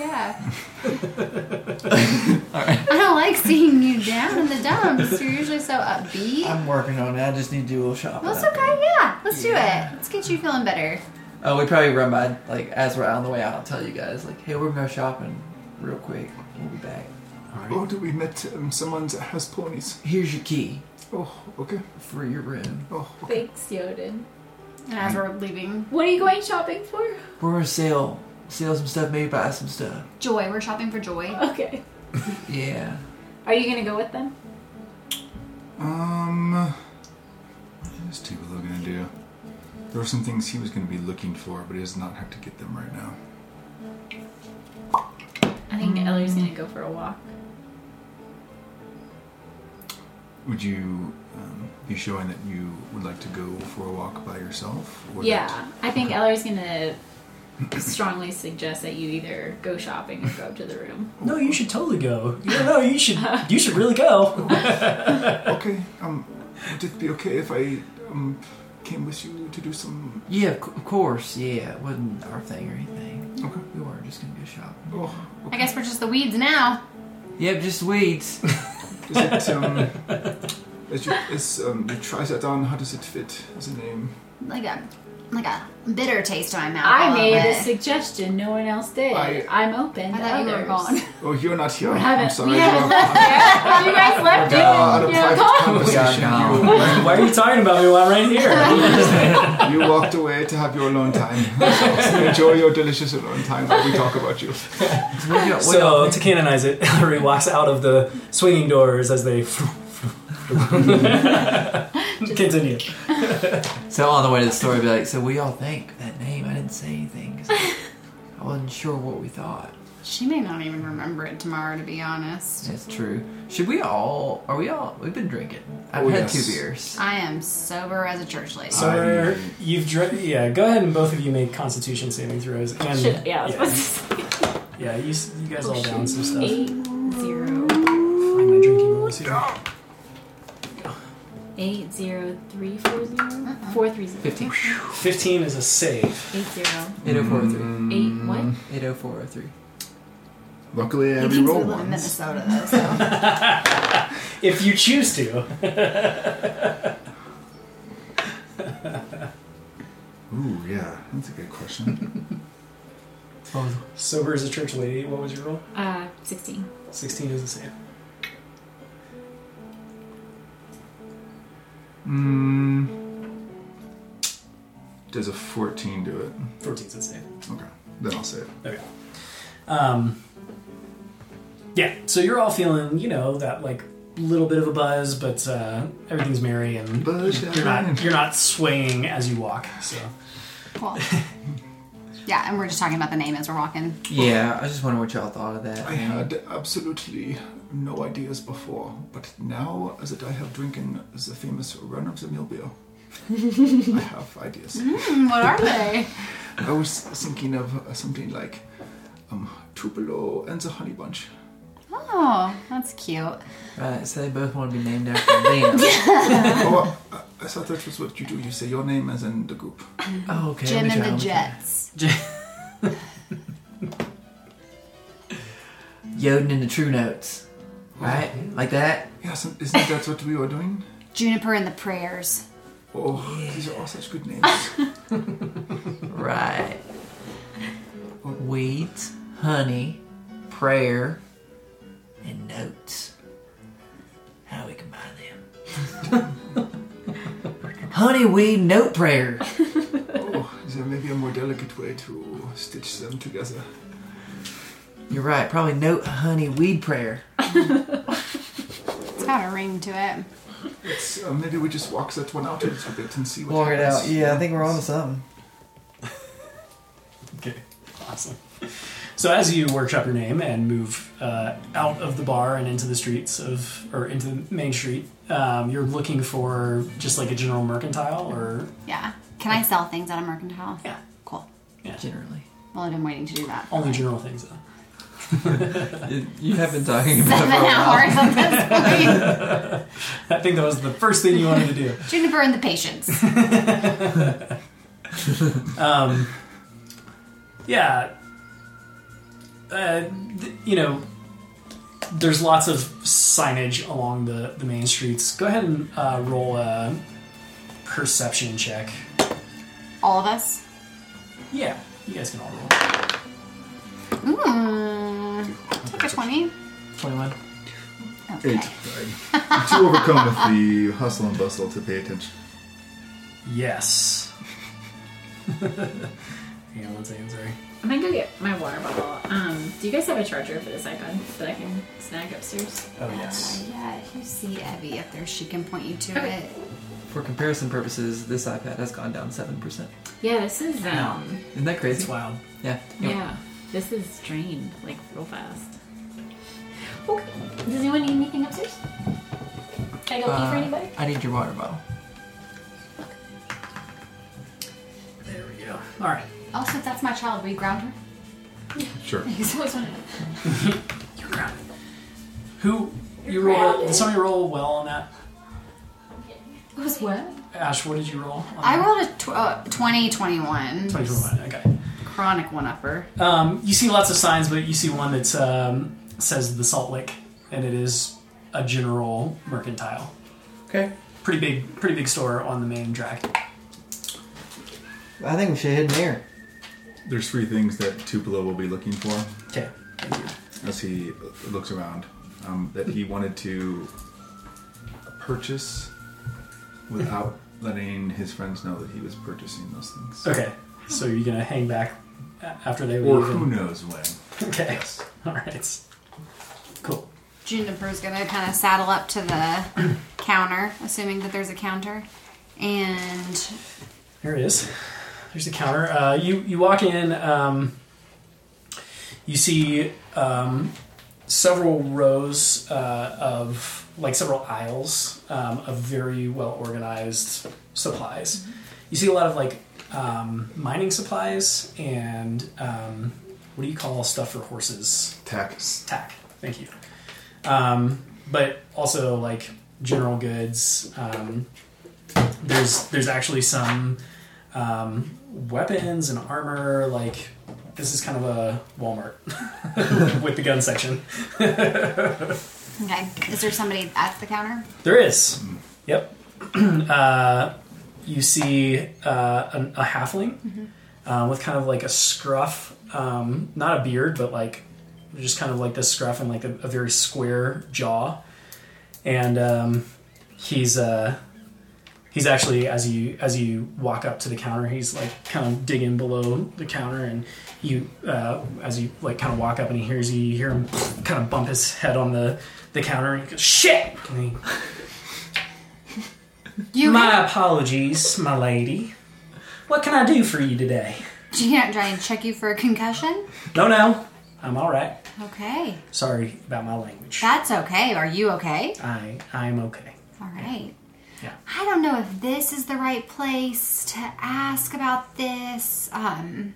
S5: Yeah. I don't like seeing you down in the dumps. You're usually so upbeat.
S6: I'm working on it. I just need to do a little shopping.
S5: well, it's
S6: out
S5: okay. Yeah, let's
S6: Yeah.
S5: do it. Let's get you feeling better.
S6: Oh, we probably run by like as we're on the way out. I'll tell you guys like, hey, we're gonna go shopping real quick. We'll be back.
S4: Oh, do we met um, someone that has ponies?
S6: Here's your key
S4: Oh, okay.
S6: for your room.
S4: Oh, okay.
S7: Thanks, Yoden.
S5: And as we're leaving,
S7: What are you going shopping for?
S6: We're gonna sell sell some stuff, maybe buy some stuff.
S5: Joy, we're shopping for Joy.
S7: Okay.
S6: Yeah.
S7: Are you gonna go with them?
S4: Um, what is Tupelo gonna do? There were some things he was gonna be looking for, but he does not have to get them right now.
S7: I think Ellery's gonna go for a walk.
S4: Would you um, be showing that you would like to go for a walk by yourself? Or
S7: Yeah, I think Ellery's gonna strongly suggest that you either go shopping or go up to the room.
S1: No, you should totally go. No, no, you should. You should really go.
S4: that- okay. Um, would it be okay if I um came with you to do some?
S6: Yeah, of cou- of course. Yeah, it wasn't our thing or anything.
S4: Okay.
S6: We were just gonna go shopping.
S4: Oh,
S5: I guess we're just the weeds now.
S6: Yep, just weeds.
S4: is it um? As you, as, um, you try that on, how does it fit as a name?
S5: Like a like a bitter taste in my mouth.
S7: I
S5: all
S7: made
S5: of
S7: a
S5: it.
S7: suggestion. No one else did.
S4: I-
S7: I, am open
S5: I
S7: to
S5: thought you
S7: others.
S5: were gone.
S4: Oh, you're not here.
S7: We
S4: I'm
S7: haven't.
S4: sorry.
S7: We haven't
S4: You're
S7: left yet. You guys left
S4: uh,
S7: yet.
S4: out of
S7: Yeah,
S4: private
S7: gone.
S4: conversation.
S6: We are
S4: You,
S1: Why are you talking about me while I'm right here?
S4: you walked away to have your alone time. Enjoy your delicious alone time while we talk about you.
S6: What y'all- what y'all
S1: so
S6: think?
S1: to canonize it, Ellery walks out of the swinging doors as they. Continue.
S6: So on the way to the store, I'd be like, so we all think that name. I didn't say anything. 'cause I wasn't sure what we thought.
S5: She may not even remember it tomorrow, to be honest.
S6: That's true. Should we all? Are we all? We've been drinking. I've
S4: Oh,
S6: had
S4: yes.
S6: two beers.
S5: I am sober as a church lady.
S1: So
S4: I'm-
S1: you've dr- yeah. Go ahead and both of you make Constitution saving throws. And
S7: Shit, yeah, I was
S1: yeah,
S7: supposed to say
S1: yeah, you s- you guys all down some stuff.
S7: eight zero
S1: Find my drinking rules here.
S7: eight zero three four zero four three zero
S6: Fifteen.
S4: Mm-hmm.
S1: Fifteen is a save.
S7: eight zero
S6: Eight oh four oh three.
S7: eight what?
S6: Eight oh four oh three.
S4: Luckily, I
S5: he thinks we
S4: re-rolled
S5: live in
S4: once.
S5: Minnesota, though, so.
S1: If you choose to.
S4: Ooh, yeah, that's a good question.
S6: What
S4: Oh.
S6: was
S1: Sober as a church lady. What was your roll?
S7: Uh, sixteen.
S1: Sixteen is a save.
S4: mm, does a 14 do it?
S1: Fourteen is a save.
S4: Okay, then I'll say it.
S1: Okay. Um, yeah, so you're all feeling, you know, that like little bit of a buzz, but uh, everything's merry and
S4: Buzz,
S1: you're not you're not swaying as you walk. So
S5: Cool. Yeah, and we're just talking about the name as we're walking.
S6: it? Yeah, I just wonder what y'all thought of that.
S4: I had absolutely no ideas before, but now that I have drinking the famous run of the mill beer, I have ideas.
S5: Hmm, what are they?
S4: I was thinking of uh, something like um, Tupelo and the Honey Bunch.
S5: Oh, that's cute.
S6: Right, so they both want to be named after them.
S4: oh, I, I thought that was what you do. You say your name as in the group.
S6: Oh, okay. let
S5: Jim
S6: me
S5: and
S6: try, let
S5: the
S6: me try.
S5: Jets.
S6: Yoden and the True Notes. Right, like that.
S4: Yes, and isn't that what we were doing?
S5: Juniper and the Prayers.
S4: Oh, these are all such good names.
S6: Right. Wheat, honey, prayer, and notes. How we combine them. honey, weed, note, prayer.
S4: Oh, is there maybe a more delicate way to stitch them together?
S6: You're right. Probably note, honey, weed, prayer.
S5: It's got a ring to it.
S4: It's, uh, maybe we just walk that one out a little bit and see what
S6: Walk it
S4: happens.
S6: out. Yeah, I think we're on to something.
S1: okay, awesome. So as you workshop your name and move uh, out of the bar and into the streets of or into the main street, um, you're looking for just like a general mercantile or
S5: Yeah. Can I sell things at a mercantile?
S1: Yeah.
S5: Cool.
S6: Generally,
S5: Well, I've been waiting to do that.
S1: only general things. Though.
S3: You, you have been talking about
S5: Seven hours on this point.
S1: I think that was the first thing you wanted to do.
S5: Juniper and the Patience.
S1: yeah uh, th- you know there's lots of signage along the, the main streets go ahead and uh, roll a perception check
S5: All of us.
S1: yeah you guys can all roll
S5: Mm. Take a 20.
S6: 21.
S5: Okay.
S4: to overcome with the hustle and bustle to pay attention.
S1: yes hang on one second sorry
S7: I'm gonna go get my water bottle. Um, do you guys have a charger for this icon that I can snag upstairs?
S1: oh yes
S5: Yeah, if you see Evie up there, she can point you to
S7: Okay.
S5: it.
S6: For comparison purposes, this iPad has gone down seven percent.
S7: Yeah, this is um,
S6: Isn't that
S1: it's
S6: crazy?
S1: wild
S6: Yeah.
S7: yeah, this is drained like real fast. Okay. Does anyone need anything upstairs? Can I go eat for
S6: Uh,
S7: anybody?
S6: I need your water bottle.
S1: there we go all right
S5: Also, if that's my child, will you ground her?
S4: Sure.
S5: He's always wanted
S1: you're grounded who you roll did somebody roll well on that
S5: It was what?
S1: ash what did you roll on
S5: I
S1: that?
S5: rolled a tw- uh, 20, 21.
S1: 21 okay
S5: Chronic one upper.
S1: Um, you see lots of signs, but you see one that um, says the Salt Lick, and it is a general mercantile.
S3: Okay.
S1: Pretty big, pretty big store on the main drag.
S6: I think we should head in there.
S4: There's three things that Tupelo will be looking for
S6: Okay.
S4: as he looks around um, that he wanted to purchase without letting his friends know that he was purchasing those things.
S1: Okay, so you're gonna hang back a- after they
S4: Or
S1: leave.
S4: who
S1: and-
S4: knows when.
S1: Okay.
S4: Yes.
S1: All right. Cool.
S5: Juniper's gonna kind of saddle up to the counter, assuming that there's a counter, and
S1: Here it is. There's the counter. Uh, you you walk in. Um, you see um, several rows uh, of like several aisles um, of very well organized supplies. You see a lot of like um, mining supplies and um, what do you call stuff for horses?
S4: Tax.
S1: tack. Thank you. Um, but also like general goods. Um, there's there's actually some um, weapons and armor. Like this is kind of a Walmart with the gun section.
S5: okay, is there somebody at the counter?
S1: There is. Yep. uh, you see uh, an, a halfling uh, with kind of like a scruff, um, not a beard, but like just kind of like this scruff and like a, a very square jaw. And um, he's uh, he's actually as you as you walk up to the counter, he's like kind of digging below the counter, and you uh, as you like kind of walk up and he hears you, you hear him kind of bump his head on the the counter and he goes shit. And he
S5: You,
S1: my apologies, my lady. What can I do for you today?
S5: do you not try and check you for a concussion?
S1: No, no, I'm all right.
S5: Okay,
S1: Sorry about my language.
S5: that's okay. Are you okay?
S1: I I'm okay.
S5: All right.
S1: Yeah.
S5: I don't know if this is the right place to ask about this. Um,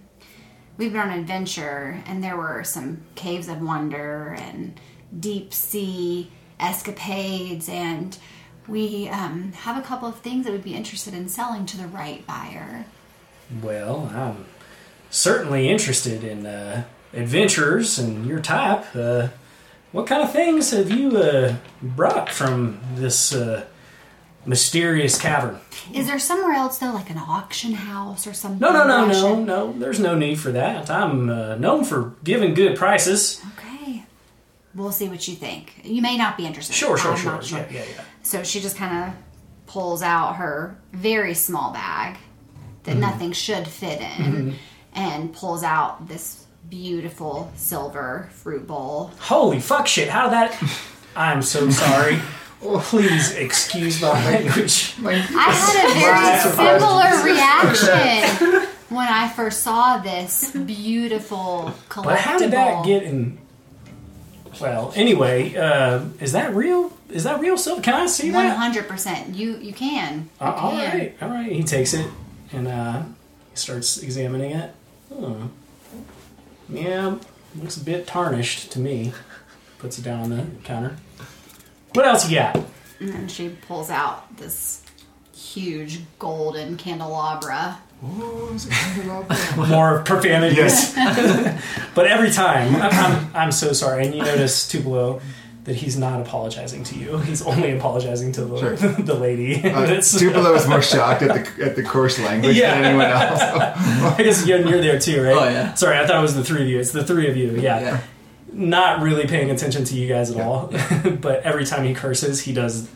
S5: we've been on an adventure, and there were some caves of wonder and deep sea escapades, and we um, have a couple of things that we'd be interested in selling to the right buyer.
S1: Well, I'm certainly interested in uh, adventurers and your type. Uh, what kind of things have you uh, brought from this uh, mysterious cavern?
S5: Is there somewhere else though, like an auction house or something?
S1: No, no, no,
S5: that I
S1: no,
S5: should-
S1: no. There's no need for that. I'm uh, known for giving good prices.
S5: Okay. We'll see what you think. You may not be interested.
S1: Sure, sure,
S5: I'm
S1: sure.
S5: not sure.
S1: Yeah, yeah, yeah.
S5: So she just kind of pulls out her very small bag that
S1: Mm-hmm.
S5: nothing should fit in and pulls out this beautiful silver fruit bowl.
S1: Holy fuck shit, how did that. I'm so sorry. Please excuse my language.
S5: I had a
S1: Wow.
S5: very similar reaction when I first saw this beautiful collectible.
S1: But how did that get in. Well, anyway, uh, is that real? Is that real silver? Can I see
S5: One
S1: that?
S5: hundred percent. You you can.
S1: Uh, all right, all right. He takes it and uh, starts examining it. Hmm. Yeah, looks a bit tarnished to me. Puts it down on the counter. What else you got?
S5: And then she pulls out this huge golden candelabra.
S4: Oh, is it candelabra?
S1: More profanity.
S4: yes.
S1: But every time, I'm, I'm, I'm so sorry. And you notice Tupelo that he's not apologizing to you. He's only apologizing to the,
S4: Sure.
S1: the lady.
S4: Uh,
S1: That's-
S4: Tupelo was more shocked at the at the coarse language
S1: Yeah.
S4: than anyone else.
S1: I guess you're, you're there too, right?
S6: Oh, yeah.
S1: Sorry, I thought it was the three of you. It's the three of you. Yeah.
S6: Yeah.
S1: Not really paying attention to you guys at all. but every time he curses, he does.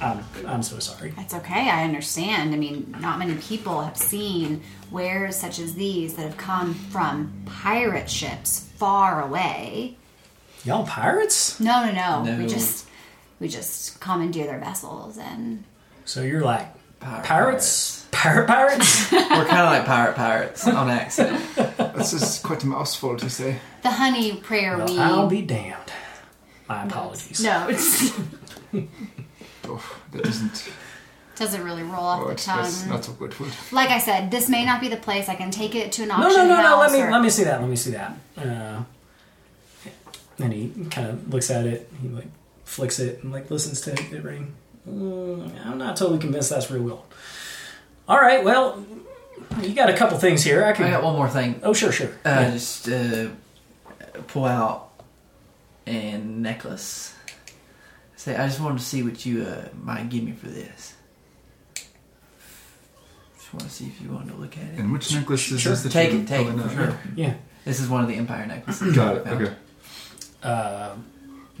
S1: I'm, I'm so sorry.
S5: That's okay. I understand. I mean, not many people have seen wares such as these that have come from pirate ships far away.
S1: Y'all pirates?
S5: No, no, no. We
S6: No.
S5: just we just commandeer their vessels and
S1: So you're like
S6: Pirate
S1: pirates? Pirate pirates?
S6: We're kind of like pirate pirates on accent.
S4: That's just quite a mouthful to say.
S5: the honey prayer
S1: Well,
S5: weed.
S1: I'll be damned. My apologies.
S5: No, it
S4: Oh, that isn't.
S5: doesn't really roll off
S4: Oh,
S5: the
S4: it's, that's
S5: tongue.
S4: not so good food.
S5: Like I said, this may not be the place. I can take it to an
S1: No,
S5: auction
S1: no, no, no. Let
S5: house.
S1: me
S5: or-
S1: let me see that. Let me see that. Uh, and he kind of looks at it. He like flicks it and like listens to it ring. Mm, I'm not totally convinced that's real gold. All right. Well, you got a couple things here. I
S6: I
S1: can.
S6: got one more thing.
S1: Oh, sure, sure.
S6: Uh, Just uh, pull out a necklace. It's Say, I just wanted to see what you uh, might give me for this. Just want to see if you wanted to look at it.
S4: And which necklace is
S1: Sure.
S4: this? That
S6: Take
S4: you're
S6: it, take
S4: pulling
S6: it,
S4: up?
S6: for sure.
S1: Yeah.
S6: This is one of the Empire necklaces.
S4: Got it.
S6: I found.
S4: Okay.
S1: Uh,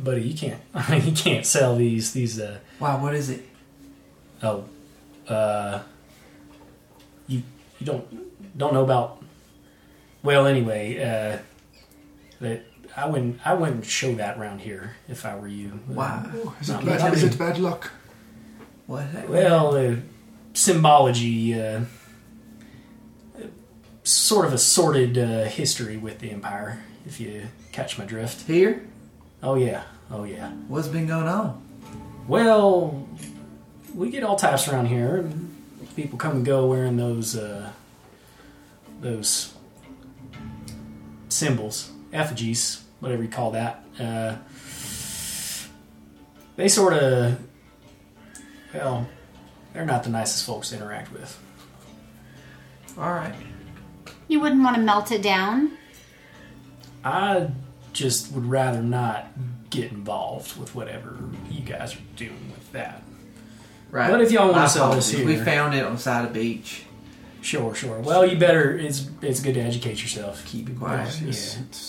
S1: buddy, you can't. you can't sell these. These. Uh,
S6: Wow, what is it?
S1: oh. Uh, you you don't don't know about. Well, anyway, uh, that I wouldn't I wouldn't show that round here if I were you. Uh,
S6: Wow.
S1: Is it bad- is it
S4: bad luck?
S6: What?
S1: Well, the symbology, uh, sort of a sordid uh, history with the Empire, if you catch my drift.
S6: Here?
S1: Oh, yeah. Oh, yeah.
S6: What's been going on?
S1: Well, we get all types around here. and People come and go wearing those, uh, those symbols, effigies, whatever you call that. Uh, they sort of, well, they're not the nicest folks to interact with.
S6: All right.
S5: You wouldn't want to melt it down.
S1: I just would rather not get involved with whatever you guys are doing with that.
S6: Right.
S1: What if y'all wanna
S6: My
S1: sell this
S6: apologies. We
S1: here?
S6: found it on the side of the beach.
S1: Sure, sure. Well, you better. It's it's good to educate yourself.
S6: Keep it quiet.
S1: Yeah,
S4: It's
S6: Good to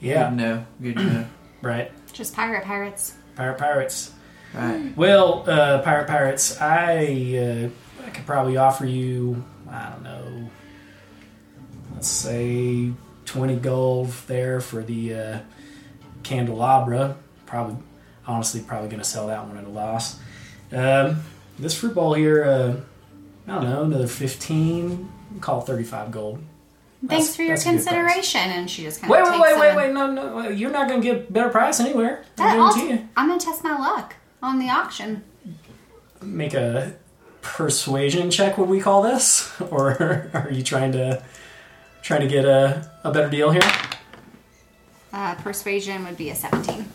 S1: yeah,
S6: know. Good to know.
S1: right.
S5: Just pirate pirates.
S1: Pirate pirates.
S6: Right.
S1: Well, uh, pirate pirates. I uh, I could probably offer you. I don't know. Let's say twenty gold there for the uh, candelabra. Probably, honestly, probably going to sell that one at a loss. Um, this fruit ball here. Uh, I don't know. Another fifteen. Call it thirty-five gold.
S5: Thanks
S1: That's-
S5: for your
S1: that's a good price.
S5: consideration. And she just kind
S1: Wait,
S5: of
S1: wait,
S5: takes
S1: wait,
S5: it
S1: wait,
S5: and-
S1: wait! No, no, wait, you're not gonna get a better price anywhere. I
S5: That
S1: guarantee
S5: also-
S1: you.
S5: I'm gonna test my luck on the auction.
S1: Make a persuasion check. Would we call this, or are you trying to trying to get a, a better deal here?
S5: Uh, persuasion would be a 17.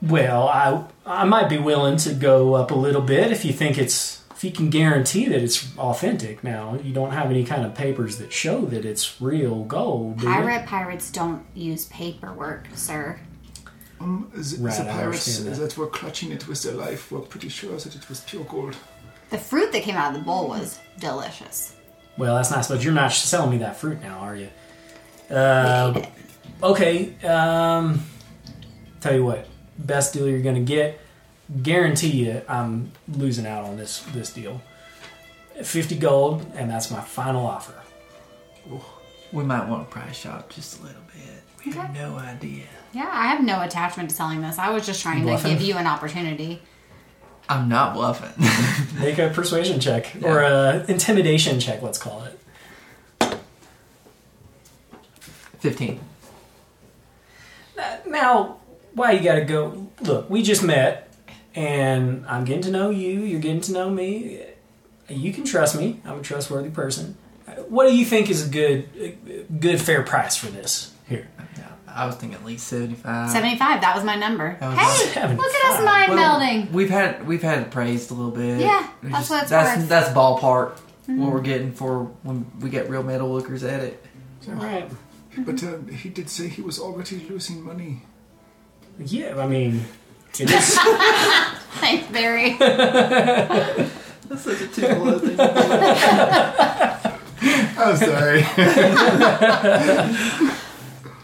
S1: Well, I I might be willing to go up a little bit if you think it's if you can guarantee that it's authentic. Now you don't have any kind of papers that show that it's real gold. Do you?
S5: Pirate pirates don't use paperwork, sir.
S9: Um, the,
S1: Right, I
S9: the pirates
S1: understand
S9: that.
S1: that.
S9: were clutching it with their life were pretty sure that it was pure gold.
S5: The fruit that came out of the bowl was delicious.
S1: Well, that's nice, but you're not selling me that fruit now, are you? Uh, okay. Um, tell you what, best deal you're gonna get. Guarantee you, I'm losing out on this this deal. Fifty gold, and that's my final offer.
S6: We might want to price shop just a little bit. We have
S5: Okay.
S6: no idea.
S5: Yeah, I have no attachment to selling this. I was just trying
S1: Bluffing.
S5: to give you an opportunity.
S6: I'm not bluffing.
S1: Make a persuasion check or a intimidation check, let's call it.
S6: 15.
S1: Now, why you gotta go? Look, we just met, and I'm getting to know you. You're getting to know me. You can trust me. I'm a trustworthy person. What do you think is a good, a good fair price for this here?
S6: Yeah, I was thinking at least 75.
S5: 75, that was my number.
S6: Uh, That was
S5: hey, look at us mind
S6: Well,
S5: melding.
S6: We've had we've had it praised a little bit.
S5: Yeah,
S6: We
S5: that's what it's
S6: that's,
S5: worth. Mm-hmm.
S6: That's ballpark what we're getting for when we get real metal lookers at it.
S1: All right. Mm-hmm.
S9: But uh, he did say he was already losing money.
S1: Yeah, I mean, it is.
S5: Thanks, Barry.
S6: That's such a typical thing.
S4: I'm sorry.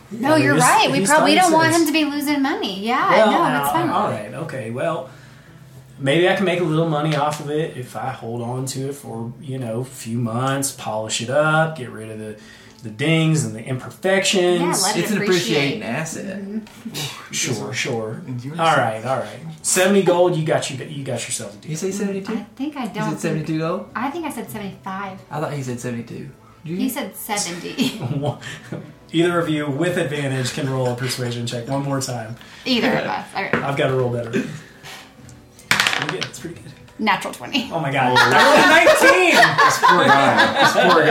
S5: No, you're
S1: He's-
S5: right. We
S1: he's
S5: probably
S1: done
S5: don't want
S1: since.
S5: him to be losing money. Yeah,
S1: Well,
S5: no,
S1: now,
S5: that's fine.
S1: All right. Okay. Well, maybe I can make a little money off of it if I hold on to it for you know a few months, polish it up, get rid of the the dings and the imperfections.
S5: Yeah, let it Mm-hmm.
S6: It's an
S5: appreciate.
S6: appreciating asset.
S1: Sure, sure.
S9: And you-
S1: All right, all right. Seventy gold, you got you you got yourself a
S6: Did you
S1: deal.
S6: say 72?
S5: I think I
S6: Is
S5: don't.
S6: it 72 though?
S5: I think I said 75.
S6: I thought he said 72. Did you?
S5: He said 70.
S1: Either of you with advantage can roll a persuasion check one more time.
S5: Either of us. Okay.
S1: I've got to roll better. Pretty good. It's pretty good.
S5: Natural 20.
S1: Oh my god! I rolled a nineteen.
S4: this poor guy. This poor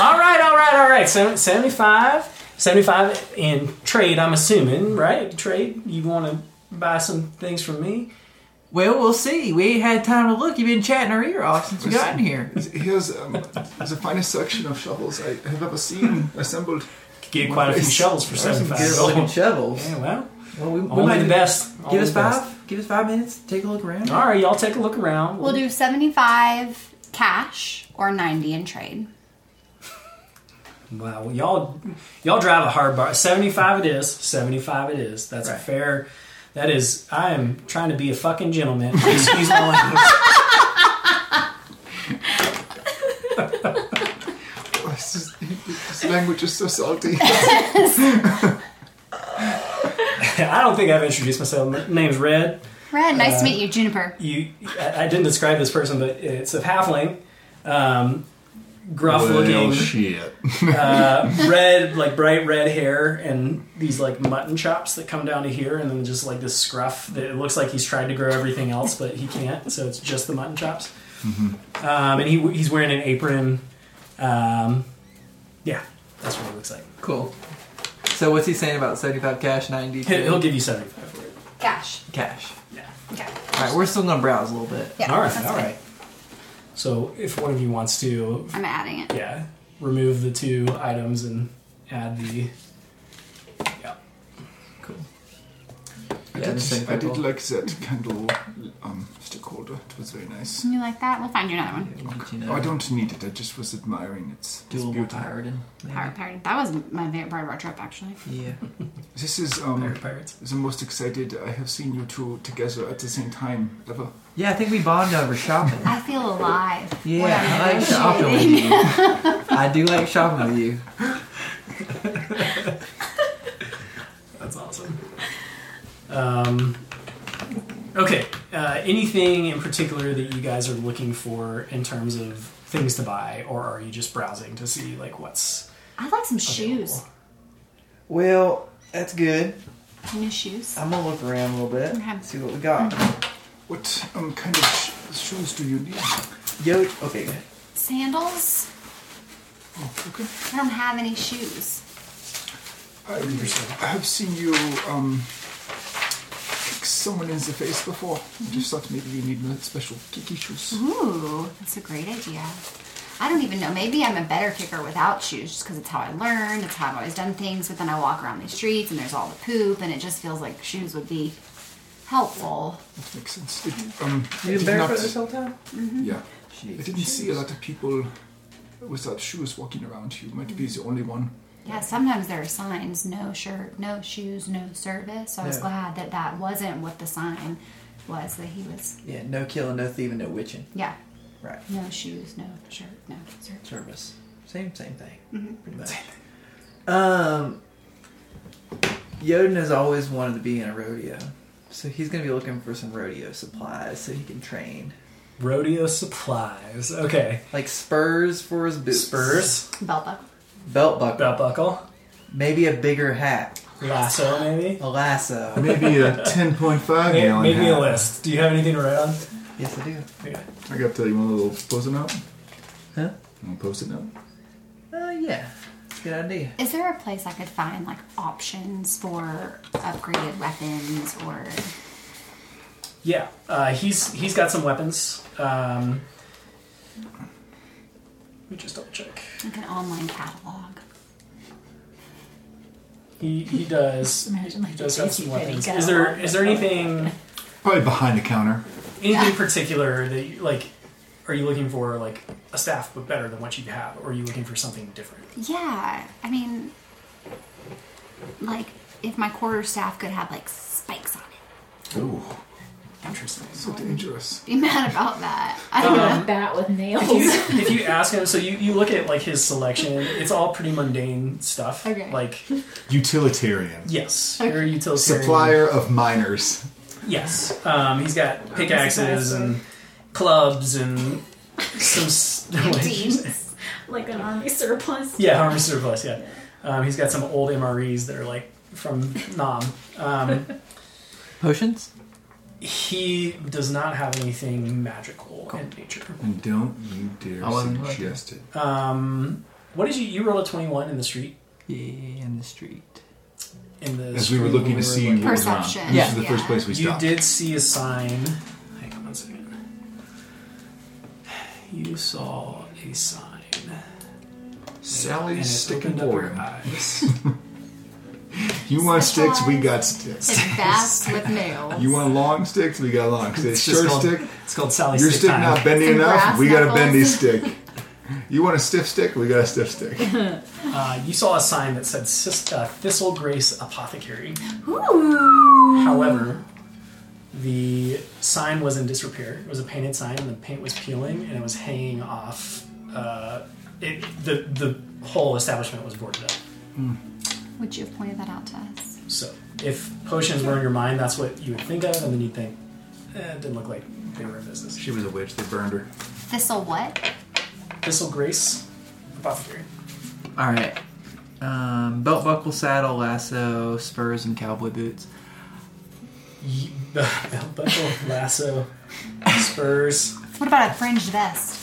S4: guy.
S1: All right, all right, all right. Seven- 75. 75 in trade, I'm assuming, right? Trade. You want to buy some things from me?
S6: Well, we'll see. We ain't had time to look. You've been chatting our ear off since we got in here.
S9: Here's um, the finest selection of shovels I have ever seen assembled.
S1: Get quite a few shovels for
S6: There's some
S1: 75
S6: good looking
S1: gold.
S6: shovels.
S1: Yeah, well,
S6: Well, we, we
S1: only
S6: might
S1: the best. Only
S6: Give us
S1: the best.
S6: five. Give us five minutes. Take a look around.
S1: All right, y'all take a look around.
S5: We'll do 75 cash or 90 in trade.
S1: Wow, well, y'all y'all drive a hard bar. Seventy five it is. Seventy five it is. That's a
S6: Right.
S1: fair. That is. I am trying to be a fucking gentleman. Excuse my language.
S9: Oh, this, is, this language is so salty.
S1: I don't think I've introduced myself. My name's Red.
S5: Red, nice to meet you, Juniper.
S1: You. I, I didn't describe this person, but it's a halfling. Um, gruff
S4: Well,
S1: looking,
S4: shit.
S1: uh, red, like bright red hair, and these like mutton chops that come down to here, and then just like this scruff that it looks like he's tried to grow everything else, but he can't. So it's just the mutton chops. Um, and he he's wearing an apron. Um, yeah, that's what it looks like.
S6: Cool. So what's he saying about 75 cash, 90
S1: He- He'll give you seventy five for it.
S5: Cash.
S6: cash?
S1: Yeah.
S5: Okay.
S6: All right, we're still gonna browse a little bit.
S5: Yeah,
S1: all right.
S5: that's
S1: All
S5: fine.
S1: right. So if one of you wants to,
S5: I'm adding it.
S1: yeah, remove the two items and add the. Yeah.
S6: Cool.
S9: I
S6: Yeah, this thing
S9: did, I did
S6: purple.
S9: like that candle um, stick holder. It was very nice.
S5: You like that? We'll find you another one.
S6: You know,
S9: I don't need it. I just was admiring its, its
S6: Dual
S9: beauty.
S6: pirating.
S5: Pirate, pirate. That was my favorite part of our trip, actually.
S6: Yeah.
S9: This is um,
S1: Pirate pirates.
S9: the most excited I have seen you two together at the same time ever.
S6: Yeah, I think we bond over shopping.
S5: I feel alive.
S6: Yeah,
S5: We're
S6: I like shopping with
S5: negotiating.
S6: you. I do like shopping with you.
S1: That's awesome. Um, okay. Uh, anything in particular that you guys are looking for in terms of things to buy, or are you just browsing to see like what's
S5: I'd like some shoes.
S1: available?
S6: Well, that's good.
S5: New shoes.
S6: I'm gonna look around a little bit,
S5: Okay.
S6: see what we got.
S9: What um, kind of sh- shoes do you need? Oh,
S6: Yo, okay.
S5: Sandals.
S9: okay.
S5: I don't have any shoes.
S9: I have seen you um, kick someone in the face before. I just thought maybe you need special kiki shoes.
S6: Mm-hmm.
S5: Ooh, that's a great idea. I don't even know. Maybe I'm a better kicker without shoes just because it's how I learned, it's how I've always done things. But then I walk around these streets and there's all the poop, and it just feels like shoes would be helpful.
S9: Makes sense. It, um,
S6: You
S9: I
S6: been
S9: did not,
S6: barefoot this Mm-hmm. whole time?
S9: yeah. I
S6: Jeez.
S9: didn't see a lot of people without shoes walking around. You might be the only one.
S5: Yeah, sometimes there are signs no shirt, no shoes, no service. So I was
S6: Yeah.
S5: glad that that wasn't what the sign was that he was.
S6: Yeah, no killing, no thieving, no witching.
S5: Yeah,
S6: Right.
S5: no shoes, no shirt, no service.
S6: Service. Same, same thing.
S1: Mm-hmm.
S6: Pretty much. Um, Yoden has always wanted to be in a rodeo, so he's gonna be looking for some rodeo supplies so he can train,
S1: rodeo supplies? Okay.
S6: like spurs for his boots,
S1: Spurs,
S5: Belt buckle.
S6: belt buckle,
S1: belt buckle,
S6: maybe a bigger hat,
S1: lasso, maybe.
S6: a lasso.
S4: Maybe a 10.5
S1: Make,
S4: gallon
S1: make me a
S4: hat.
S1: list. Do you have anything to write on?
S6: Yes, I do.
S1: Okay.
S4: I got to tell you one little post-it note.
S6: Huh?
S4: You want a post-it note?
S6: Uh, yeah, it's a good idea.
S5: Is there a place I could find like options for upgraded weapons or
S1: Yeah, uh, he's he's got some weapons. Um, let me just double check.
S5: like an online catalog?
S1: He he does.
S7: Imagine like
S1: He
S7: the
S1: does have some
S7: JCPenney
S1: weapons.
S7: catalog.
S1: Is there is there anything
S4: Probably behind the counter.
S1: anything particular that you, like are you looking for like a staff but better than what you have, or are you looking for something different?
S5: Yeah, I mean, like if my quarter staff could have like spikes on it,
S4: Ooh.
S1: Interesting.
S9: So dangerous.
S5: be mad about that. I don't know.
S6: Uh-huh.
S7: A bat with
S1: If you,
S7: nails.
S1: if you ask him, so you, you look at like his selection, it's all pretty mundane stuff.
S5: Okay.
S1: Like
S4: Utilitarian.
S1: yes, you're a utilitarian.
S4: Supplier of miners.
S1: Yes, um, he's
S7: Oh,
S1: got pickaxes and clubs and some. s-
S5: Deans.
S7: like an army surplus.
S1: yeah, armor surplus. Yeah, um, he's got some old MREs that are like from Nam. Um,
S6: Potions?
S1: he does not have anything magical in nature.
S4: And don't you dare
S6: I wasn't looking.
S4: suggest it.
S1: Um, what did you? You rolled a twenty-one in the street.
S6: Yeah, in the street.
S1: In the
S4: As we were
S1: street
S4: looking
S1: when
S4: to
S1: we were
S4: see
S1: looking.
S4: what was around. This
S5: Perception,
S4: is the
S5: yeah.
S4: first place we
S1: You
S4: stopped.
S1: did see a sign. Hang on one second. You saw a sign.
S4: Sally
S1: and it
S4: stick
S1: opened
S4: and
S1: up your
S4: board.
S1: eyes.
S4: You want sticks? We got sticks.
S5: It's fast with nails.
S4: You want long sticks? We got long sticks.
S1: just
S4: Short
S1: called-
S4: stick?
S1: It's called Sally
S4: Your
S1: Stick
S4: stick
S1: Time.
S4: not bending
S5: Some
S4: enough?
S5: brass
S4: We got a
S5: knuckles.
S4: bendy stick. You want a stiff stick? We got a stiff stick.
S1: Uh, you saw a sign that said Sis- uh, Thistle Grace Apothecary.
S5: Ooh.
S1: However, the sign was in disrepair. It was a painted sign, and the paint was peeling, and it was hanging off. Uh, it, the the whole establishment was boarded up.
S5: Would you have pointed that out to us?
S1: So, if potions were in your mind, that's what you would think of, and then you'd think, eh, it didn't look like they were in business.
S4: She was a witch. They burned her.
S5: Thistle what?
S1: Thistle Grace Apothecary.
S6: All right. Um, belt buckle, saddle, lasso, spurs, and cowboy boots.
S1: Ye- Belt buckle, lasso, spurs.
S5: What about a fringed vest?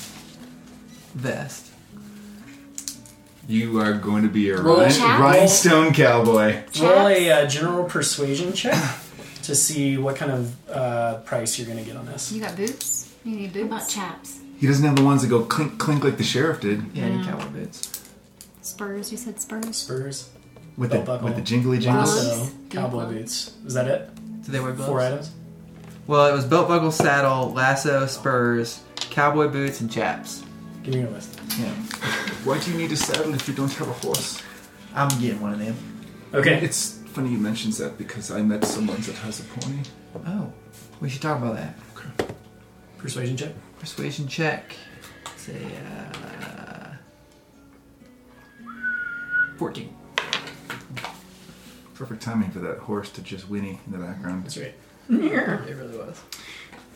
S6: Vest.
S4: You are going to be a
S1: Roll
S4: rhin-
S5: chat.
S4: rhinestone cowboy.
S1: Roll a uh, general persuasion check to see what kind of uh, price you're going to get on this.
S5: You got boots? You need
S7: What about
S5: boots?
S7: chaps?
S4: He doesn't have the ones that go clink clink like the sheriff did
S6: Yeah,
S1: Mm.
S6: any cowboy boots.
S5: Spurs? You said spurs?
S1: Spurs,
S4: with
S1: Belt
S4: the
S1: buckle.
S4: with the jingly jingles.
S1: lasso,
S7: Gloves.
S1: cowboy boots. Is that it?
S6: Do they wear gloves?
S1: Four items.
S6: Well, it was belt buckle, saddle, lasso, spurs, cowboy boots, and chaps.
S1: Give me your list.
S6: Yeah,
S4: Why do you need a saddle if you don't have a horse?
S6: I'm getting one of them.
S1: Okay.
S4: It's funny you mentions that because I met someone that has a pony.
S6: Oh, we should talk about that.
S1: Persuasion check.
S6: Persuasion check. Say, uh, fourteen.
S4: Perfect timing for that horse to just whinny in the background.
S1: That's right.
S6: It really was.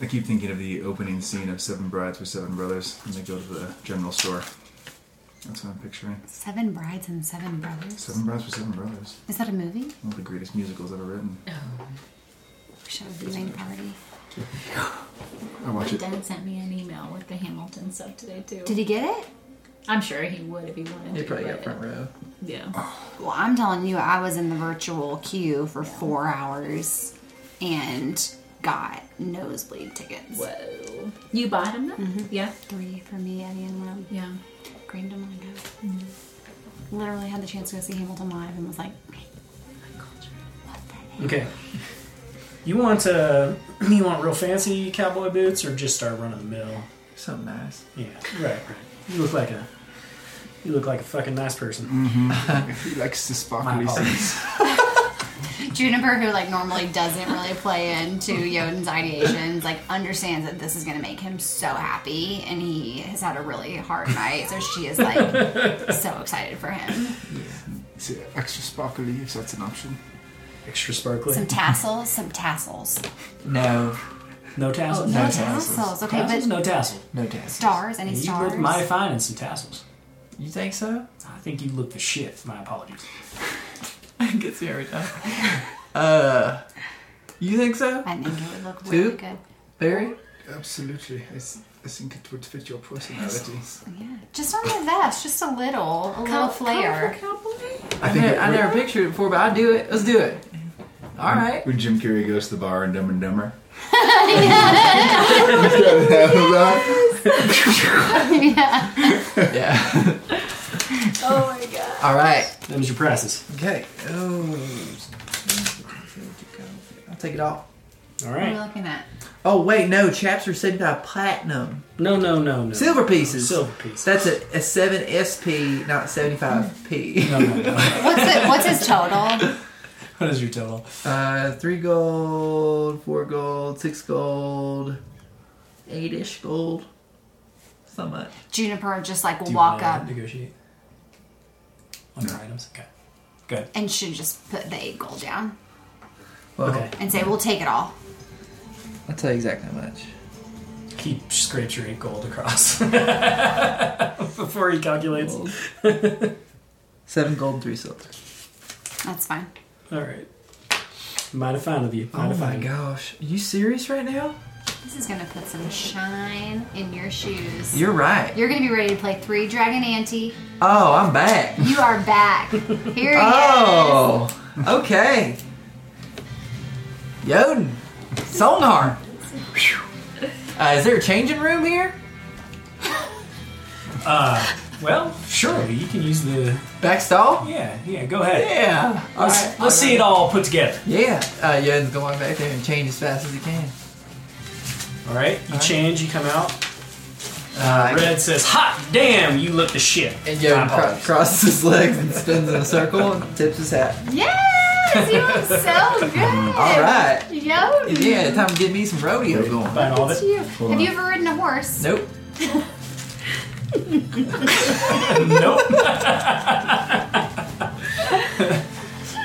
S4: I keep thinking of the opening scene of Seven Brides with Seven Brothers when they go to the general store. That's what I'm picturing.
S5: Seven brides and seven brothers?
S4: Seven Brides with Seven Brothers.
S5: Is that a movie?
S4: One of the greatest musicals ever written.
S5: Wish I was viewing party.
S4: I watch it.
S7: Dan sent me an email with the Hamilton stuff today too.
S5: Did he get it?
S7: I'm sure he would if he wanted
S6: You
S7: to.
S6: probably got
S7: but-
S6: front row.
S7: Yeah.
S5: Well, I'm telling you, I was in the virtual queue for four hours and got nosebleed tickets.
S7: Whoa. You bought him that? Yeah.
S5: Three for me, Eddie, and one
S7: Mm-hmm. Yeah.
S5: Green Domingo. Literally had the chance to go see Hamilton live and was like, what the heck?
S1: Okay. You want uh, you want real fancy cowboy boots or just start running the mill?
S6: Something nice.
S1: Yeah. Right. Right. You look like a you look like a fucking nice
S4: Mm.
S1: person.
S9: He likes the
S1: My
S9: sparkly
S1: apologies.
S5: Juniper, who like normally doesn't really play into Yoden's ideations, like understands that this is gonna make him so happy, and he has had a really hard night, so she is like so excited for him.
S9: Is
S4: uh,
S9: it extra sparkly if that's an option?
S1: Extra sparkly.
S5: Some tassels, some tassels,
S6: No,
S1: No tassels.
S5: Oh, no
S6: tassels.
S5: tassels. Okay,
S1: Tassels,
S5: but
S1: no tassel.
S6: no tassels.
S5: stars, any
S1: You
S5: stars?
S1: look mighty fine in some tassels.
S6: You think so?
S1: I think you look the shit. My apologies.
S6: Gets you every time. Uh, you think so,
S5: I think it would look really
S6: Two?
S5: good.
S6: Barry?
S9: Absolutely. I, s- I think it would fit your personality.
S5: Yeah, just on the vest, just a little, a little
S7: Col-
S5: flare.
S7: colorful cowboy?
S6: I, never, I never pictured it before, but I do it. Let's do it. All right.
S4: When Jim Carrey goes to the bar and Dumb and Dumber.
S5: yeah,
S6: Yeah.
S7: Oh my god.
S6: All right.
S1: Them's your prices.
S6: Okay. Oh. I'll take it all.
S1: All
S5: what are we
S1: right.
S5: looking at?
S6: Oh wait, no. Chaps are seventy-five platinum,
S1: No, no, no, no.
S6: silver pieces.
S1: Silver pieces.
S6: That's a, a seven SP, not seventy-five P.
S1: No, no, no.
S5: What's it, what's his total?
S1: What is your total?
S6: Uh, three gold, four gold, six gold, eight-ish gold. So much.
S5: Juniper would just like
S1: Do you
S5: walk
S1: wanna
S5: up
S1: Negotiate. On your items. Okay. Good.
S5: and she just put the eight gold down.
S6: Well,
S1: Okay.
S5: and say, "We'll take it all."
S6: I'll tell you exactly how much.
S1: He scrapes your eight gold across before he calculates.
S6: Gold. Seven gold, and three silver.
S5: That's fine.
S1: All right. Might have found of you. Might
S6: Oh
S1: have
S6: my
S1: found.
S6: gosh. Are you serious right now?
S5: This is gonna put some shine in your shoes. You're,
S6: You're right.
S5: gonna be ready to play three dragon ante.
S6: oh, I'm back.
S5: You are back. Here he is.
S6: Oh, okay. Yoden. Sonar. Uh, is there a changing room here?
S1: Well, sure, you can use the.
S6: Backstall?
S1: Yeah, yeah, go ahead.
S6: Yeah.
S1: Let's,
S6: Alright,
S1: let's see it all put together.
S6: Yeah. Uh, Yen's going back there and change as fast as he can.
S1: All right, you
S6: Alright.
S1: change, you come out.
S6: Uh,
S1: Red says, "Hot damn, you look the shit."
S6: And Yen
S1: Time
S6: cro-
S1: off.
S6: crosses his legs and spins in a circle and tips his hat.
S5: Yes, you look so good.
S6: All right.
S5: Yo.
S6: Yeah, time to get me some rodeo going.
S1: Find all of it.
S5: You.
S4: Hold
S5: Have
S4: on.
S5: you ever ridden a horse?
S6: Nope.
S1: nope.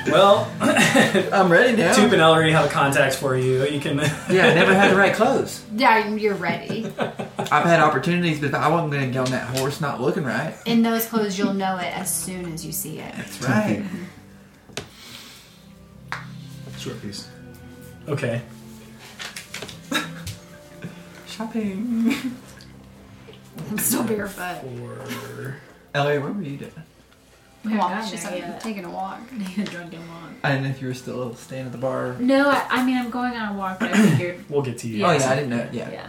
S1: well,
S6: I'm ready now.
S1: Tube and Ellery have contacts for you. You can.
S6: Yeah, I never had the right clothes.
S5: Yeah, you're ready.
S6: I've had opportunities, but I wasn't going to get on that horse not looking right.
S5: In those clothes, you'll know it as soon as you see it.
S6: That's right.
S4: Short piece.
S1: Okay.
S6: Shopping.
S5: I'm still barefoot.
S1: Or-
S6: Ellie, where were you doing?
S7: Yeah,
S5: Walk,
S7: I
S5: she's
S7: know,
S5: like,
S7: yeah.
S5: taking a walk.
S7: drunk and walk.
S6: I didn't know if you were still staying at the bar.
S7: No, I, I mean I'm going on a walk, but I figured,
S1: We'll get to you.
S7: Yeah.
S6: Oh yeah, I didn't know. Yeah.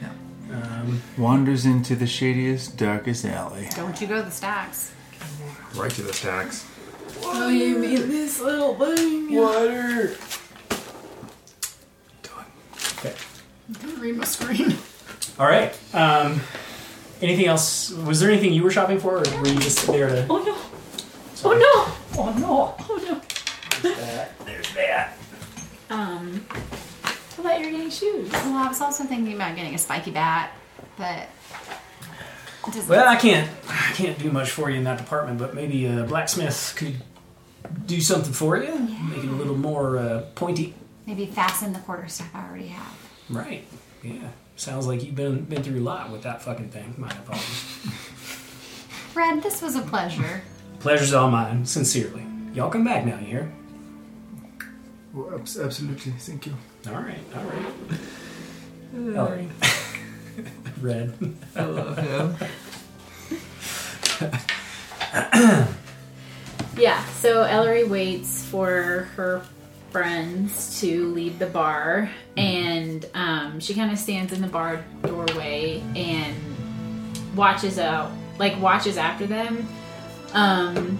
S7: yeah.
S1: Um,
S4: Wanders into the shadiest, darkest alley.
S5: Don't you go to the stacks.
S4: Right to the stacks.
S7: Oh, you mean this little thing?
S4: Water.
S1: okay.
S5: Don't read my screen.
S1: All right. Um, anything else? Was there anything you were shopping for, or were you just there to?
S7: Oh no! Oh no! Oh no! Oh no!
S1: There's that.
S7: Um, how about you're getting shoes?
S5: Well, I was also thinking about getting a spiky bat, but it doesn't.
S1: Well, I can't. I can't do much for you in that department, but maybe a blacksmith could do something for you, make it a little more uh, pointy.
S5: maybe fasten the quarter staff I already have.
S1: Right. Yeah. Sounds like you've been been through a lot with that fucking thing. My apologies.
S5: Fred, this was a pleasure.
S1: Pleasure's all mine, sincerely. Y'all come back now, you hear?
S9: Well, abs- absolutely. Thank you.
S1: All right, all right. All right. Red.
S6: I love him.
S7: Yeah, so Ellery waits for her friends to leave the bar, and um, she kind of stands in the bar doorway and watches out, like watches after them. Um,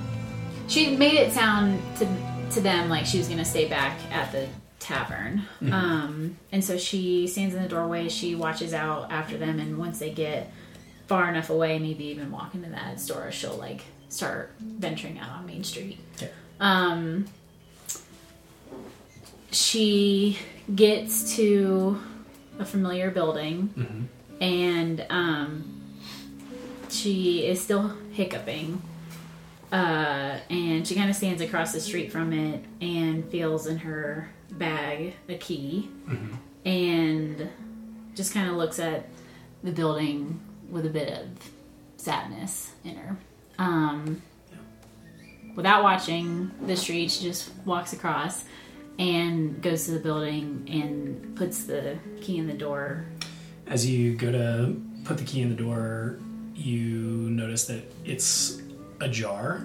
S7: she made it sound to to them like she was gonna stay back at the tavern, um, and so she stands in the doorway. She watches out after them, and once they get far enough away, maybe even walk into that store, she'll like start venturing out on Main Street.
S1: Yeah.
S7: Um, she gets to a familiar building and um, she is still hiccuping. Uh, and she kind of stands across the street from it and feels in her bag a key and just kind of looks at the building with a bit of sadness in her. Um, without watching the street, she just walks across and goes to the building and puts the key in the door.
S1: As you go to put the key in the door, you notice that it's ajar,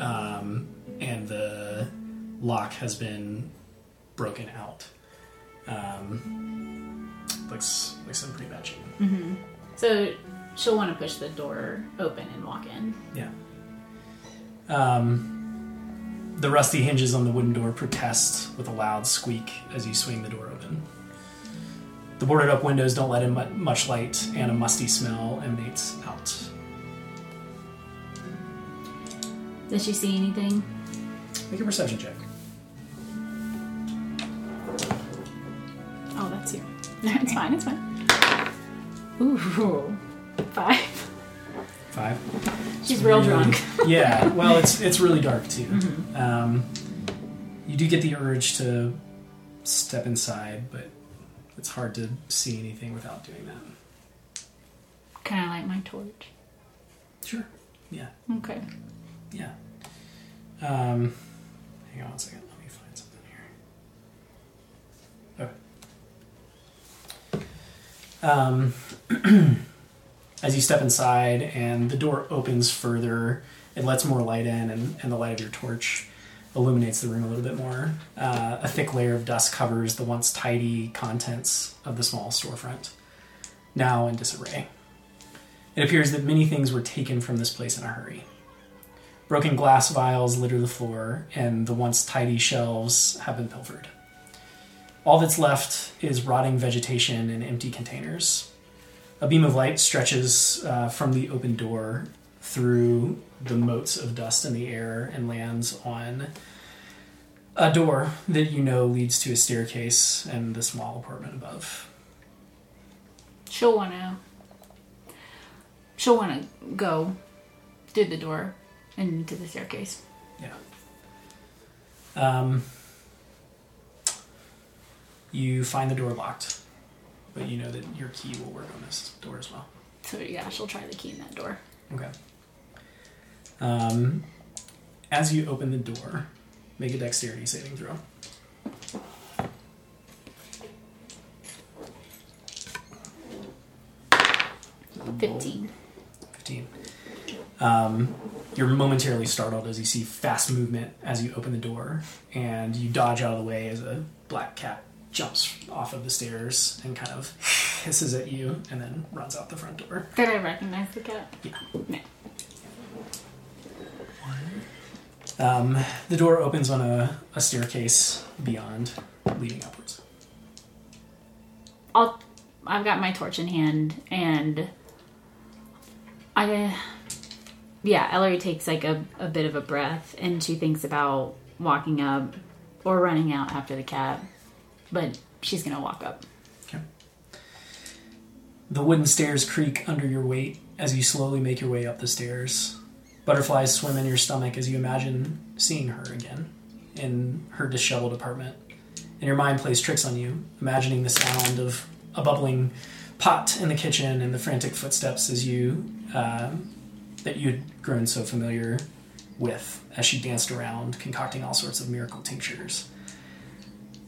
S1: um, and the lock has been broken out. Um, looks looks in pretty bad shape.
S7: So she'll want to push the door open and walk in.
S1: Yeah. Um, the rusty hinges on the wooden door protest with a loud squeak as you swing the door open. The boarded up windows don't let in mu- much light, and a musty smell emanates out.
S7: Does she see anything?
S1: Make a perception check.
S7: Oh, that's you. No, it's fine. It's fine. Ooh, five.
S1: Five. Mm-hmm.
S7: She's real drunk. Mm-hmm.
S1: yeah. Well, it's it's really dark too. Um, you do get the urge to step inside, but it's hard to see anything without doing that.
S7: Can I light my torch?
S1: Sure. Yeah.
S7: Okay.
S1: Yeah. Um, hang on one second. Let me find something here. Okay. Um, as you step inside and the door opens further, it lets more light in, and, and the light of your torch illuminates the room a little bit more. Uh, a thick layer of dust covers the once tidy contents of the small storefront, now in disarray. It appears that many things were taken from this place in a hurry. Broken glass vials litter the floor, and the once tidy shelves have been pilfered. All that's left is rotting vegetation and empty containers. A beam of light stretches uh, from the open door through the motes of dust in the air and lands on a door that you know leads to a staircase and the small apartment above.
S7: She'll want to. She'll want to go through the door and to the staircase.
S1: Yeah. Um, you find the door locked, but you know that your key will work on this door as well.
S7: So yeah, she'll try the key in that door.
S1: Okay. Um, as you open the door, make a dexterity saving throw.
S7: Fifteen.
S1: 15. Um, you're momentarily startled as you see fast movement as you open the door, and you dodge out of the way as a black cat jumps off of the stairs and kind of hisses at you and then runs out the front door.
S7: Did I recognize the cat?
S1: Yeah.
S7: No.
S1: Um, the door opens on a, a staircase beyond, leading upwards.
S7: I'll. I've got my torch in hand, and I. Yeah, Ellery takes like a, a bit of a breath, and she thinks about walking up or running out after the cat, but she's gonna walk up.
S1: The wooden stairs creak under your weight as you slowly make your way up the stairs. Butterflies swim in your stomach as you imagine seeing her again in her disheveled apartment. And your mind plays tricks on you, imagining the sound of a bubbling pot in the kitchen and the frantic footsteps as you um that you'd grown so familiar with as she danced around, concocting all sorts of miracle tinctures.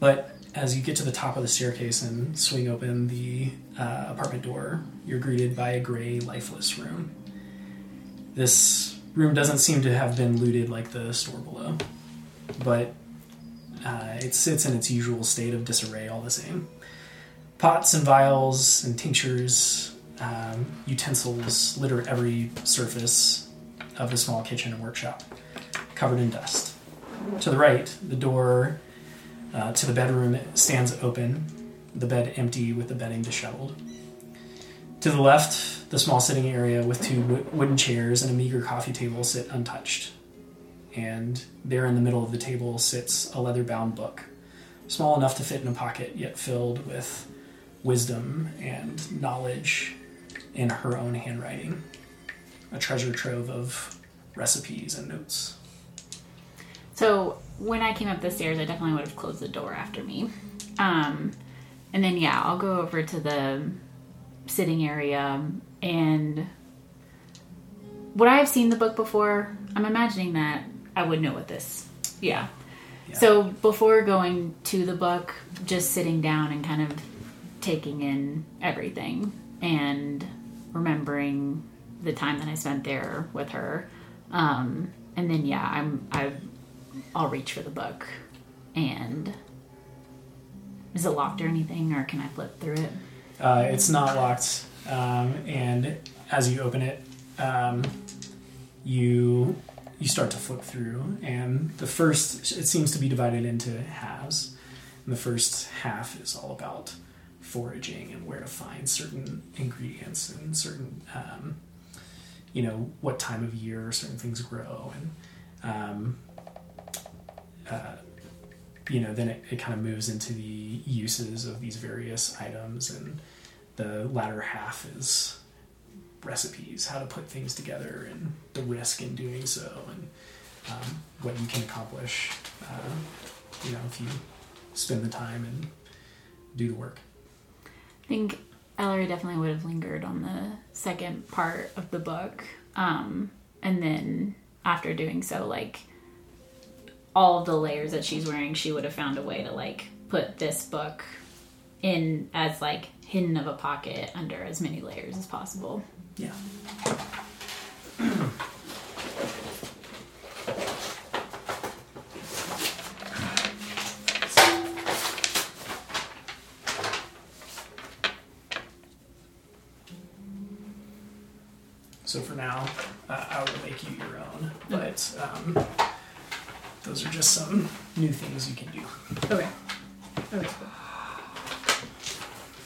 S1: But as you get to the top of the staircase and swing open the uh, apartment door, you're greeted by a gray, lifeless room. This room doesn't seem to have been looted like the store below, but uh, it sits in its usual state of disarray all the same. Pots and vials and tinctures, um, utensils litter every surface of the small kitchen and workshop, covered in dust. To the right, the door uh, to the bedroom stands open, the bed empty with the bedding disheveled. To the left, the small sitting area with two wo- wooden chairs and a meager coffee table sit untouched. And there in the middle of the table sits a leather bound book, small enough to fit in a pocket, yet filled with wisdom and knowledge in her own handwriting. A treasure trove of recipes and notes.
S7: So when I came up the stairs, I definitely would have closed the door after me. Um, and then yeah, I'll go over to the sitting area and would I have seen the book before? I'm imagining that I would know what this. Yeah.
S1: Yeah.
S7: So before going to the book, just sitting down and kind of taking in everything and remembering the time that I spent there with her. Um, and then yeah, I'm I I'll reach for the book and is it locked or anything or can I flip through it?
S1: Uh, it's not locked, um, and as you open it, um, you you start to flip through, and the first it seems to be divided into halves. And the first half is all about foraging and where to find certain ingredients and certain um, you know what time of year certain things grow and um, uh, you know, then it, it kind of moves into the uses of these various items, and the latter half is recipes, how to put things together, and the risk in doing so, and um, what you can accomplish, uh, you know, if you spend the time and do the work.
S7: I think Ellery definitely would have lingered on the second part of the book. Um, and then after doing so, like all of the layers that she's wearing, she would have found a way to like put this book in as like hidden of a pocket under as many layers as possible.
S1: Yeah. So for now, uh, I will make you your own. But um, those are just some new things you can do.
S10: Okay. Okay.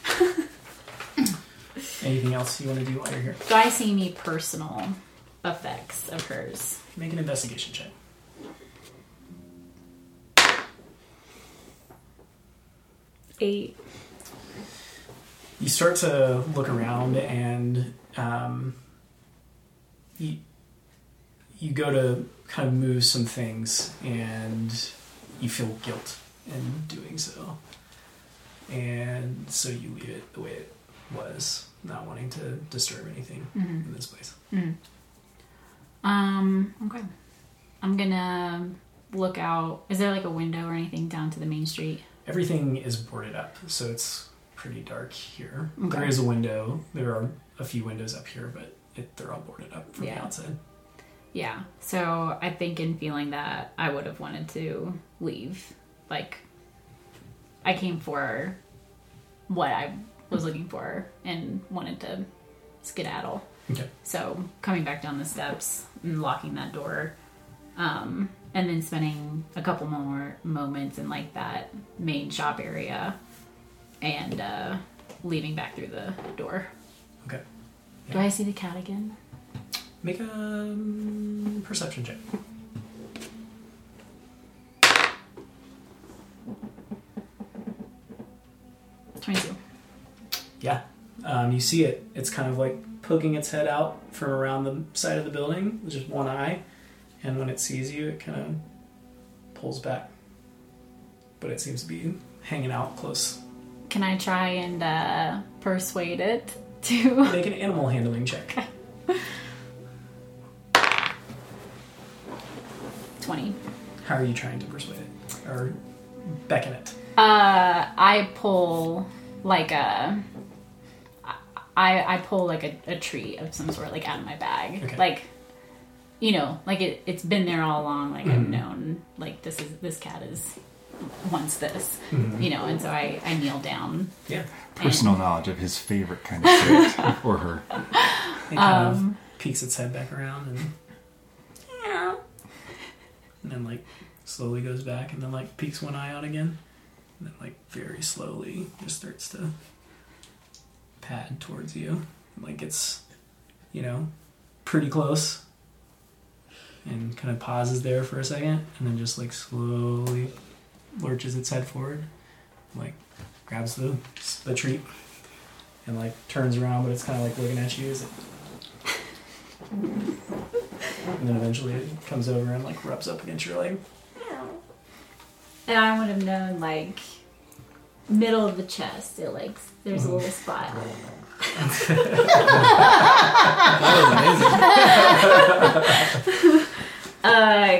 S10: cool.
S1: Anything else you want to do while you're here?
S7: Do I see any personal effects of hers?
S1: Make an investigation check.
S7: Eight.
S1: you start to look around and um, you, you go to kind of move some things and you feel guilt in doing so and so you leave it the way it was not wanting to disturb anything
S7: Mm-hmm.
S1: in this place
S7: Um. Okay. I'm gonna look out. Is there like a window or anything down to the main street?
S1: everything is boarded up so it's pretty dark here there
S7: Okay.
S1: is a window there are a few windows up here but it, they're all boarded up from the
S7: Yeah.
S1: outside
S7: Yeah. So I think in feeling that, I would have wanted to leave. Like, I came for what I was looking for and wanted to skedaddle.
S1: okay
S7: So coming back down the steps and locking that door, um, and then spending a couple more moments in like that main shop area, and uh, leaving back through the door.
S1: okay
S7: Do I see the cat again?
S1: Make a um, perception check.
S7: Twenty-two.
S1: Yeah. Um, you see it. It's kind of like poking its head out from around the side of the building, with just one eye. And when it sees you, it kind of pulls back. But it seems to be hanging out close.
S7: Can I try and uh, persuade it to?
S1: Make an animal handling check.
S7: Twenty.
S1: How are you trying to persuade it? Or beckon it?
S7: Uh, I pull like a. I, I pull like a, a tree of some sort like out of my bag
S1: Okay.
S7: like you know like it, it's been there all along like i've known like this is this cat is wants this you know and so i i kneel down
S1: Yeah.
S4: Personal knowledge of his favorite kind of shit or her.
S1: It kind of peeks its head back around and, and then, like, slowly goes back and then, like, peeks one eye out again. And then, like, very slowly just starts to pad towards you. And, like, it's, you know, pretty close. And kind of pauses there for a second and then just, like, slowly lurches its head forward. And, like, grabs the, the treat and, like, turns around, but it's kind of, like, looking at you as it and then eventually it comes over and like rubs up against your leg.
S10: And I would have known, like, middle of the chest, it like there's a little spot. uh,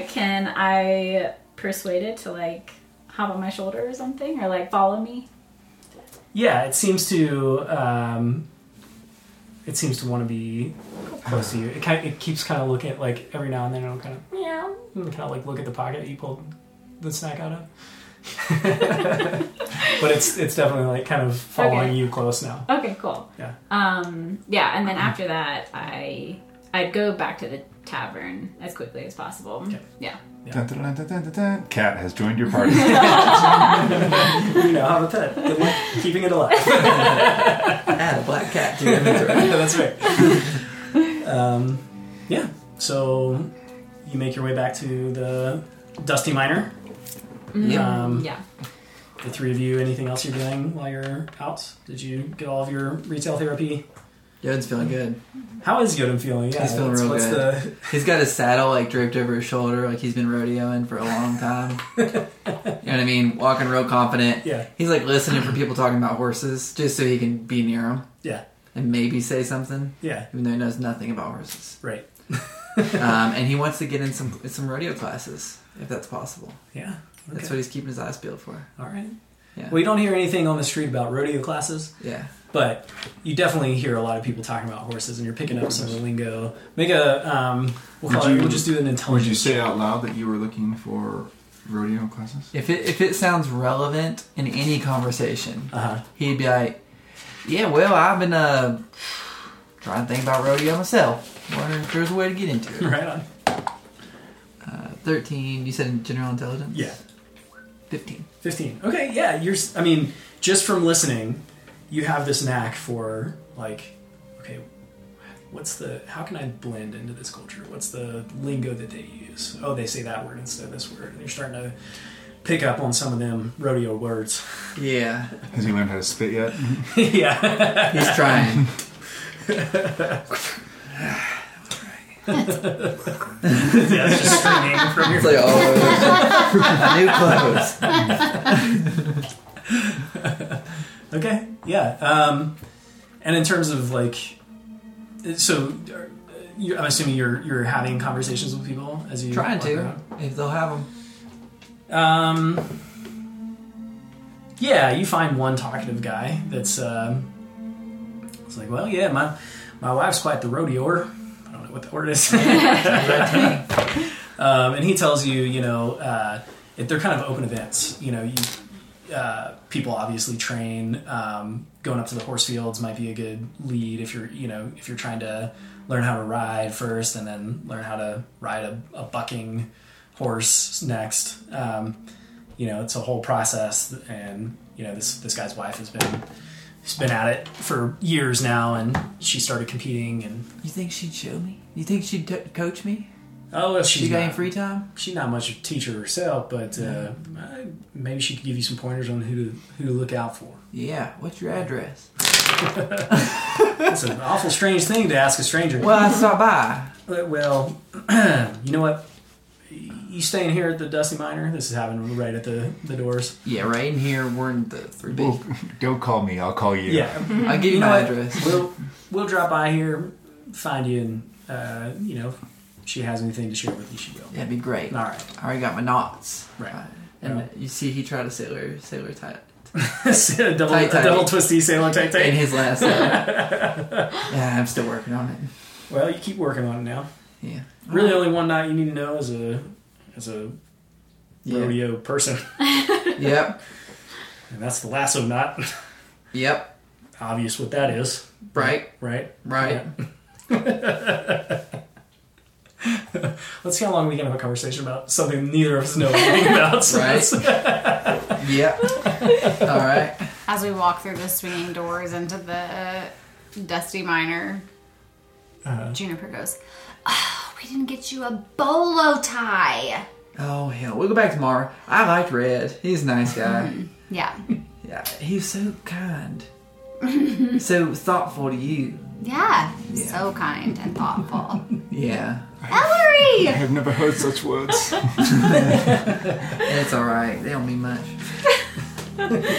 S10: can I persuade it to like hop on my shoulder or something, or like follow me?
S1: Yeah, it seems to um, it seems to want to be close to you. It kind it keeps kind of looking at like every now and then it'll kind of meow, and kind of like look at the pocket that you pulled the snack out of. but it's it's definitely like kind of following
S10: Okay.
S1: you close now.
S10: Okay, cool.
S1: Yeah.
S10: Um, yeah, and then after that, I I'd go back to the tavern as quickly as possible. Yeah.
S4: Dun, dun, dun, dun, dun, dun, dun. Cat has joined your party.
S1: You know, have a pet. Good luck keeping it alive.
S6: Add a black cat to your inventory.
S1: yeah, that's right. um, yeah. So you make your way back to the Dusty Miner.
S6: Yeah.
S1: Um,
S10: Yeah.
S1: The three of you. Anything else you're doing while you're out? Did you get all of your retail therapy?
S6: Yod's feeling good.
S1: How is Yoden feeling? Yeah,
S6: He's feeling
S1: what's-
S6: real
S1: what's
S6: good. He's got his saddle like draped over his shoulder, like he's been rodeoing for a long time. you know what I mean? Walking real confident.
S1: Yeah.
S6: He's like listening for people talking about horses, just so he can be near them
S1: The, yeah,
S6: and maybe say something,
S1: yeah,
S6: even though he knows nothing about horses.
S1: right.
S6: um, and he wants to get in some some rodeo classes if that's possible.
S1: Yeah.
S6: That's what he's keeping his eyes peeled for.
S1: All right.
S6: Yeah.
S1: Well, you don't hear anything on the street about rodeo classes,
S6: Yeah,
S1: but you definitely hear a lot of people talking about horses, and you're picking up some of the lingo. Make a um, we'll, call
S4: Would
S1: it,
S4: you-
S1: we'll just do an
S4: Would
S1: intelligence.
S4: you say out loud that you were looking for rodeo classes?
S6: if it if it sounds relevant in any conversation,
S1: Uh-huh.
S6: he'd be like, "Yeah, well, I've been uh trying to think about rodeo myself." Water. There's a way to get into it.
S1: Right on.
S6: Uh, Thirteen. You said in general intelligence.
S1: Yeah.
S6: Fifteen.
S1: 15 okay yeah you're s- i mean just from listening you have this knack for like okay what's the how can i blend into this culture what's the lingo that they use oh they say that word instead of this word and you're starting to pick up on some of them rodeo words
S6: Yeah.
S9: Has he learned how to spit yet?
S1: yeah
S6: He's trying.
S1: yeah it's just streaming from your
S6: It's like, oh, I knew clothes.
S1: Okay, yeah. Um, and in terms of like, so uh, you, I'm assuming you're you're having conversations with people as you
S6: Trying
S1: walk
S6: to,
S1: around.
S6: if they'll have them.
S1: Um, yeah, you find one talkative guy that's um, it's like, well, yeah, my my wife's quite the rodeoer. I don't know what the word is. um, and he tells you, you know, uh, if they're kind of open events. You know, you, uh, people obviously train. Um, going up to the horse fields might be a good lead if you're, you know, if you're trying to learn how to ride first and then learn how to ride a, a bucking horse next. Um, you know, it's a whole process, and you know, this this guy's wife has been. has been at it for years now, and she started competing. And
S6: You think she'd show me? You think she'd t- coach me?
S1: oh,
S6: You
S1: she's
S6: got any
S1: not-
S6: free time?
S1: she's not much of a teacher herself, but uh, I- maybe she could give you some pointers on who to, who to look out for.
S6: Yeah. What's your address?
S1: It's an awful strange thing to ask a stranger.
S6: Well, I saw by.
S1: Uh, well, you know what? You staying here at the Dusty Miner? This is happening right at the, the doors.
S6: Yeah, right in here. We're in the three B.
S9: Well, don't call me. I'll call you.
S1: Yeah,
S6: I'll give you,
S1: you know
S6: my
S1: what?
S6: address.
S1: We'll we'll drop by here, find you, and uh, you know, if she has anything to share with you, she will.
S6: That'd be great.
S1: All right.
S6: I already got my knots. Uh,
S1: Right.
S6: And
S1: Right.
S6: you see, he tried a sailor sailor type
S1: So, double
S6: Tight, tight.
S1: double twisty sailor tight
S6: in
S1: tight.
S6: his last. letter. yeah, I'm still working on it.
S1: Well, you keep working on it now.
S6: Yeah.
S1: Really, only one night you need to know is a is a
S6: Yeah.
S1: rodeo person,
S6: Yep.
S1: and that's the lasso knot.
S6: Yep.
S1: Obvious what that is,
S6: Right.
S1: right?
S6: Right.
S1: Let's see how long we can have a conversation about something neither of us know anything about. So
S6: Right.
S1: that's-
S6: Yep. All right.
S5: As we walk through the swinging doors into the dusty minor,
S7: Uh-huh.
S5: Juniper goes, oh, "We didn't get you a bolo tie."
S6: Oh hell, we'll go back tomorrow. I liked Red. He's a nice guy.
S5: Yeah,
S6: yeah, he was so kind, so thoughtful to you.
S5: yeah, so kind and thoughtful.
S6: Yeah,
S4: I
S5: Ellery,
S4: have never heard such words.
S6: it's all right. They don't mean much.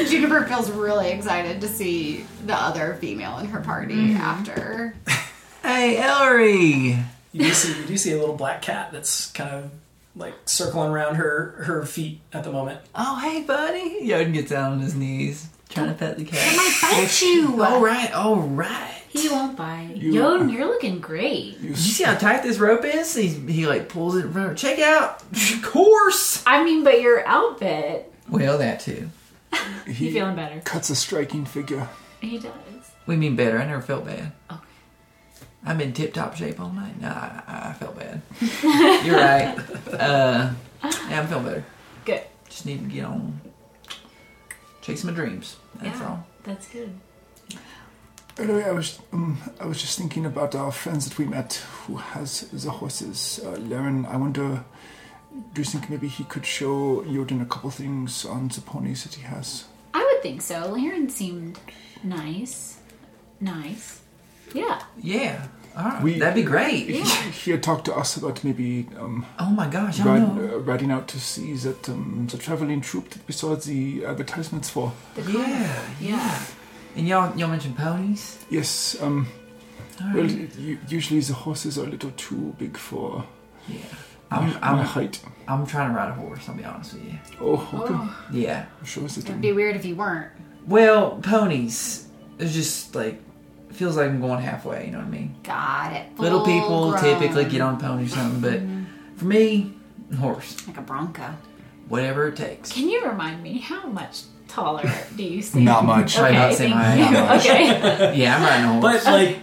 S5: Juniper feels really excited to see the other female in her party after.
S6: Hey, Ellery.
S1: you do see you do see a little black cat that's kind of like circling around her her feet at the moment.
S6: Oh hey, buddy. Yoden gets down on his knees, trying to pet the cat.
S5: I bite you.
S6: All right, all right.
S7: He won't bite. Yoden, you're looking great.
S6: You see how tight this rope is? He, he like pulls it in front of her. Check out. Of course.
S7: I mean, but your outfit.
S6: Well, that too.
S7: You feeling better?
S4: Cuts a striking figure.
S7: He does.
S6: We mean better. I never felt bad.
S7: Okay.
S6: I'm in tip top shape all night. Nah, I, I felt bad. You're right. Uh, yeah, I'm feeling better.
S7: Good.
S6: Just need to get on, chase my dreams. That's
S7: yeah,
S6: all.
S7: that's good.
S4: Anyway, I was um, I was just thinking about our friends that we met who has the horses. Uh, Laren, I wonder, do you think maybe he could show Yoden a couple things on the ponies that he has?
S7: I would think so. Laren seemed nice. Nice. Yeah.
S6: Yeah. All right.
S4: We-
S6: That'd be great.
S4: He, he had talked to us about maybe um,
S6: Oh my gosh. I
S4: ride,
S6: don't know.
S4: uh, riding out to see that um, the traveling troupe that we saw the advertisements for.
S6: Yeah.
S7: Yeah.
S6: And y'all, y'all mentioned ponies.
S4: Yes, um,
S6: All right.
S4: well, u- usually the horses are a little too big for
S6: yeah.
S4: my,
S6: I'm,
S4: my
S6: I'm,
S4: height.
S6: I'm trying to ride a horse. I'll be honest with you.
S4: Oh, okay.
S6: Yeah.
S4: Sure, is it
S5: It'd be weird if you weren't.
S6: Well, ponies. It's just like feels like I'm going halfway. You know what I mean?
S5: Got it.
S7: Oh,
S6: Little people
S5: Full-grown.
S6: typically get on pony or something,
S7: Mm-hmm.
S6: but for me, horse.
S5: like a bronco.
S6: Whatever it takes.
S7: Can you remind me how much taller do you seem?
S9: Not much.
S7: Okay,
S6: Try not to say
S7: thank
S6: my-
S7: you.
S6: not much.
S7: okay.
S6: Yeah, I'm riding a horse.
S1: But like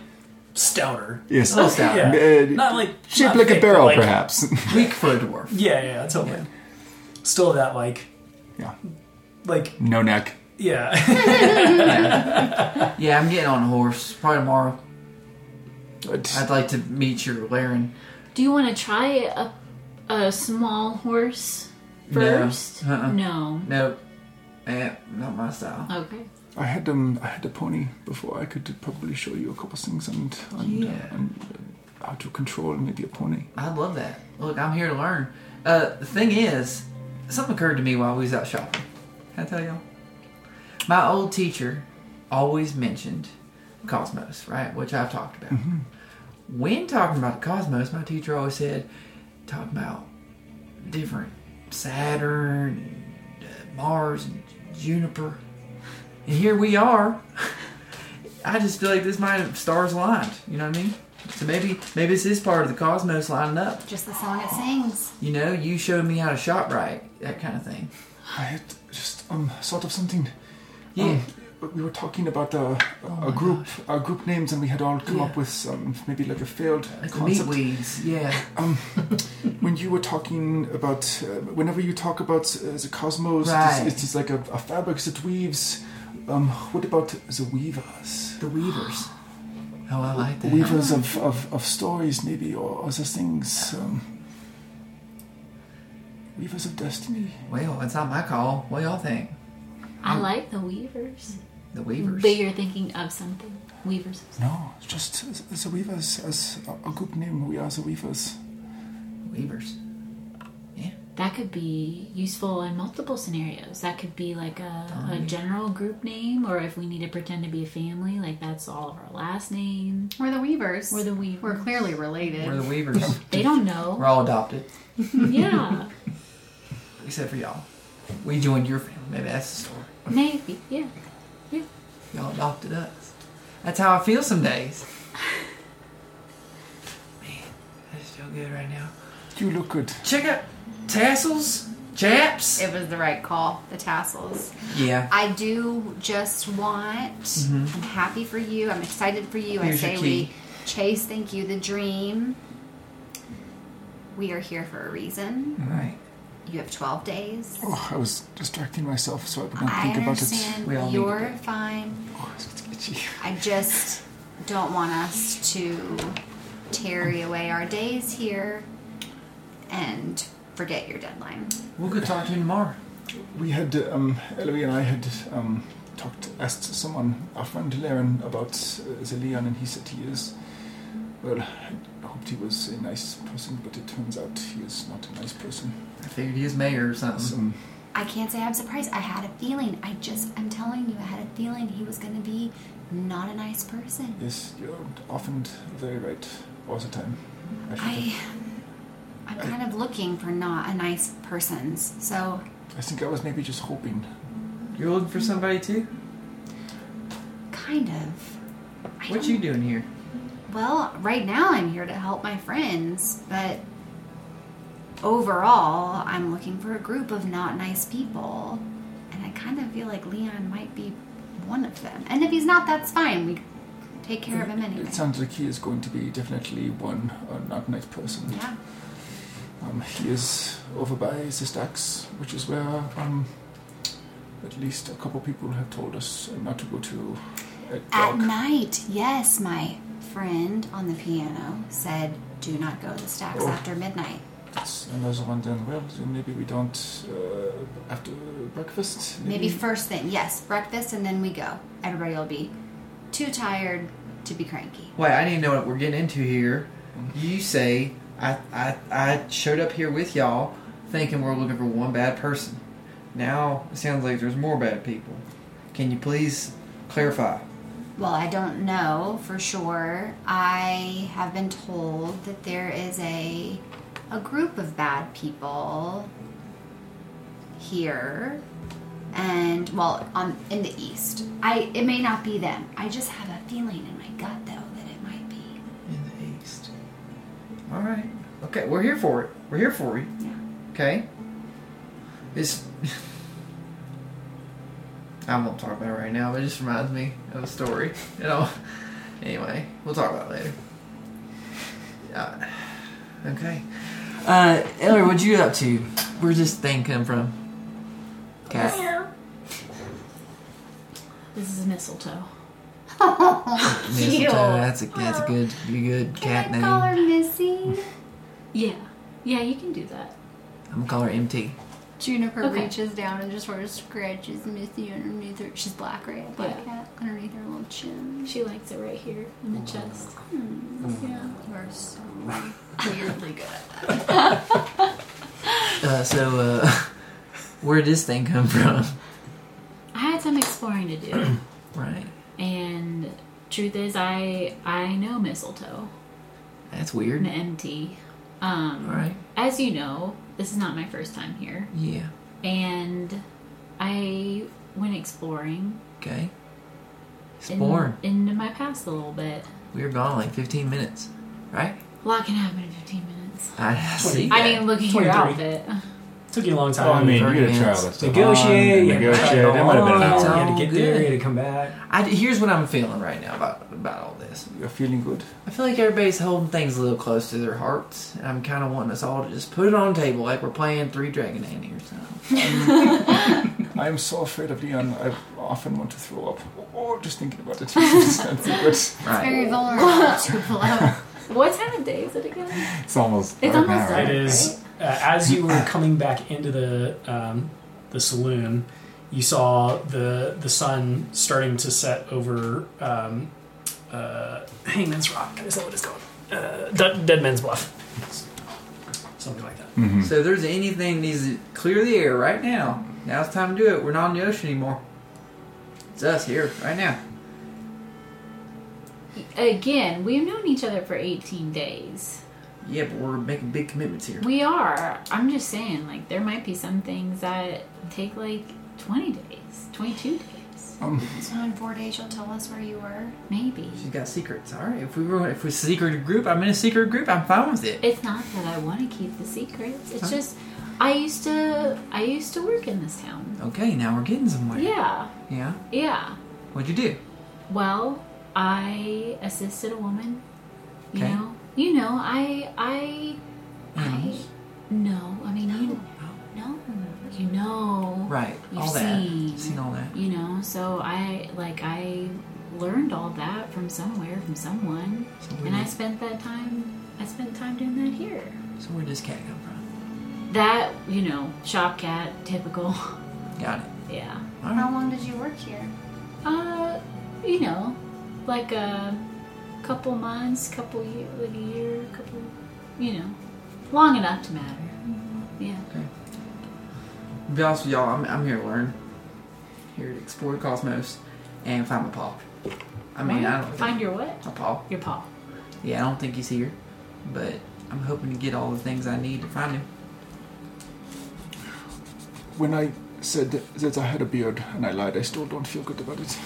S1: stouter.
S4: Yes.
S6: little stout.
S1: Yeah.
S4: Uh,
S1: not like
S4: Shaped
S1: not
S4: like
S1: thick, but
S4: a barrel,
S1: like-
S4: perhaps.
S6: Weak for a dwarf.
S1: Yeah, yeah, totally. Still that like
S4: yeah.
S1: like
S4: No neck.
S1: yeah.
S6: Yeah, I'm getting on a horse. Probably tomorrow.
S4: But
S6: I'd like to meet your Laren.
S7: Do you want to try a, a small horse first?
S6: No. Uh-uh.
S7: No.
S6: No. Eh, not my style.
S7: Okay.
S4: I had um, I had a pony before. I could probably show you a couple things and and,
S6: Yeah.
S4: and uh, how to control maybe a pony.
S6: I love that. Look, I'm here to learn. Uh, the thing is, something occurred to me while we was out shopping. Can I tell y'all? My old teacher always mentioned cosmos, right? Which I've talked about. When talking about the cosmos, my teacher always said, talk about different Saturn, and, uh, Mars, and Juniper. And here we are. I just feel like this might have stars aligned. You know what I mean? So maybe maybe this is part of the cosmos lining up.
S5: Just the song it sings.
S6: You know, you showed me how to shop right, that kind of thing.
S4: I had just um thought of something.
S6: Yeah. Oh
S4: Um, we were talking about uh, a group, our group names, and we had all come
S6: Yeah.
S4: up with um, maybe like a failed
S6: like the meat
S4: concept.
S6: weeds. Yeah.
S4: When you were talking about, uh, whenever you talk about uh, the cosmos,
S6: Right.
S4: it, is, it is like a, a fabric that weaves. Um, what about the weavers?
S6: The weavers. Uh-huh. Oh, I like that.
S4: Weavers of, of, of stories, maybe, or other things. Um, weavers of destiny.
S6: Well, it's not my call. What y'all think?
S7: I like the weavers.
S6: The weavers.
S7: But you're thinking of something. Weavers.
S4: No, just the- the weavers as a a group name. We are the weavers.
S6: Weavers.
S7: That could be useful in multiple scenarios. That could be like a, a general group name, or if we need to pretend to be a family, like that's all of our last name.
S5: We're the Weavers.
S7: We're the Weavers.
S5: We're clearly related.
S6: We're the weavers.
S7: They don't know.
S6: We're all adopted,
S7: Yeah.
S6: except for y'all. We joined your family. Maybe that's the story.
S7: Maybe. Yeah.
S6: Y'all adopted us. That's how I feel some days. Man, I just feel good right now.
S4: You look good.
S6: Check out tassels, chaps.
S5: it was the right call. The tassels.
S6: Yeah.
S5: I do just want. I'm happy for you. I'm excited for you.
S6: Mm-hmm. Here's
S5: I
S6: your
S5: say
S6: key.
S5: we chase. Thank you. The dream. We are here for a reason.
S6: Right.
S5: You have 12 days.
S4: Oh, I was distracting myself, so I would not
S5: I
S4: think about it.
S5: understand.
S6: We all need to
S5: You're fine.
S4: Oh, it's it's itchy.
S5: I just don't want us to tarry away our days here and forget your deadline.
S6: We'll go talk to you tomorrow.
S4: We had, um, Ellery and I had um, talked, asked someone, our friend Laren, about uh, the Leon, and he said he is. Well, I hoped he was a nice person, but it turns out he is not a nice person.
S6: I figured he was mayor or something.
S4: Some
S5: I can't say I'm surprised. I had a feeling. I just, I'm telling you, I had a feeling he was going to be not a nice person.
S4: yes, you're often very right, all the time. I should have-
S5: I, I'm kind of looking for not a nice persons. So
S4: I think I was maybe just hoping.
S6: You're looking for somebody too?
S5: kind of. I
S6: What
S5: don't-
S6: you doing here?
S5: Well, right now I'm here to help my friends, but overall, I'm looking for a group of not nice people. And I kind of feel like Leon might be one of them. And if he's not, that's fine. We take care of him anyway.
S4: It sounds like he is going to be definitely one uh, not nice person.
S5: Yeah.
S4: Um, he is over by the stacks, which is where um, at least a couple people have told us not to go to at
S5: At
S4: dark.
S5: night, yes, my friend on the piano said, do not go to the stacks
S4: Oh.
S5: after midnight.
S4: That's another one then. Well, then maybe we don't uh, after breakfast.
S5: Maybe first thing, yes, breakfast, and then we go. Everybody will be too tired to be cranky.
S6: Wait, I didn't know what we're getting into here. You say I, I I showed up here with y'all thinking we're looking for one bad person. Now it sounds like there's more bad people. Can you please clarify?
S5: Well, I don't know for sure. I have been told that there is a a group of bad people here and well on in the east. I it may not be them. I just have a feeling in my gut though that it might be.
S6: In the east. All right. Okay, we're here for it. We're here for you.
S5: Yeah.
S6: Okay. It's. I won't talk about it right now. But it just reminds me of a story. You know, Anyway, we'll talk about it later. Uh, okay. Uh, Eller, what you up to? Where's this thing come from? Cat.
S7: This is mistletoe.
S6: Mistletoe. That's a that's a good you good cat
S5: Can I
S6: name.
S5: call her Missy?
S7: Yeah. Yeah, you can do that.
S6: I'm gonna call her MT.
S5: Juniper
S7: Okay.
S5: reaches down and just sort of scratches Missy underneath her. She's black, right? Black
S7: Yeah.
S5: cat underneath her little chin.
S7: She likes it right here in the chest. Yeah.
S5: You are so weirdly good.
S6: Uh, so uh, where did this thing come from?
S7: I had some exploring to do,
S6: Right.
S7: and truth is, I I know mistletoe
S6: That's
S7: an
S6: weird.
S7: MT. Um,
S6: All right.
S7: As you know, this is not my first time here,
S6: Yeah.
S7: and I went exploring
S6: Okay.
S7: in-
S6: Sporn.
S7: into my past a little bit.
S6: We were gone like 15 minutes, right?
S7: A lot can happen in fifteen minutes.
S6: I see.
S7: I
S6: that.
S7: mean, look at
S1: 23.
S7: your outfit.
S1: Took you a long time.
S9: Well, I mean,
S6: Thirty
S9: you got to try
S6: minutes.
S9: all that stuff.
S1: negotiate,
S9: on,
S1: you had to try
S9: negotiate.
S1: it
S9: It might have been
S1: on,
S9: an hour.
S1: You had to get
S6: It's all
S1: there.
S6: good.
S1: You had to come back.
S6: I, here's what I'm feeling right now about about all this.
S4: You're feeling good.
S6: I feel like everybody's holding things a little close to their hearts, and I'm kind of wanting us all to just put it on the table like we're playing Three Dragon Ante or something.
S4: I am so afraid of Leon. I often want to throw up. Oh, just thinking about it. it's,
S6: Right.
S5: Very vulnerable to blow.
S7: What time of day is it again?
S9: It's almost.
S7: It's
S9: right
S7: almost
S9: now,
S7: done.
S9: right?
S7: Right.
S1: It is uh, as you were coming back into the um, the saloon, you saw the the sun starting to set over um, uh, Hangman's Rock. Is that what it's called? Uh, Dead, Dead Man's Bluff, something like that.
S6: So if there's anything needs to clear the air right now, now's the time to do it. We're not in the ocean anymore. It's us here right now.
S7: Again, we've known each other for eighteen days.
S6: Yeah, but we're making big commitments here.
S7: We are. I'm just saying, like, there might be some things that take like 20 days, 22 days,
S5: So in four days, you'll tell us where you were.
S7: maybe.
S6: She's got secrets. All right, if we were if we secret group, I'm in a secret group. I'm fine with it.
S7: It's not that I want to keep the secrets. It's just I used to I used to work in this town.
S6: Okay, now we're getting somewhere.
S7: Yeah,
S6: Yeah.
S7: yeah.
S6: What'd you do?
S7: Well, I assisted a woman. You
S6: Okay.
S7: know, you know. I I I. No, I mean you. No, you know.
S6: Right.
S7: You've
S6: all that.
S7: seen.
S6: Seen all that.
S7: you know so i like i learned all that from somewhere from someone
S6: So where,
S7: and i
S6: did,
S7: spent that time i spent time doing that here
S6: so where did this cat come from?
S7: that you know shop cat typical
S6: Got it.
S7: yeah
S6: All
S5: How
S6: right.
S5: long did you work here?
S7: uh you know like a couple months couple year like a year couple you know long enough to matter yeah
S6: To be honest with y'all, I'm, I'm here to learn. Here to explore the cosmos and find my paw. I mean, I don't
S7: find
S6: think,
S7: your what
S6: my paw.
S7: your paw
S6: Yeah, I don't think he's here, but I'm hoping to get all the things I need to find him.
S4: when I said that I had a beard and I lied, I still don't feel good about it.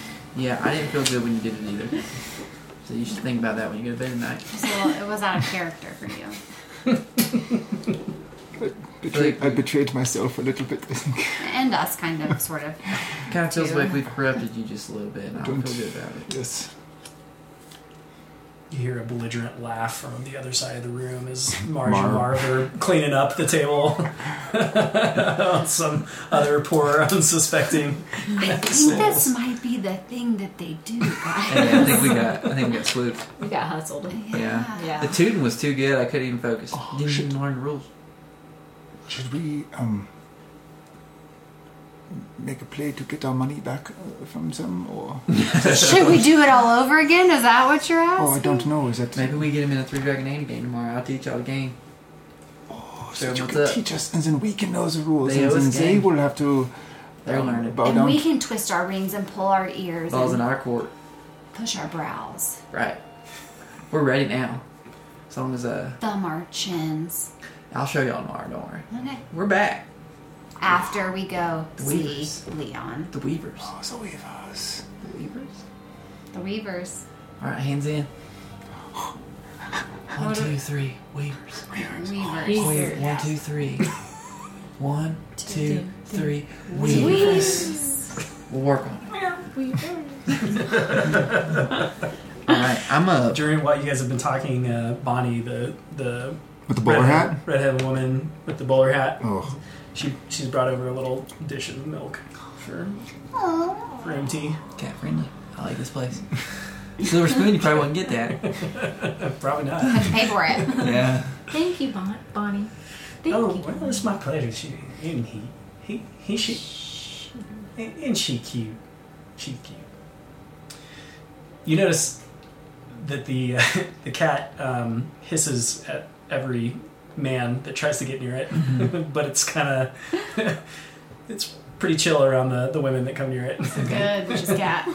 S6: Yeah, I didn't feel good when you did it either. So you should think about that when you go to bed tonight.
S5: So it was out of character for you.
S4: Betrayed, I betrayed myself a little bit, I think.
S5: And us, kind of, sort of.
S6: Kind of feels
S5: Yeah.
S6: like we've corrupted you just a little bit. And I don't
S4: Don't.
S6: feel good about it.
S4: Yes.
S1: You hear a belligerent laugh from the other side of the room as Marge and
S9: Marv.
S1: Marv are cleaning up the table on some other poor, unsuspecting.
S5: I think this might be the thing that they do, guys.
S6: Hey, I think we got. I think we got swooped.
S7: we got hustled
S6: Yeah.
S7: Yeah.
S6: The tooting was too good. I couldn't even focus. Didn't
S4: Oh, shit.
S6: even learn the rules.
S4: Should we um, make a play to get our money back uh, from them, or
S5: Should we do it all over again? Is that what you're asking?
S4: oh, I don't know. Is that
S6: Maybe we get him in a three dragon name game tomorrow. I'll teach y'all the game.
S4: oh,
S6: Show
S4: so
S6: 'em
S4: you
S6: what's
S4: can
S6: up.
S4: teach us, and then we can know the rules,
S6: They
S4: and
S6: owe us
S4: then they
S6: game.
S4: will have to
S6: They'll learn it.
S4: bow
S5: and
S4: down.
S5: we can twist our rings and pull our ears
S6: Balls in
S5: and
S6: our court.
S5: push our brows,
S6: Right. We're ready now. As long as uh,
S5: thumb our chins.
S6: I'll show y'all tomorrow. Don't worry.
S5: Okay.
S6: We're back.
S5: After we go
S6: The
S5: see
S6: Weavers.
S5: Leon.
S6: The Weavers.
S4: Oh, so we have us.
S6: The Weavers.
S5: The Weavers.
S6: All right, hands in. One, two, three. Weavers.
S5: Weavers.
S6: Wait,
S7: Weavers.
S6: one, two, three. One, two, three. Weavers.
S5: Weavers.
S6: We'll work on it.
S7: Weavers.
S6: right, I'm up.
S1: During while you guys have been talking, uh, Bonnie, the the
S9: With the bowler hat?
S1: redhead woman with the bowler hat,
S9: Oh,
S1: she she's brought over a little dish of milk for for MT.
S6: Cat friendly. I like this place. Silver spoon, you probably wouldn't get that.
S1: Uh, Probably not.
S5: Had to pay for it.
S6: Yeah.
S7: Thank you, Bon- Bonnie. Thank
S1: oh,
S7: you.
S1: well, it's my pleasure. She and he he he she and, and she cute, she cute. You notice that the uh, the cat um, hisses at every man that tries to get near it,
S9: Mm-hmm.
S1: but it's kind of it's pretty chill around the, the women that come near it.
S7: Good, which is cat.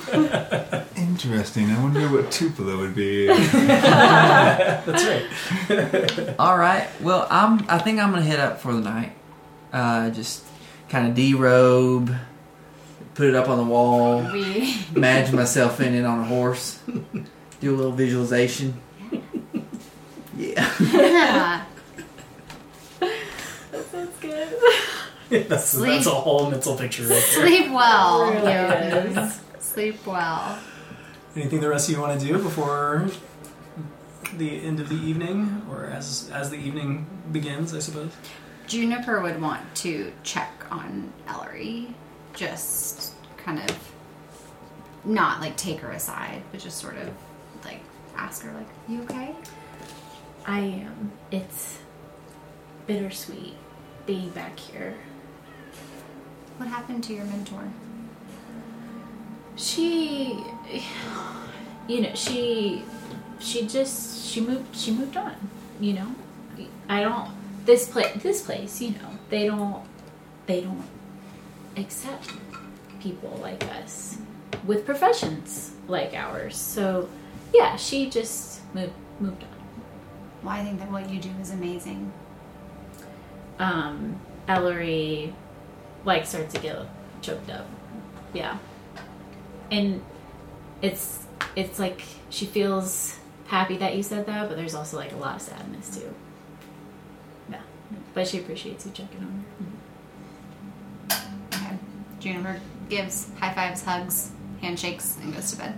S4: Interesting. I wonder what Tupelo would be.
S1: That's right.
S6: All right. Well, I'm. I think I'm gonna head up for the night. Uh, just kind of derobe, put it up on the wall,
S5: We
S6: imagine myself in it on a horse, do a little visualization. Yeah.
S7: That's good.
S1: That's, that's a whole mental picture. Right there.
S5: sleep well.
S7: Really
S5: Yoden. Sleep well.
S1: Anything the rest of you want to do before the end of the evening, or as as the evening begins, I suppose.
S5: Juniper would want to check on Ellery, just kind of not like take her aside, but just sort of like ask her like, "You okay?"
S7: I am. It's bittersweet being back here.
S5: What happened to your mentor?
S7: She, you know, she, she just she moved she moved on. You know, I don't this place this place. You know, they don't they don't accept people like us with professions like ours. So yeah, she just moved moved on.
S5: Well, I think that what you do is amazing.
S7: um, Ellery like starts to get choked up. Yeah, and it's it's like she feels happy that you said that, but there's also like a lot of sadness too. Yeah, but she appreciates you checking on her.
S5: Okay. Juniper gives high fives, hugs, handshakes, and goes to bed.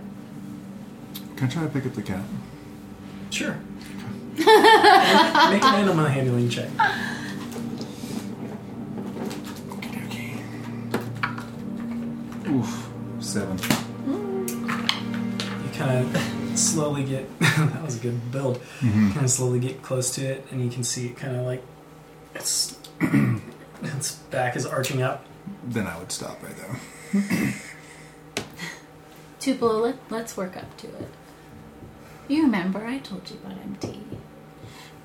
S4: Can I try to pick up the cat?
S1: Sure. Make an animal handling check.
S4: Oof. Seven.
S1: You kind of slowly get that was a good build. Kind of slowly get close to it, and you can see it kind of like its its back is arching up.
S4: Then I would stop right there.
S7: Tupelo, let, let's work up to it. You remember I told you about MT.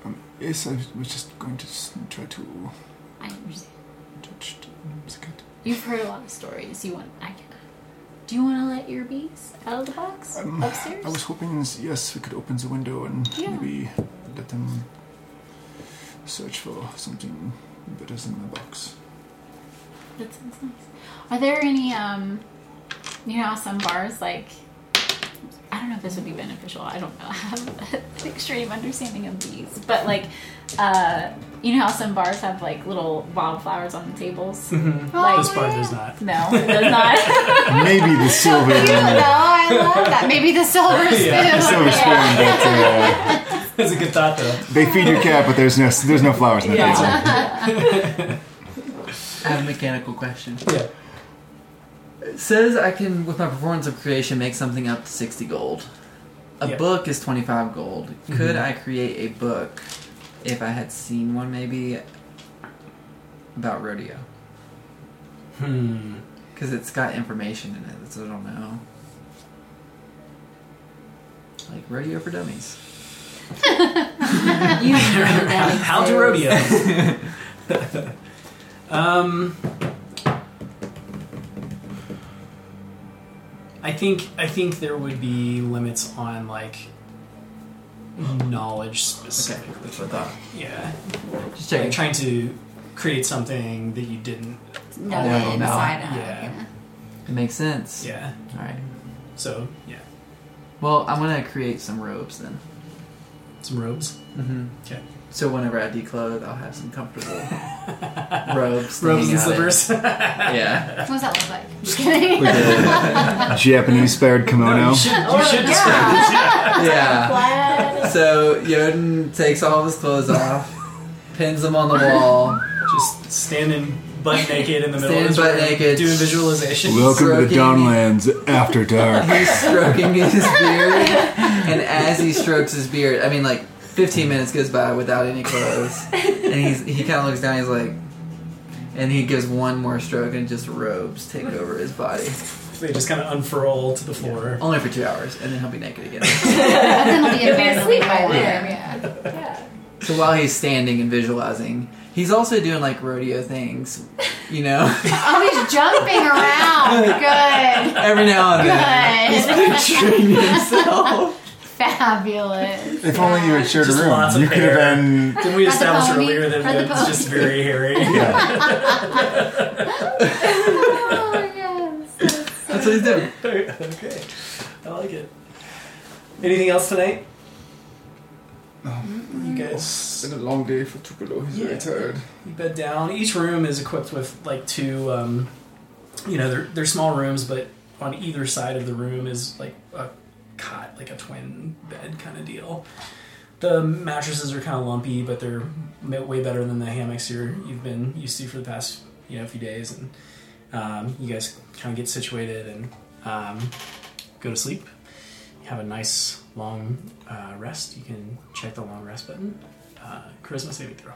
S9: um, yes, I was just going to s- try to
S7: I understand.
S9: touch the the cat.
S7: You've heard a lot of stories. You want I can. Do you want to let your bees out of the box
S9: Um,
S7: upstairs?
S9: I was hoping, s- yes, we could open the window and
S7: Oh, Yeah.
S9: maybe let them search for something better than the box.
S7: That sounds nice. Are there any, um, you know, how some bars like, I don't know if this would be beneficial. I don't know. I have an extreme understanding of bees, but like, uh, you know how some bars have like little wildflowers on the tables?
S1: This
S7: Like,
S1: bar does not.
S7: no, it does not.
S4: Maybe the silver
S5: You know,
S4: one.
S5: I love that. Maybe the silver spoon.
S1: Yeah.
S4: Silver spoon. But, uh,
S1: That's a good thought, though.
S4: they feed your cat, but there's no there's no flowers in the
S7: Yeah.
S4: pizza.
S6: I have a mechanical question.
S1: Yeah.
S6: It says I can, with my performance of creation, make something up to 60 gold. A
S1: Yeah.
S6: book is 25 gold. Could I create a book if I had seen one maybe about rodeo?
S1: Hmm.
S6: Because it's got information in it, so I don't know. Like rodeo for dummies.
S8: You remember that.
S1: How to
S8: exists.
S1: rodeo. um, I think I think there would be limits on like knowledge
S6: Okay,
S1: specific.
S6: that's what I thought.
S1: Yeah,
S6: Just
S1: like
S6: checking.
S1: trying to create something that you didn't.
S5: No,
S6: Yeah,
S5: inside
S6: no,
S5: out.
S1: Oh, yeah.
S5: yeah.
S6: It makes sense.
S1: Yeah.
S6: All right.
S1: So yeah.
S6: Well, I'm gonna create some robes then.
S1: Some robes.
S6: Mm-hmm.
S1: Okay.
S6: So whenever I declothe, I'll have some comfortable robes. to
S1: Robes
S6: hang
S1: and
S6: out in.
S1: slippers.
S6: Yeah.
S5: What does that look like? Just kidding.
S9: Japanese spared kimono.
S1: You should, you
S11: Or-
S1: should describe
S11: yeah.
S1: this, yeah.
S6: yeah.
S11: What?
S6: So Yoden takes all of his clothes off, pins them on the wall.
S1: Just standing butt naked in the middle of
S6: Standing
S1: this
S6: butt
S1: room,
S6: naked.
S1: doing visualization.
S9: Welcome to the
S6: Stroking.
S9: Dawnlands after dark.
S6: He's stroking his beard, and as he strokes his beard, I mean, like 15 minutes goes by without any clothes, and he's he kind of looks down. He's like, and he gives one more stroke, and just robes take over his body,
S1: They just kind of unfurl to the floor.
S6: only for two hours, and then he'll be naked again.
S5: But then it'll be
S11: You'll be
S5: abandoned
S11: asleep by
S5: later,
S11: then.
S5: Yeah.
S11: Yeah.
S6: So while he's standing and visualizing, he's also doing like rodeo things, you know,
S5: Oh, he's jumping around.
S6: every now and then.
S5: Good. Good.
S6: He's picturing himself.
S5: Fabulous.
S9: If only you had shared
S1: Just
S9: a room,
S1: lots of
S9: you could
S1: hair.
S9: have been.
S1: Didn't we
S5: Not the
S1: establish
S5: pony,
S1: earlier that
S5: not the
S1: that's just
S5: pony.
S1: very hairy?
S9: Yeah.
S5: Oh, yes.
S6: That's what he's doing.
S1: okay. I like it. Anything else tonight? You guys
S4: It's been a long day for Tupelo. He's
S1: Yeah.
S4: very tired.
S1: You bed down. Each room is equipped with like two, um, you know, they're, they're small rooms, but on either side of the room is like a cot, like a twin bed kind of deal. The mattresses are kind of lumpy, but they're ma- way better than the hammocks you're, you've been used to for the past you know few days. And um, you guys kind of get situated and um, go to sleep. Have a nice long uh, rest. You can check the long rest button. Uh, charisma saving throw.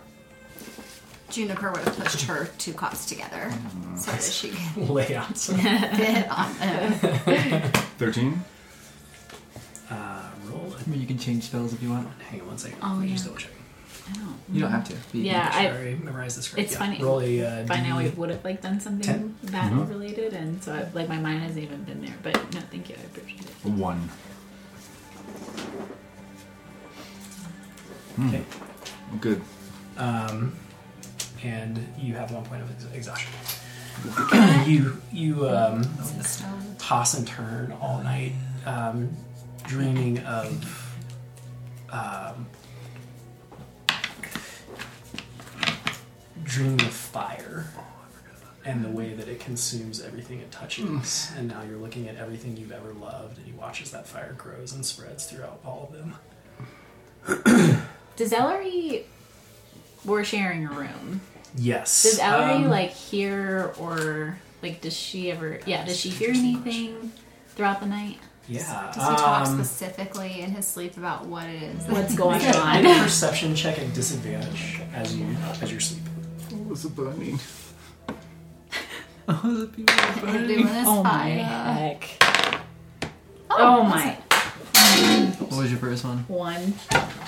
S5: Juniper would have pushed her two cups together
S1: Mm.
S5: so that she could
S1: layouts.
S5: fit on them.
S9: 13?
S1: Uh, roll it.
S6: I mean, you can change spells if you want.
S1: Hang on one second.
S7: Oh,
S1: Let me
S7: yeah.
S1: just double check.
S7: I don't.
S6: You don't have to. You-
S7: Yeah,
S1: I
S7: I
S1: already memorized this right.
S7: it's funny.
S1: Roll a uh,
S7: by now
S1: D-
S7: we would have like done something
S1: Ten.
S7: battle related, and so I, like my mind hasn't even been there. But no, thank you, I appreciate it.
S9: One. Hmm.
S1: Okay.
S9: Good.
S1: um, and you have one point of ex- exhaustion. you you um, toss and turn all night, um, dreaming of um, dreaming of fire and the way that it consumes everything it touches. And now you're looking at everything you've ever loved, and you watch as that fire grows and spreads throughout all of them.
S7: Does Ellery? We're sharing a room.
S1: Yes.
S7: Does Ellery
S1: Um,
S7: like hear or like does she ever? Yeah, does she hear anything throughout the night?
S1: Yeah.
S5: Does he talk
S1: um,
S5: specifically in his sleep about what it is? that-
S7: What's going
S1: I need a
S7: on?
S1: perception check at disadvantage as you as you're sleeping.
S4: Oh, it's a burning.
S6: Oh, the people are
S5: We're
S6: burning.
S5: doing this
S7: Oh my
S5: fire.
S7: heck! Oh my
S6: What was your first one?
S7: one.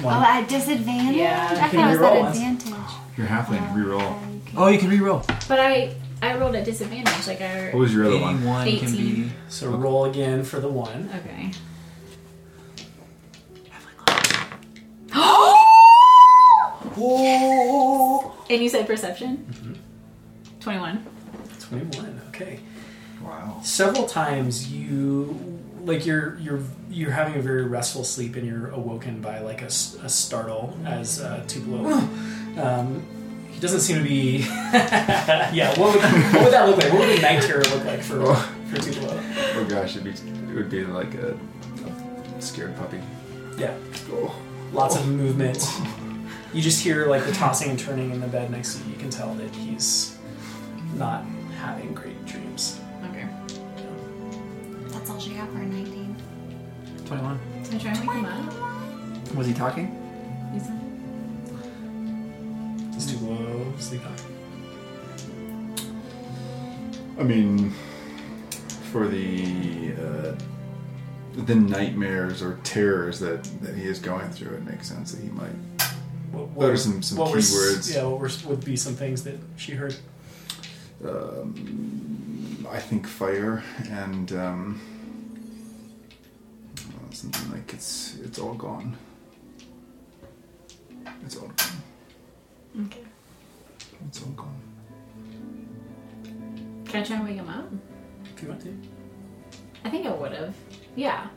S5: Oh, at disadvantage?
S7: Yeah.
S5: I
S1: Can
S5: thought
S1: you
S5: it was
S1: roll
S5: at
S1: us?
S5: advantage.
S9: Your halfling, reroll.
S6: Oh, you can re-roll.
S7: But I I rolled at disadvantage. Like I
S9: What was your other
S6: Any
S9: one?
S6: one can be.
S7: Eighteen.
S1: So roll again for the one.
S7: okay. And you said perception? 21.
S1: Twenty-one. Okay.
S9: Wow.
S1: Several times you like you're you're you're having a very restful sleep and you're awoken by like a, s- a startle as uh, Tupelo. Um, he doesn't seem to be. yeah. What would, what would that look like? What would a night terror look like for for Tupelo?
S9: Oh gosh, it'd be, it would be like a, a scared puppy.
S1: Yeah.
S9: Oh.
S1: Lots of movement. You just hear like the tossing and turning in the bed next to you. You can tell that he's not having great dreams.
S7: Okay.
S5: That's all she got for a 19.
S6: Twenty-one.
S7: So I'm trying to wake him up.
S6: Was he talking?
S7: He's not-
S1: Just too low. Sleep on.
S9: I mean, for the uh, the nightmares or terrors that, that he is going through, it makes sense that he might.
S1: What, what
S9: What
S1: were-
S9: are some, some
S1: what were s-
S9: keywords?
S1: Yeah. What were, s- would be some things that she heard?
S9: I think fire and um, uh, something like it's it's all gone. It's all gone.
S7: Okay.
S9: It's all gone.
S7: Can I try and wake him up?
S1: If you want to.
S7: I think I would have. Yeah.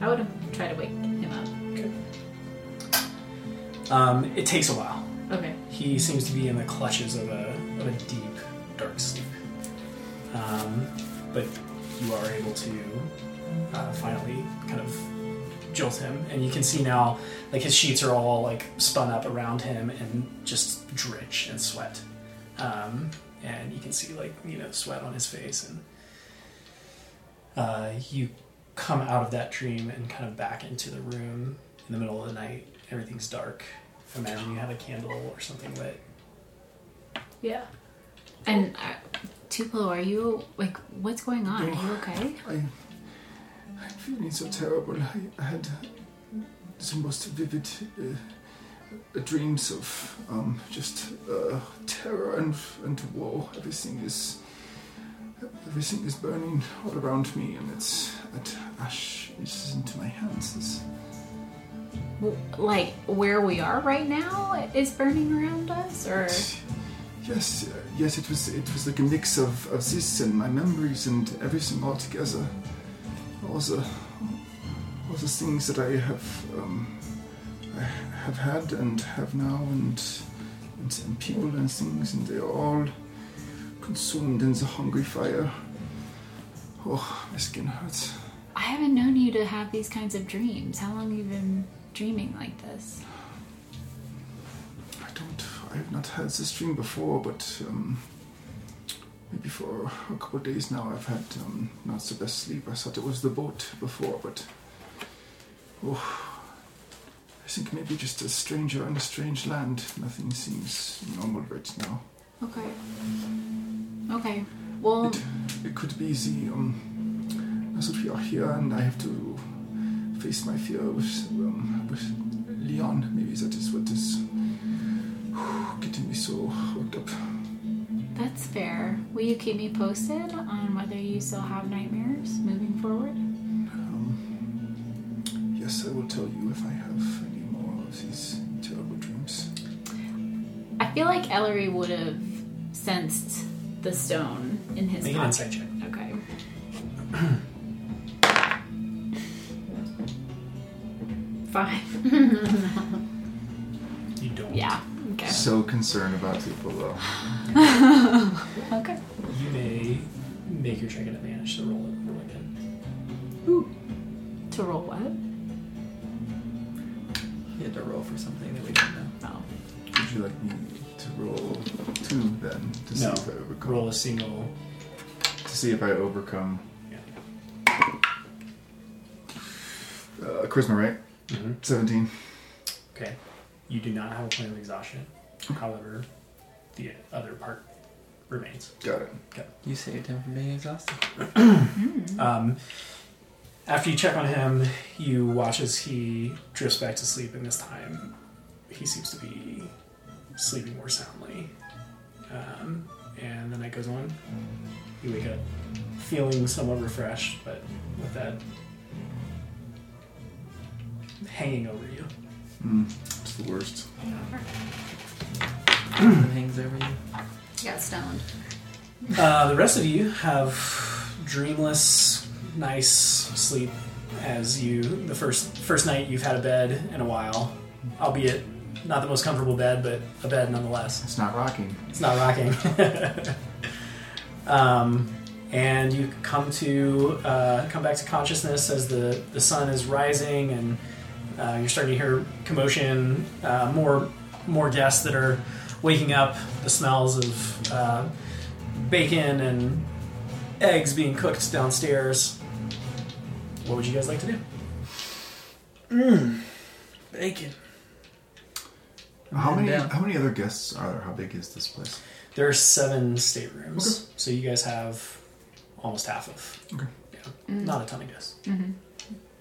S7: I would have tried to wake him up.
S1: Okay. Um, it takes a while.
S7: Okay.
S1: He seems to be in the clutches of a, of a deep, dark sleep. Um, but you are able to uh, finally kind of jolt him, and you can see now, like his sheets are all like spun up around him and just drench in sweat. Um, and you can see like you know sweat on his face, and uh, you come out of that dream and kind of back into the room in the middle of the night. Everything's dark. Imagine you have a candle or something lit.
S7: Yeah. And uh, Tupelo, are you like what's going on? Are you okay?
S4: I, I'm feeling so terrible. I, I had the most vivid uh, dreams of um, just uh, terror and, and war. Everything is everything is burning all around me, and it's at ash is into my hands. It's,
S7: W- Like where we are right now is burning around us, or
S4: Yes, uh, yes, it was it was like a mix of, of this and my memories and everything all together. All the all the things that I have um, I have had and have now and and, and people and things and they are all consumed in the hungry fire. Oh, my skin hurts.
S7: I haven't known you to have these kinds of dreams. How long have you been dreaming like this?
S4: I don't. I have not had this dream before, but um, maybe for a couple of days now, I've had um, not the best sleep. I thought it was the boat before, but oh, I think maybe just a stranger in a strange land. Nothing seems normal right now.
S7: Okay. Okay. Well,
S4: It, it could be the um, now that we are here, and I have to face my fear with um, with Leon. Maybe that is what is getting me so worked up.
S7: that's fair. Will you keep me posted on whether you still have nightmares moving forward?
S4: Um, yes, I will tell you if I have any more of these terrible dreams.
S7: I feel like Ellery would have sensed the stone in his
S1: Make an
S7: pocket.
S1: insight check.
S7: Okay. Five.
S1: You don't.
S7: Yeah. Okay.
S9: So concerned about Tupelo.
S7: Okay.
S1: You may make your check at advantage to roll it roll again.
S7: To roll what?
S6: He had to roll for something that we didn't know.
S7: Oh.
S9: Would you like me to roll two then to see
S1: No.
S9: if I overcome?
S1: Roll a single.
S9: To see if I overcome.
S1: Yeah.
S9: Uh, charisma, right?
S1: Mhm.
S9: Seventeen.
S1: Okay. You do not have a point of exhaustion. However, the other part remains.
S9: Got it.
S6: You saved him from being exhausted.
S1: Um, after you check on him, you watch as he drifts back to sleep, and this time he seems to be sleeping more soundly. Um, and the night goes on. You wake up feeling somewhat refreshed, but with that hanging over you.
S9: It's the worst.
S6: It hangs over you.
S5: got stoned.
S1: Uh, the rest of you have dreamless, nice sleep as you the first first night you've had a bed in a while, albeit not the most comfortable bed, but a bed nonetheless.
S9: It's not rocking.
S1: It's not rocking. um, and you come to uh, come back to consciousness as the the sun is rising, and uh, you're starting to hear commotion. Uh, more more guests that are waking up. The smells of uh, bacon and eggs being cooked downstairs. What would you guys like to do?
S6: Bacon.
S9: How many?
S6: down.
S9: How many other guests are there? How big is this place?
S1: There are seven staterooms, so you guys have almost half of.
S9: Okay.
S1: Yeah, not a ton of guests.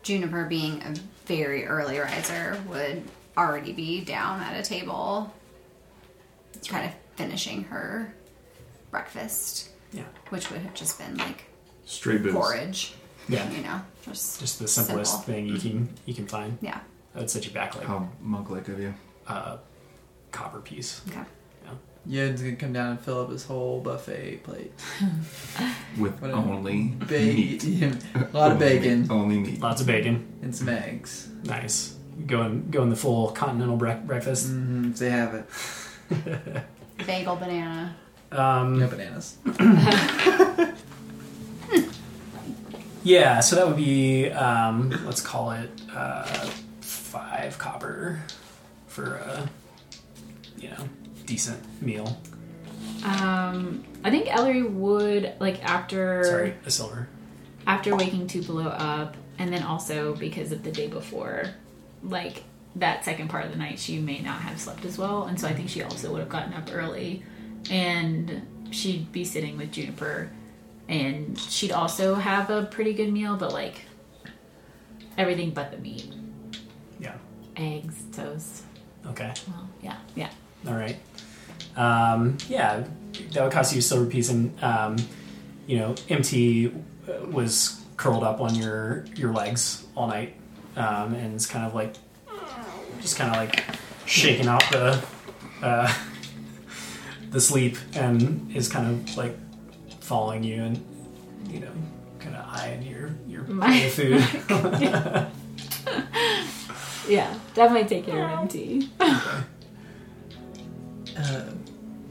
S5: Juniper, being a very early riser, would already be down at a table, kind of finishing her breakfast,
S1: Yeah.
S5: which would have just been like
S9: Stray booze.
S5: porridge.
S1: Yeah.
S5: You know, just,
S1: Just the simplest
S5: Simple.
S1: thing you can you can find.
S5: yeah.
S1: I would set you back like
S4: Oh.
S1: a
S9: How monk-like of you.
S1: uh, copper piece.
S5: Okay.
S6: Yed's gonna come down and fill up his whole buffet plate.
S9: With
S6: What a-
S9: only meat.
S6: Bacon. A lot of
S9: Only-
S6: bacon
S9: Only meat.
S1: Lots of bacon.
S6: and some eggs.
S1: Nice. going going the full continental brec- breakfast.
S6: Mm-hmm, they have it.
S5: Bagel banana.
S1: Um,
S12: No bananas.
S1: Yeah, so that would be um, let's call it uh, five copper for a you know decent meal.
S7: Um, I think Ellery would like after
S1: Sorry, a silver.
S7: after waking Tupelo up, and then also because of the day before, like that second part of the night, she may not have slept as well, and so I think she also would have gotten up early, and she'd be sitting with Juniper, and she'd also have a pretty good meal, but like everything but the meat,
S1: Yeah.
S7: eggs, toast.
S1: Okay.
S7: Well, yeah, yeah.
S1: All right. Um, yeah, that would cost you a silver piece, and um, you know, MT uh, was curled up on your your legs all night, um, and it's kind of like just kind of like shaking out the uh, the sleep, and is kind of like following you, and you know, kind of eyeing your your
S7: My-
S1: food.
S7: Yeah, definitely take care of MT.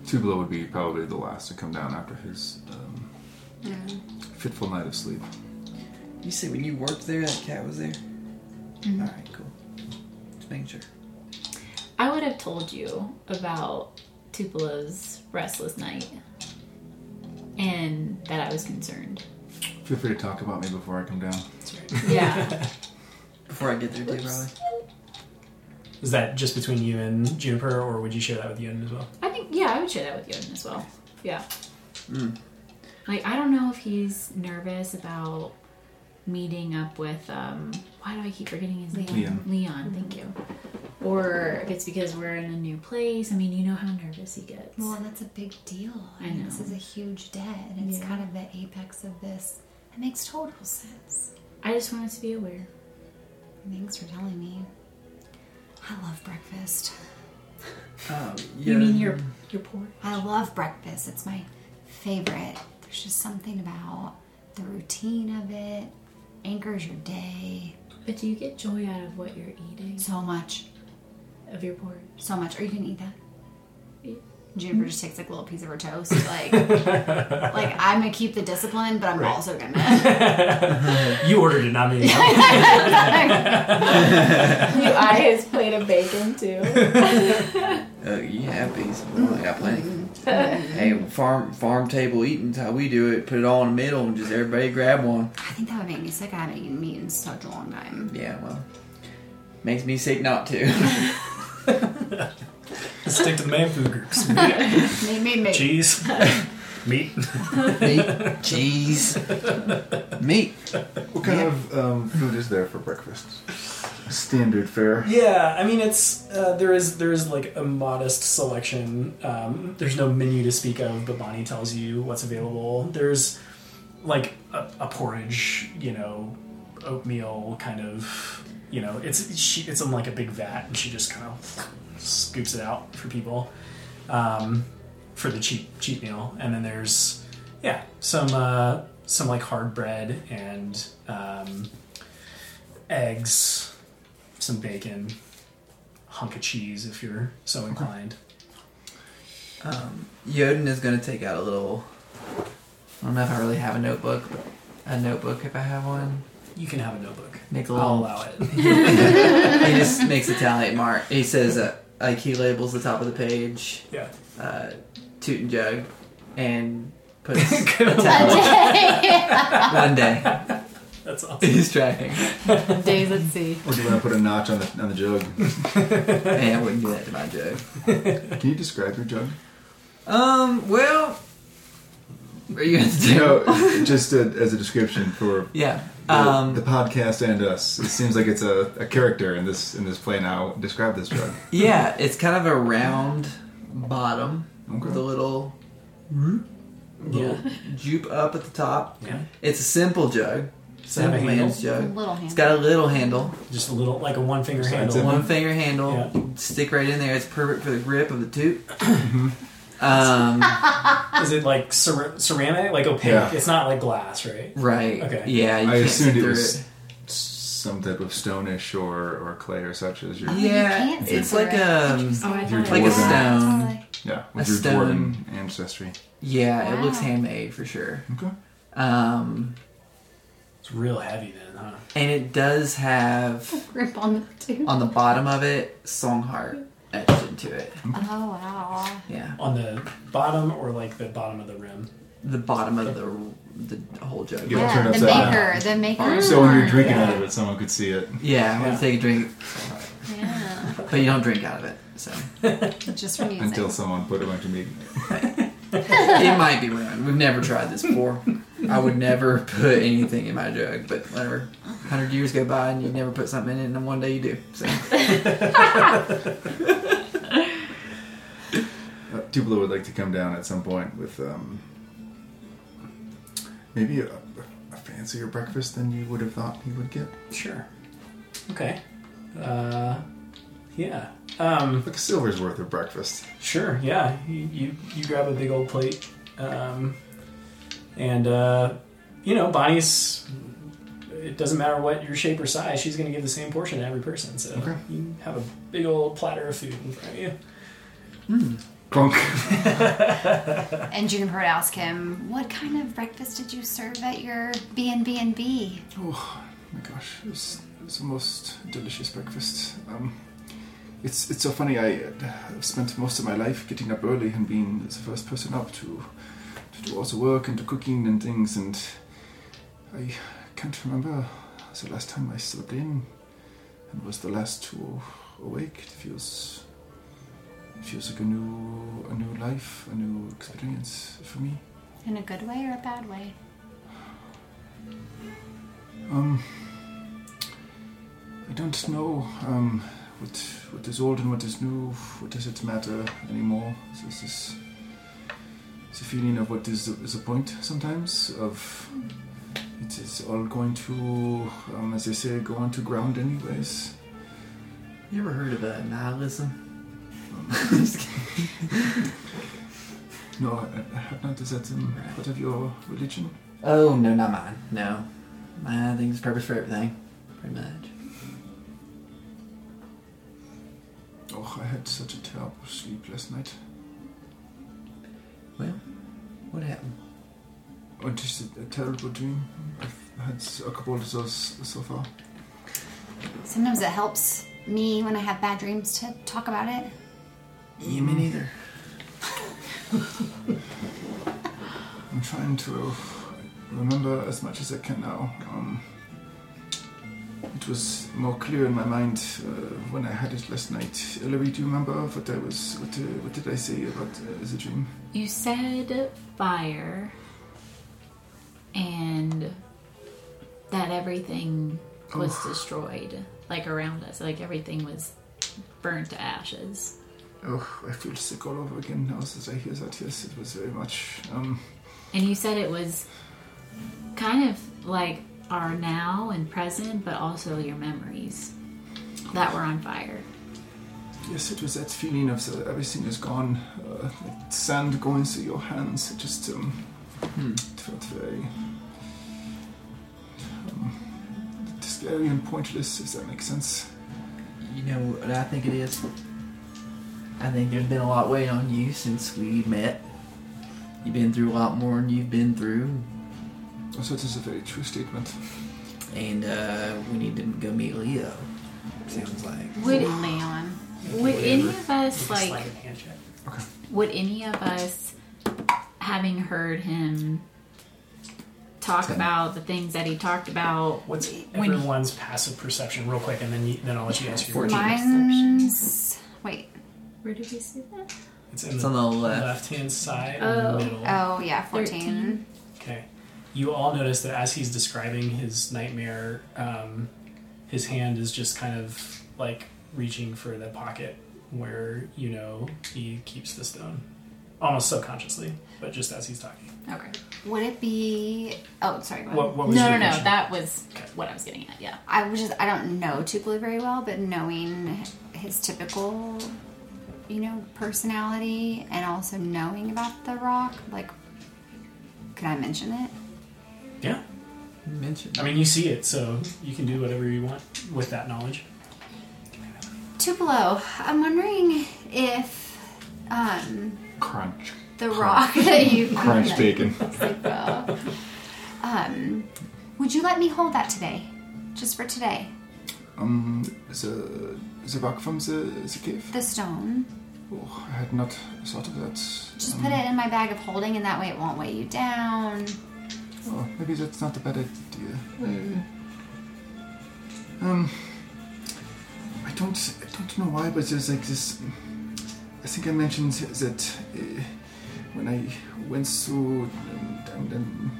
S4: Tublo would be probably the last to come down after his um, fitful night of sleep.
S6: You say when you worked there, that cat was there.
S7: Mm-hmm.
S6: All right, cool. Just making sure.
S7: I would have told you about Tupelo's restless night and that I was concerned.
S4: Feel free to talk about me before I come down.
S7: Yeah.
S6: Before I get there, too, probably.
S1: Is that just between you and Juniper, or would you share that with Yoden as well?
S7: I think, yeah, I would share that with Yoden as well. Yeah.
S6: Mm.
S7: Like, I don't know if he's nervous about meeting up with, um, why do I keep forgetting his name?
S4: Leon.
S7: Leon, thank you. Or if it's because we're in a new place. I mean, you know how nervous he gets.
S5: Well, Oh, and that's a big deal.
S7: I know.
S5: This is a huge debt, and it's
S7: Yeah.
S5: kind of the apex of this. It makes total sense.
S7: I just wanted to be aware.
S5: Thanks for telling me. I love breakfast.
S6: Um,
S7: You
S6: yeah.
S7: mean your your poor?
S5: I love breakfast. It's my favorite. There's just something about the routine of it, anchors your day
S7: But do you get joy out of what you're eating?
S5: so much.
S7: Of your porridge?
S5: So much. Are you gonna eat that?
S7: Yeah.
S5: Juniper just takes like a little piece of her toast. Like, like I'm gonna keep the discipline, but I'm
S1: Right.
S5: also gonna.
S1: You ordered it, not me.
S7: You eye his plate of bacon too.
S6: Uh, you happy? So well, I got plenty.
S7: Mm-hmm.
S6: hey, farm farm table eating's how we do it. Put it all in the middle and just everybody grab one.
S5: I think that would make me sick. I haven't eaten meat in such a long time.
S6: Yeah, well, makes me sick not to.
S1: Stick to the man food groups.
S5: Maybe, maybe, maybe.
S1: Cheese, meat.
S6: Meat, cheese, meat.
S4: What kind of um, food is there for breakfast? Standard fare.
S1: Yeah, I mean it's uh, there is there is like a modest selection. Um, there's no menu to speak of, but Bonnie tells you what's available. There's like a, a porridge, you know, oatmeal kind of, you know, it's she it's in like a big vat, and she just kind of scoops it out for people um, for the cheap cheap meal. And then there's yeah some uh, some like hard bread and um, eggs some bacon, hunk of cheese if you're so inclined.
S6: Yoden is gonna take out a little. I don't know if I really have a notebook, but a notebook if I have one.
S1: You can have a notebook.
S6: Make a
S1: I'll
S7: Oh,
S6: little.
S1: allow it.
S6: He just makes a tally mark. He says, uh, like he labels the top of the page,
S1: yeah.
S6: uh, toot and jug, and puts a
S1: Good
S6: tally. one day.
S1: That's awesome.
S6: He's tracking.
S7: Days at sea.
S4: Or do you want to put a notch on the on the jug?
S6: Hey, I wouldn't do that to my jug.
S4: Can you describe your jug?
S6: Um, well, are you at the table?
S4: No, just a, as a description for
S6: Yeah.
S4: the,
S6: Um,
S4: the podcast and us. It seems like it's a, a character in this in this play now. Describe this jug.
S6: yeah, it's kind of a round bottom with a
S4: Okay.
S6: little
S1: Yeah.
S6: jupe up at the top.
S1: Yeah.
S6: It's a simple jug,
S1: Does it have a
S6: simple
S1: handle?
S6: man's jug.
S5: Little hand.
S6: It's got a little handle,
S1: Just a little, like a one finger
S4: Just like
S1: handle.
S4: Mhm.
S6: one finger handle.
S1: Uh-huh. Yeah.
S6: You Stick right in there. It's perfect for the grip of the tube.
S1: Mm-hmm.
S6: um,
S1: Is it like cer- ceramic, like opaque?
S4: Yeah.
S1: It's not like glass, right?
S6: right.
S1: Okay.
S6: Yeah. You
S4: I
S6: can't see
S4: assumed it
S6: through
S4: was
S6: it.
S4: s-
S9: some type of stonish or, or clay or such as your
S6: Yeah,
S5: you can't
S6: it's
S5: censor
S6: like
S5: it.
S6: um,
S7: Oh, I
S9: Your
S7: thought
S6: like
S7: it
S6: a
S7: was
S9: dwarven.
S6: stone.
S5: Like,
S9: yeah
S6: A
S9: with your
S6: stone.
S9: dwarven ancestry.
S6: Yeah, it
S5: Wow.
S6: looks handmade for sure.
S9: Okay.
S6: Um,
S1: It's real heavy then, huh?
S6: and it does have
S5: grip on the tube.
S6: on the bottom of it Songheart etched into it.
S9: Um,
S5: Oh wow.
S6: Yeah,
S1: On the bottom or like the bottom of the rim?
S6: the bottom of the the whole jug.
S9: Yeah, turn
S5: Yeah, the
S9: upside
S5: maker, the maker.
S9: So when you're
S5: part.
S9: drinking out of it, someone could see it.
S6: Yeah, I'm
S1: Yeah.
S6: gonna take a drink,
S5: Yeah,
S6: but you don't drink out of it, so
S5: just for music.
S9: Until someone put a bunch of meat. in it.
S6: it might be ruined. We've never tried this before. I would never put anything in my jug, but whatever. Hundred years go by and you never put something in it, and then one day you do. So
S9: Uh, Tupelo would like to come down at some point with um, maybe a, a fancier breakfast than you would have thought he would get,
S1: Sure. Okay. Uh, yeah. Um,
S9: like a silver's worth of breakfast.
S1: sure. Yeah. You, you you grab a big old plate, um, and uh, you know Bonnie's. It doesn't matter what your shape or size, she's going to give the same portion to every person. So
S9: Okay.
S1: you have a big old platter of food in front of you.
S9: Clunk.
S5: And Juniper would ask him, "What kind of breakfast did you serve at your B and B and B?"
S4: my gosh, it's, it's the most delicious breakfast. Um, it's it's so funny. I uh, spent most of my life getting up early and being the first person up to to do all the work and to cooking and things, and I can't remember the last time I slept in and was the last to awake. It feels it feels like a new a new life, a new experience for me.
S5: In a good way or a bad way?
S4: Um, I don't know um, what what is old and what is new. What does it matter anymore? This is the feeling of what is the, is the point sometimes of it is all going to, um, as they say, go on to ground anyways.
S6: you ever heard of uh, nihilism?
S4: No, I, I have not. Is that um, part of your religion?
S6: Oh no, not mine. No, I think there's purpose for everything, pretty much.
S4: Oh, I had such a terrible sleep last night.
S6: Well, what happened?
S4: Oh, just a, a terrible dream. I've had a couple of those so far.
S5: Sometimes it helps me when I have bad dreams to talk about it.
S6: Yeah, me neither.
S4: I'm trying to remember as much as I can now. Um, it was more clear in my mind uh, when I had it last night. Ellery, do you remember what I was? What, uh, what did I say about uh, the dream?
S7: You said fire and that everything was destroyed, like around us. Like everything was burnt to ashes.
S4: Oh, I feel sick all over again now since I hear that. Yes, it was very much. Um,
S7: And you said it was kind of like our now and present, but also your memories that were on fire.
S4: yes, it was that feeling of the, everything is gone, uh, like sand going through your hands. It just um, it felt very. Um, scary and pointless, if that makes sense.
S6: You know what I think it is? I think there's been a lot weighing on you since we met. You've been through a lot more than you've been through,
S4: Also, this is a very true statement.
S6: and uh, we need to go meet Leo. Sounds like.
S7: Would
S5: Leon.
S7: would any of us
S1: Just
S7: like
S1: a handshake.
S7: would any of us having heard him talk about the things that he talked about
S1: What's
S7: when he-
S1: everyone's passive perception, real quick, and then you, then I'll let you answer your question.
S5: Mine's wait.
S7: where did we see that?
S1: It's in
S6: It's
S1: the
S6: on the left.
S1: left hand side,
S7: Oh.
S1: in the middle.
S5: Oh yeah, fourteen.
S1: Okay. You all notice that as he's describing his nightmare, um, his hand is just kind of like reaching for the pocket where, you know, he keeps the stone. Almost subconsciously, but just as he's talking.
S7: Okay.
S5: Would it be? Oh, sorry. Go ahead.
S1: What, what was
S7: No, no,
S1: your
S7: no.
S1: question?
S7: That was what I was getting at. Yeah.
S5: I was just I don't know Tupelo very well, but knowing his typical, you know, personality and also knowing about the rock, like, could I mention it?
S1: Yeah.
S6: mentioned.
S1: I mean, you see it, so you can do whatever you want with that knowledge.
S5: Tupelo, I'm wondering if um,
S9: Crunch.
S5: the rock that you
S9: Crunch bacon.
S5: Well, um, would you let me hold that today, just for today?
S4: Um, the, the rock from the, the cave?
S5: The stone.
S4: Oh, I had not thought of that.
S5: Just
S4: Um,
S5: put it in my bag of holding, and that way it won't weigh you down.
S4: Oh, maybe that's not a bad idea. Um, I don't, I don't know why, but there's like this. I think I mentioned that uh, when I went through um, and, and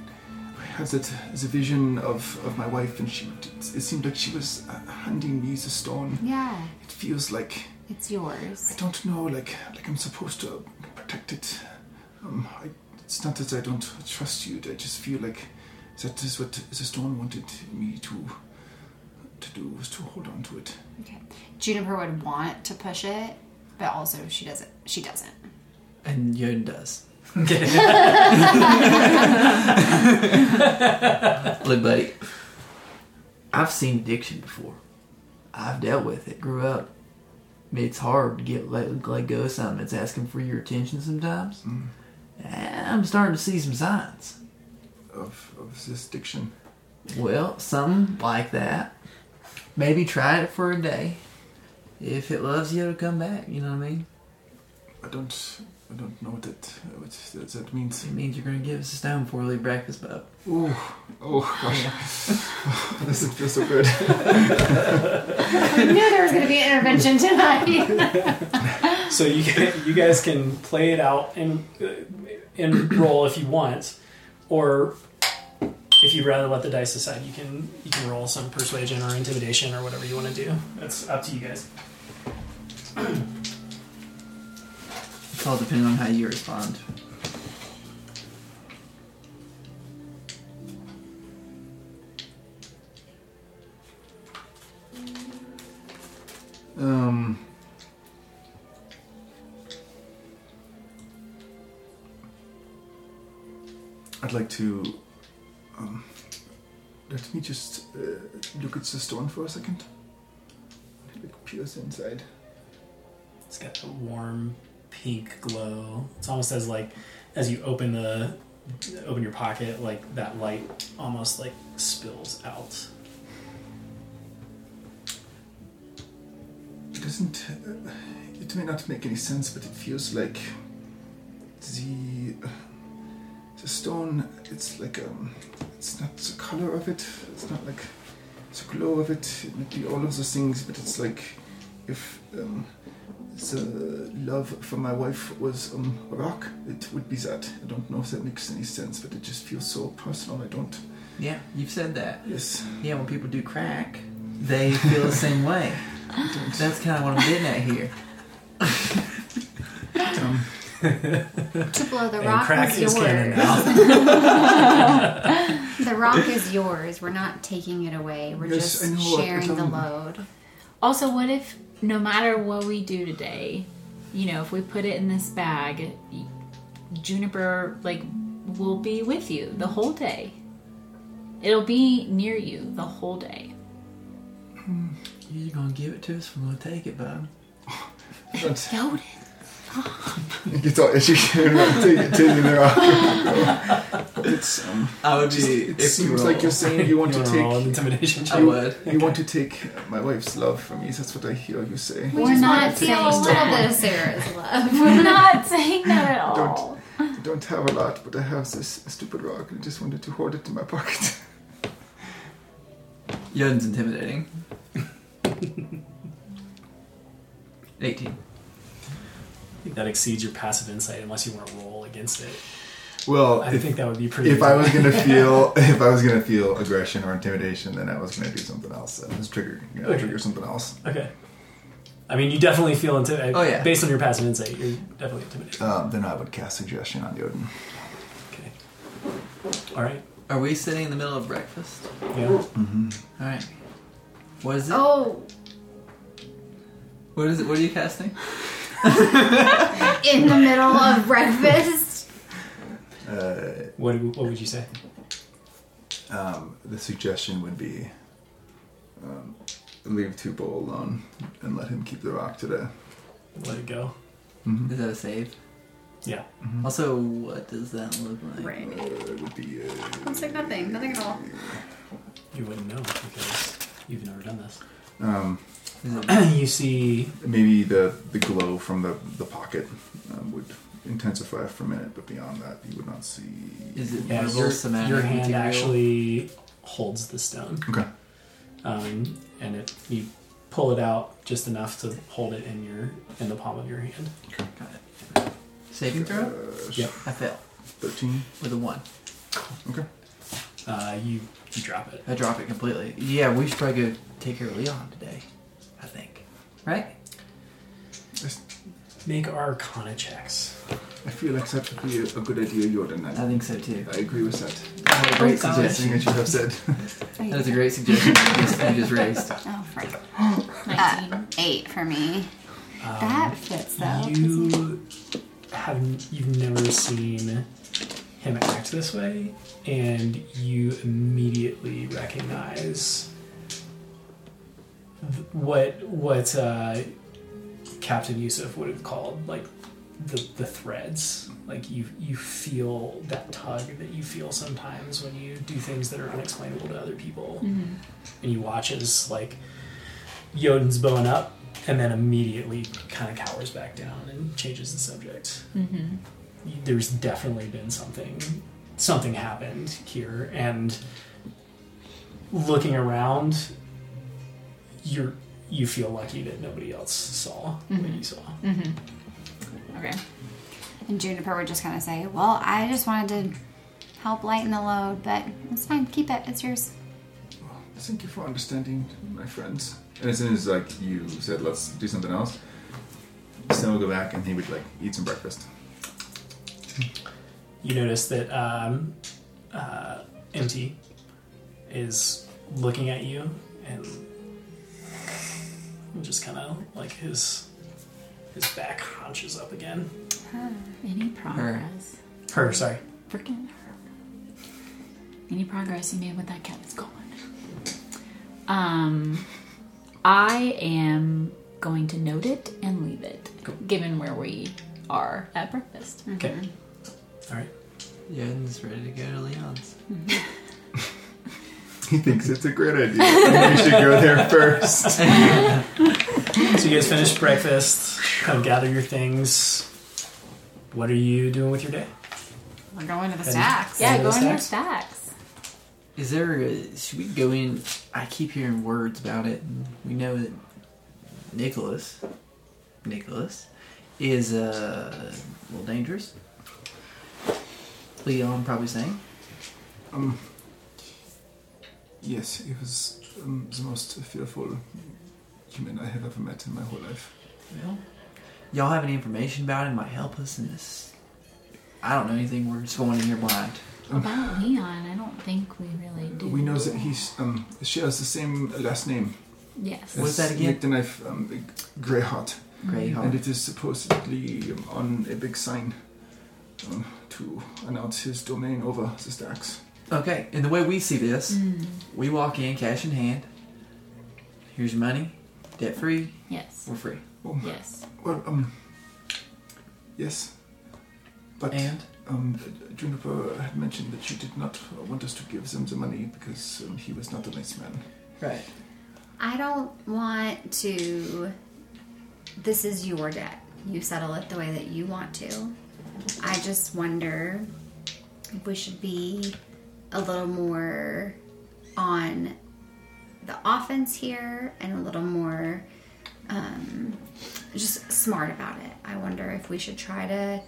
S4: I had that the vision of, of my wife, and she would- it, it seemed like she was uh, handing me the stone.
S5: Yeah,
S4: It feels like
S5: it's
S4: I
S5: yours.
S4: don't know, like like I'm supposed to protect it. Um, I, it's not that I don't trust you. I just feel like that is what the stone wanted me to to do was to hold on to it.
S5: Okay. Juniper would want to push it, but also she doesn't. She doesn't.
S6: and Yun does. Look, buddy, I've seen addiction before. I've dealt with it. Grew up. It's hard to get let, let go of something that's asking for your attention sometimes. I'm starting to see some signs.
S4: Of of this diction.
S6: Well, something like that. Maybe try it for a day. If it loves you, it'll come back. You know what I mean?
S4: I don't I don't know what that what that, that means.
S6: It means you're going to give us a stone before we leave breakfast, bub.
S4: Ooh, oh gosh, this doesn't feel so good.
S5: I knew there was going to be an intervention tonight.
S1: So you can, you guys can play it out and uh, and roll if you want, or if you'd rather let the dice decide, you can you can roll some persuasion or intimidation or whatever you want to do. That's up to you guys.
S6: It's all depending on how you respond.
S9: Um.
S4: I'd like to. Um, let me just uh, look at the stone for a second. Like pierce inside.
S1: It's got a warm pink glow. It's almost as like as you open the open your pocket, like that light almost like spills out.
S4: It doesn't. Uh, it may not make any sense, but it feels like the uh, the stone. It's like um. It's not the color of it. It's not like the glow of it. It might be all of those things, but it's like if um, the love for my wife was um, a rock, it would be that. I don't know if that makes any sense, but it just feels so personal. I don't.
S6: Yeah, you've said that.
S4: Yes,
S6: Yeah, when people do crack, they feel the same way.
S4: I don't.
S6: That's kind of what I'm getting at here.
S4: um,
S5: Tupelo, the
S1: And
S5: rock
S1: crack
S5: is
S1: is canon
S5: yours.
S1: now.
S5: The rock is yours. We're not taking it away. We're
S4: Yes, I
S5: just
S4: know, I-
S5: sharing the
S4: um,
S5: load.
S7: Also, what if no matter what we do today, you know, if we put it in this bag, Juniper like will be with you the whole day. It'll be near you the whole day.
S6: You're going to give it to us, we're going to take it, bub.
S4: I don't.
S7: Yoden.
S4: It's all itchy. take it, take it there. It's um.
S6: I would
S4: Just- it seems like you're saying you want
S1: You
S4: to
S1: wanna roll an
S4: take
S1: intimidation check?
S6: I would.
S4: you want to take my wife's love from me. That's what I hear you say.
S5: We're not
S7: want to
S5: saying a
S7: feel
S5: little
S7: that.
S5: bit of Sarah's love.
S7: We're not saying that at all.
S4: I don't have a lot, but I have this stupid rock, and I just wanted to hold it in my pocket.
S6: Yun's intimidating. 18.
S1: I think that exceeds your passive insight unless you want to roll against it.
S9: Well,
S1: I
S9: if,
S1: think that would be pretty.
S9: if I was gonna feel if I was gonna feel aggression or intimidation, then I was gonna do something else. I was triggered. You know,
S1: Okay.
S9: trigger something else.
S1: okay. I mean, you definitely feel intimidated.
S6: Oh, yeah.
S1: Based on your passive insight, you're definitely intimidated.
S9: Um, then I would cast suggestion on Yoden.
S1: Okay. All right.
S6: Are we sitting in the middle of breakfast?
S1: Yeah.
S6: Alright. What is it?
S5: Oh,
S6: What is it? What are you casting?
S5: in the middle of breakfast.
S9: Uh,
S1: What, what would you say?
S4: Um, the suggestion would be um, leave Tupo alone and let him keep the rock today.
S1: Let it go.
S4: Mm-hmm.
S6: Is that a save?
S1: Yeah.
S6: Also, what does that look like?
S5: Right.
S4: It would be uh,
S5: Looks like nothing. Nothing at all.
S1: You wouldn't know because you've never done this.
S6: Is it
S1: you see
S4: maybe the, the glow from the, the pocket um, would intensify for a minute, but beyond that, you would not see.
S6: Is it
S1: yeah,
S6: marble
S1: your,
S6: cement?
S1: your hand
S6: material?
S1: actually holds the stone.
S4: Okay.
S1: Um, and it you pull it out just enough to hold it in your in the palm of your hand.
S6: Got it. Saving throw?
S1: Yep.
S6: I fail
S4: 13?
S6: with a one.
S4: Okay.
S1: Uh, you you drop it.
S6: I drop it completely. Yeah, we should probably go take care of Leon today. I think. Right?
S1: Make Arcana checks.
S4: I feel like that would be a, a good idea, Jordan.
S6: I think so too.
S4: I agree with that.
S6: That's a great
S8: gosh.
S4: Suggesting I
S6: suggestion.
S4: should have said.
S6: That is a great suggestion you just, you just raised.
S5: Oh, Frank.
S8: 19.
S5: Eight for me.
S4: Um,
S5: that fits though.
S1: You have you've never seen him act this way, and you immediately recognize th- what what uh, Captain Yusuf would have called like the the threads. Like you you feel that tug that you feel sometimes when you do things that are unexplainable to other people, and you watch as like Yoden's bowing up and then immediately kind of cowers back down and changes the subject. Mm-hmm. There's definitely been something, something happened here, and looking around, you're you feel lucky that nobody else saw what you saw.
S8: Okay.
S5: And Juniper would just kind of say, "Well, I just wanted to help lighten the load, but it's fine. Keep it. It's yours."
S4: Thank you for understanding, my friends. And as soon as like you said, let's do something else, Snow would go back and he would like eat some breakfast.
S1: You notice that um, uh, MT is looking at you and just kind of like his his back hunches up again.
S8: Any progress?
S1: Her, sorry.
S8: Freaking her. Any progress you made with that cat is gone. Um, I am going to note it and leave it, given where we are at breakfast.
S1: Okay. All right.
S6: Yoden's ready to go to Leon's.
S4: He thinks it's a great idea. we should go there first.
S1: So you guys finished breakfast, kind of gather your things. What are you doing with your day?
S5: We're going to the
S1: you-
S5: stacks.
S1: Yeah,
S8: Yeah,
S1: go in
S8: go in
S1: your
S8: your stacks.
S6: Is there a, should we go in? I keep hearing words about it. And we know that Nicholas, Nicholas, is uh, a little dangerous. Leon probably saying.
S4: Yes, he was um, the most fearful human I have ever met in my whole life.
S6: Well, y'all have any information about him? Might help us in this. I don't know anything. We're just going in here blind.
S8: About Leon, I don't think we really do.
S4: We know that he um, shares the same last name.
S8: Yes.
S6: What's
S4: as
S6: that again? Oh.
S4: Nick the Knife, um, Greyheart.
S6: Great
S4: And
S6: heart.
S4: it is supposedly um, on a big sign um, to announce his domain over the stacks.
S6: Okay, and the way we see this, we walk in cash in hand. Here's your money, debt free.
S8: Yes.
S6: We're free.
S8: Yes.
S4: Well, um, yes. But
S6: And
S4: um, Juniper had mentioned that she did not want us to give them the money because um, he was not a nice man.
S6: right.
S5: I don't want to. This is your debt. You settle it the way that you want to. I just wonder if we should be a little more on the offense here and a little more um, just smart about it. I wonder if we should try to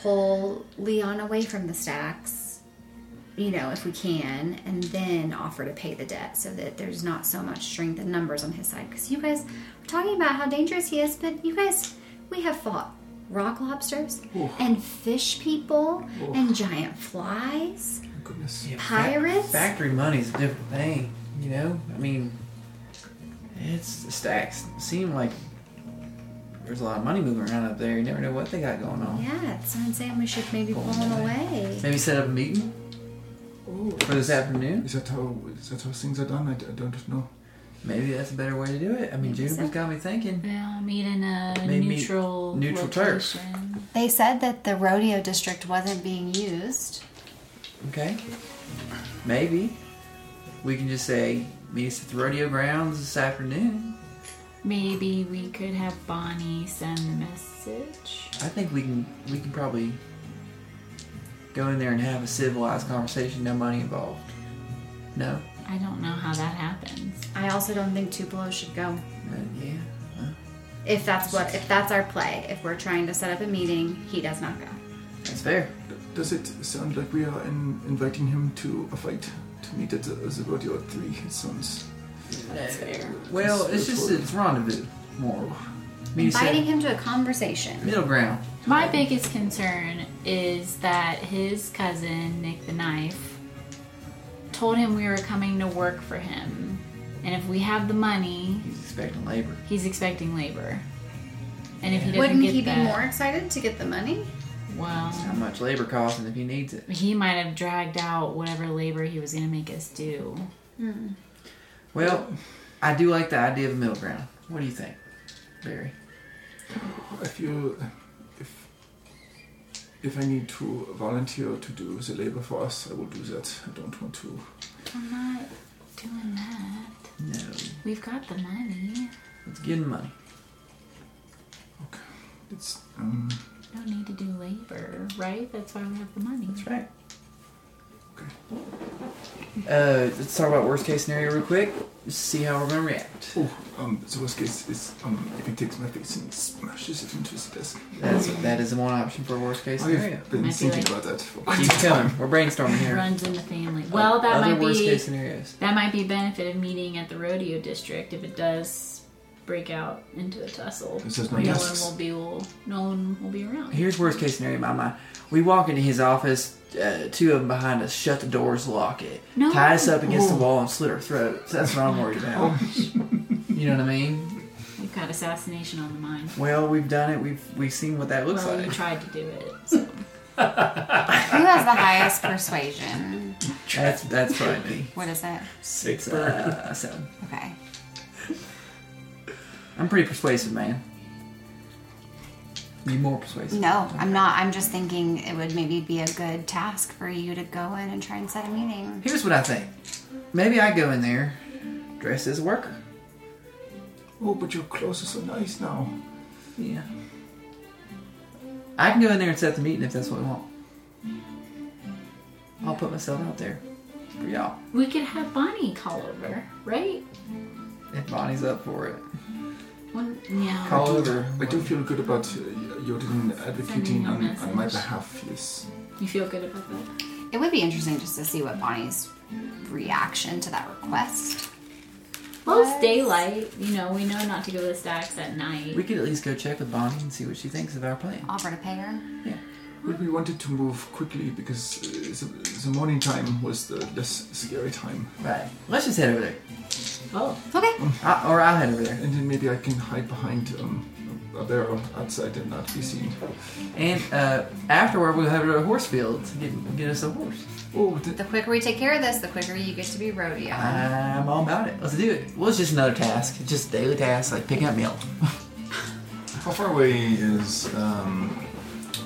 S5: pull Leon away from the stacks you know, if we can, and then offer to pay the debt so that there's not so much strength in numbers on his side. Because you guys are talking about how dangerous he is, but you guys, we have fought rock lobsters and fish people and giant flies,
S4: Goodness.
S6: Yeah, fa-
S5: pirates.
S6: factory money's a different thing, you know? I mean, it's the stacks seem like there's a lot of money moving around up there. You never know what they got going on.
S5: Yeah, that's what I'm saying. We should maybe pull him away.
S6: Maybe set up a meeting? for this afternoon.
S4: Is that how is that how things are done? I, d- I don't know.
S6: Maybe that's a better way to do it. I mean,
S7: Maybe
S6: Juniper's
S7: so.
S6: got me thinking.
S7: Yeah, meet in a
S6: They meet
S7: neutral
S6: neutral turf.
S7: location.
S5: They said that the rodeo district wasn't being used.
S6: Okay, maybe we can just say meet us at the rodeo grounds this afternoon.
S7: Maybe we could have Bonnie send the message.
S6: I think we can we can probably go in there and have a civilized conversation, no money involved. No,
S7: I don't know how that happens.
S5: I also don't think Tupelo should go.
S6: Uh, yeah,
S5: If that's what if that's our play, if we're trying to set up a meeting, he does not go.
S6: that's fair.
S4: Does it sound like we are in, inviting him to a fight to meet at the, the rodeo at three? It sounds.
S7: That's fair.
S6: Well, it's just it's rendezvous more. Meet us
S5: Inviting
S6: at
S5: him to a conversation.
S6: middle ground.
S7: My biggest concern is that his cousin, Nick the Knife, told him we were coming to work for him. And if we have the money,
S6: He's expecting labor.
S7: he's expecting labor. And if he doesn't
S5: Wouldn't
S7: get
S5: he be
S7: that,
S5: more excited to get the money?
S7: well,
S6: How much labor costs, and if he needs it.
S7: he might have dragged out whatever labor he was going to make us do.
S6: Well, I do like the idea of a middle ground. What do you think, Barry?
S4: I feel if if I need to volunteer to do the labor for us, I will do that. I don't want to.
S7: I'm not doing that.
S6: No,
S7: We've got the money.
S6: let's get money.
S4: It's um,
S7: We don't need to do labor, right? That's why we have the money.
S6: That's right. Uh, let's talk about worst case scenario real quick. See how we're gonna react.
S4: oh um. The worst case is um if he takes my face and smashes it into the desk.
S6: That's that is the one option for worst case scenario.
S4: I've been
S7: Might be
S4: thinking
S7: like-
S4: about that for quite
S6: Keep
S4: some time.
S6: coming. We're brainstorming here.
S7: Runs in the family. Well, that
S6: Other
S7: might
S6: worst
S7: be
S6: case scenarios.
S7: that might be a benefit of meeting at the rodeo district if it does break out into a tussle.
S4: This is
S7: no
S4: no
S7: one
S4: desks.
S7: will be will, no one will be around.
S6: Here's worst case scenario in my mind. We walk into his office. Uh, two of them behind us shut the doors, lock it,
S7: No. Oh.
S6: tie us up against the wall, and slit our throats. That's what I'm worried about. you know what I mean?
S7: We've got assassination on the mind.
S6: Well, we've done it. We've we've seen what that looks
S7: well, you
S6: like.
S7: tried to do it. So.
S5: Who has the highest persuasion?
S6: That's that's probably me.
S5: What is it?
S1: Six
S6: Uh, so
S5: Okay.
S6: I'm pretty persuasive, man. You more persuasive?
S5: No, I'm not. I'm just thinking it would maybe be a good task for you to go in and try and set a meeting.
S6: Here's what I think. Maybe I go in there dressed as a worker.
S4: Oh, but your clothes are so nice now.
S6: Yeah. I can go in there and set the meeting if that's what we want. I'll put myself out there for y'all
S7: We could have Bonnie call over, right?
S6: if Bonnie's up for it.
S7: One, yeah.
S6: Call over.
S4: I do feel good about uh, Jordan
S7: Sending
S4: advocating
S7: a
S4: on, on my
S7: message.
S4: behalf. Yes.
S7: You feel good about that?
S5: It would be interesting just to see what Bonnie's reaction to that request.
S7: Well, it's daylight. You know, we know not to go to the stacks at night.
S6: We could at least go check with Bonnie and see what she thinks of our plan.
S5: Offer to pay her.
S4: But we wanted to move quickly because uh, the, the morning time was the less scary time.
S6: Right. Let's just head over there.
S7: oh,
S5: It's okay.
S6: I, or I'll head over there.
S4: And then maybe I can hide behind um, a barrel outside and not be seen.
S6: And uh, afterward, we'll head to a horse field to get, get us a horse.
S4: Oh, th-
S5: The quicker we take care of this, the quicker you get to be rodeo.
S6: I'm all about it. Let's do it. Well, it's just another task. It's just a daily task, like picking up milk.
S9: How far away is um,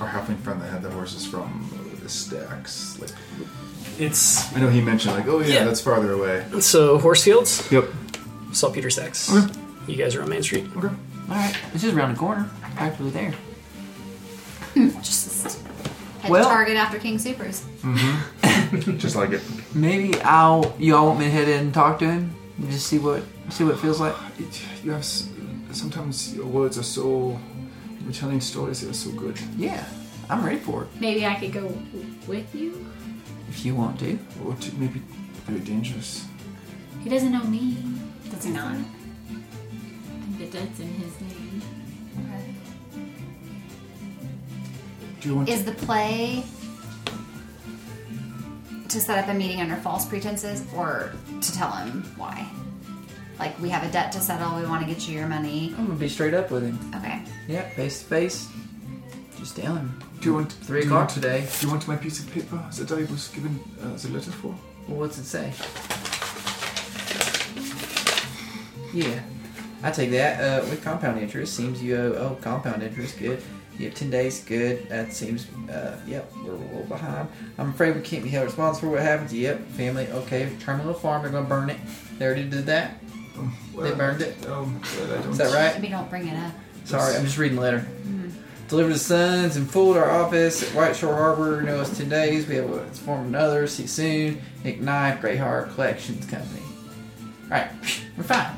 S9: our halfling friend that had the horses from the stacks? Like,
S1: It's
S9: I know he mentioned like, oh yeah,
S1: Yeah.
S9: that's farther away.
S1: so Horsefields,
S9: Yep.
S1: Saltpeter Stacks. You guys are on Main Street.
S9: Okay.
S6: All right. It's just around the corner. Practically there.
S5: Hmm. Just head
S6: Well-
S5: to Target after King Supers.
S6: Mm-hmm.
S9: Just like it.
S6: Maybe I'll. Y'all want me to head in and talk to him? And just see what see what it feels like.
S4: it, you have s- sometimes your words are so. You're telling stories that are so good.
S6: Yeah, I'm ready for it.
S7: maybe I could go w- with you.
S6: If you want to.
S4: Or t- maybe very dangerous.
S7: He doesn't know me.
S5: Does he not?
S7: I think that that's in his name.
S4: Do you want?
S5: Is the play to set up a meeting under false pretenses or to tell him why? Like, we have a debt to settle, we want to get you your money.
S6: I'm gonna be straight up with him.
S5: Okay.
S6: Yeah, face to face. Just telling.
S4: Do you want
S6: Three
S4: do
S6: o'clock
S4: You,
S6: today.
S4: do you want my piece of paper that I was given uh, the letter for?
S6: Well, what's it say? Yeah, I take that. Uh, with compound interest, seems you owe. Oh, compound interest, good. You have 10 days, good. That seems, uh, yep, we're a little behind. I'm afraid we can't be held responsible for what happens. Yep, family, okay. Terminal farm, they're gonna burn it. They already did that.
S4: Um,
S6: They burned it.
S4: Um, well, I don't.
S6: Is that right?
S5: Maybe don't bring it up.
S6: Sorry, I'm just reading the letter. Delivered to Sons and Fooled our office at White Shore Harbor. You know us ten days. We have a it's formed another. See you soon. Ignite Grey Heart Collections Company. Alright, we're fine.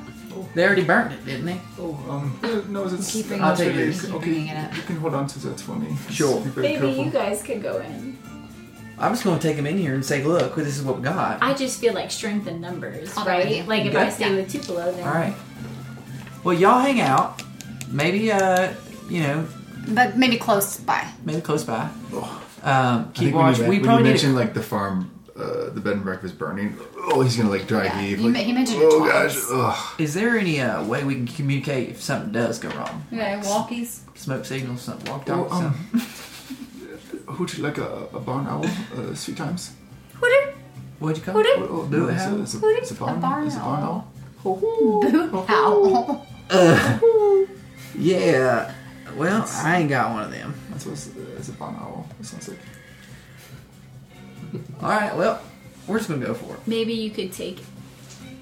S6: They already burned it, didn't they?
S4: Oh, um, well, no, that's.
S5: Keep bringing
S6: I'll
S4: that's
S6: take it.
S4: really-
S6: Keep
S4: Okay,
S5: bringing it up.
S4: you can hold on to that for me.
S6: Sure.
S4: Be very
S7: Maybe
S4: careful.
S7: you guys could go in.
S6: I'm just gonna take them in here and say, look, this is what we got.
S7: I just feel like strength in numbers,
S5: I'll go with you.
S7: right? Like if I
S6: Good.
S7: stay with Tupelo, then
S6: Alright. Well y'all hang out. Maybe uh you know,
S5: But maybe close by.
S6: maybe close by. Um
S9: I think
S6: keep watch.
S9: When
S6: We
S9: you, men- when you
S6: probably need
S9: mentioned
S6: to
S9: like the farm, uh, the bed and breakfast burning. Oh, he's gonna like dry
S5: Yeah,
S9: heave.
S5: you
S9: like,
S5: men- he mentioned it
S9: Oh
S5: twice.
S9: gosh. Ugh.
S6: is there any uh, way we can communicate if something does go wrong?
S5: Okay, walkies.
S6: Smoke signals, something walk talk,
S4: Oh,
S6: something.
S4: um, who'd you like a, a barn owl? Uh, three times.
S6: What'd you call
S7: Who
S6: it?
S7: did-
S4: Oh, oh,
S6: Do
S4: no,
S6: it.
S4: it's a, it's
S5: Who
S4: a, it's a
S5: did-
S4: barn,
S5: a barn
S4: it's a barn owl.
S5: Boo. Ow.
S6: Yeah. Well, I ain't got one of them.
S4: That's what it's, uh, it's a barn owl. It sounds like.
S6: All right. Well, we're just gonna go for it.
S7: maybe you could take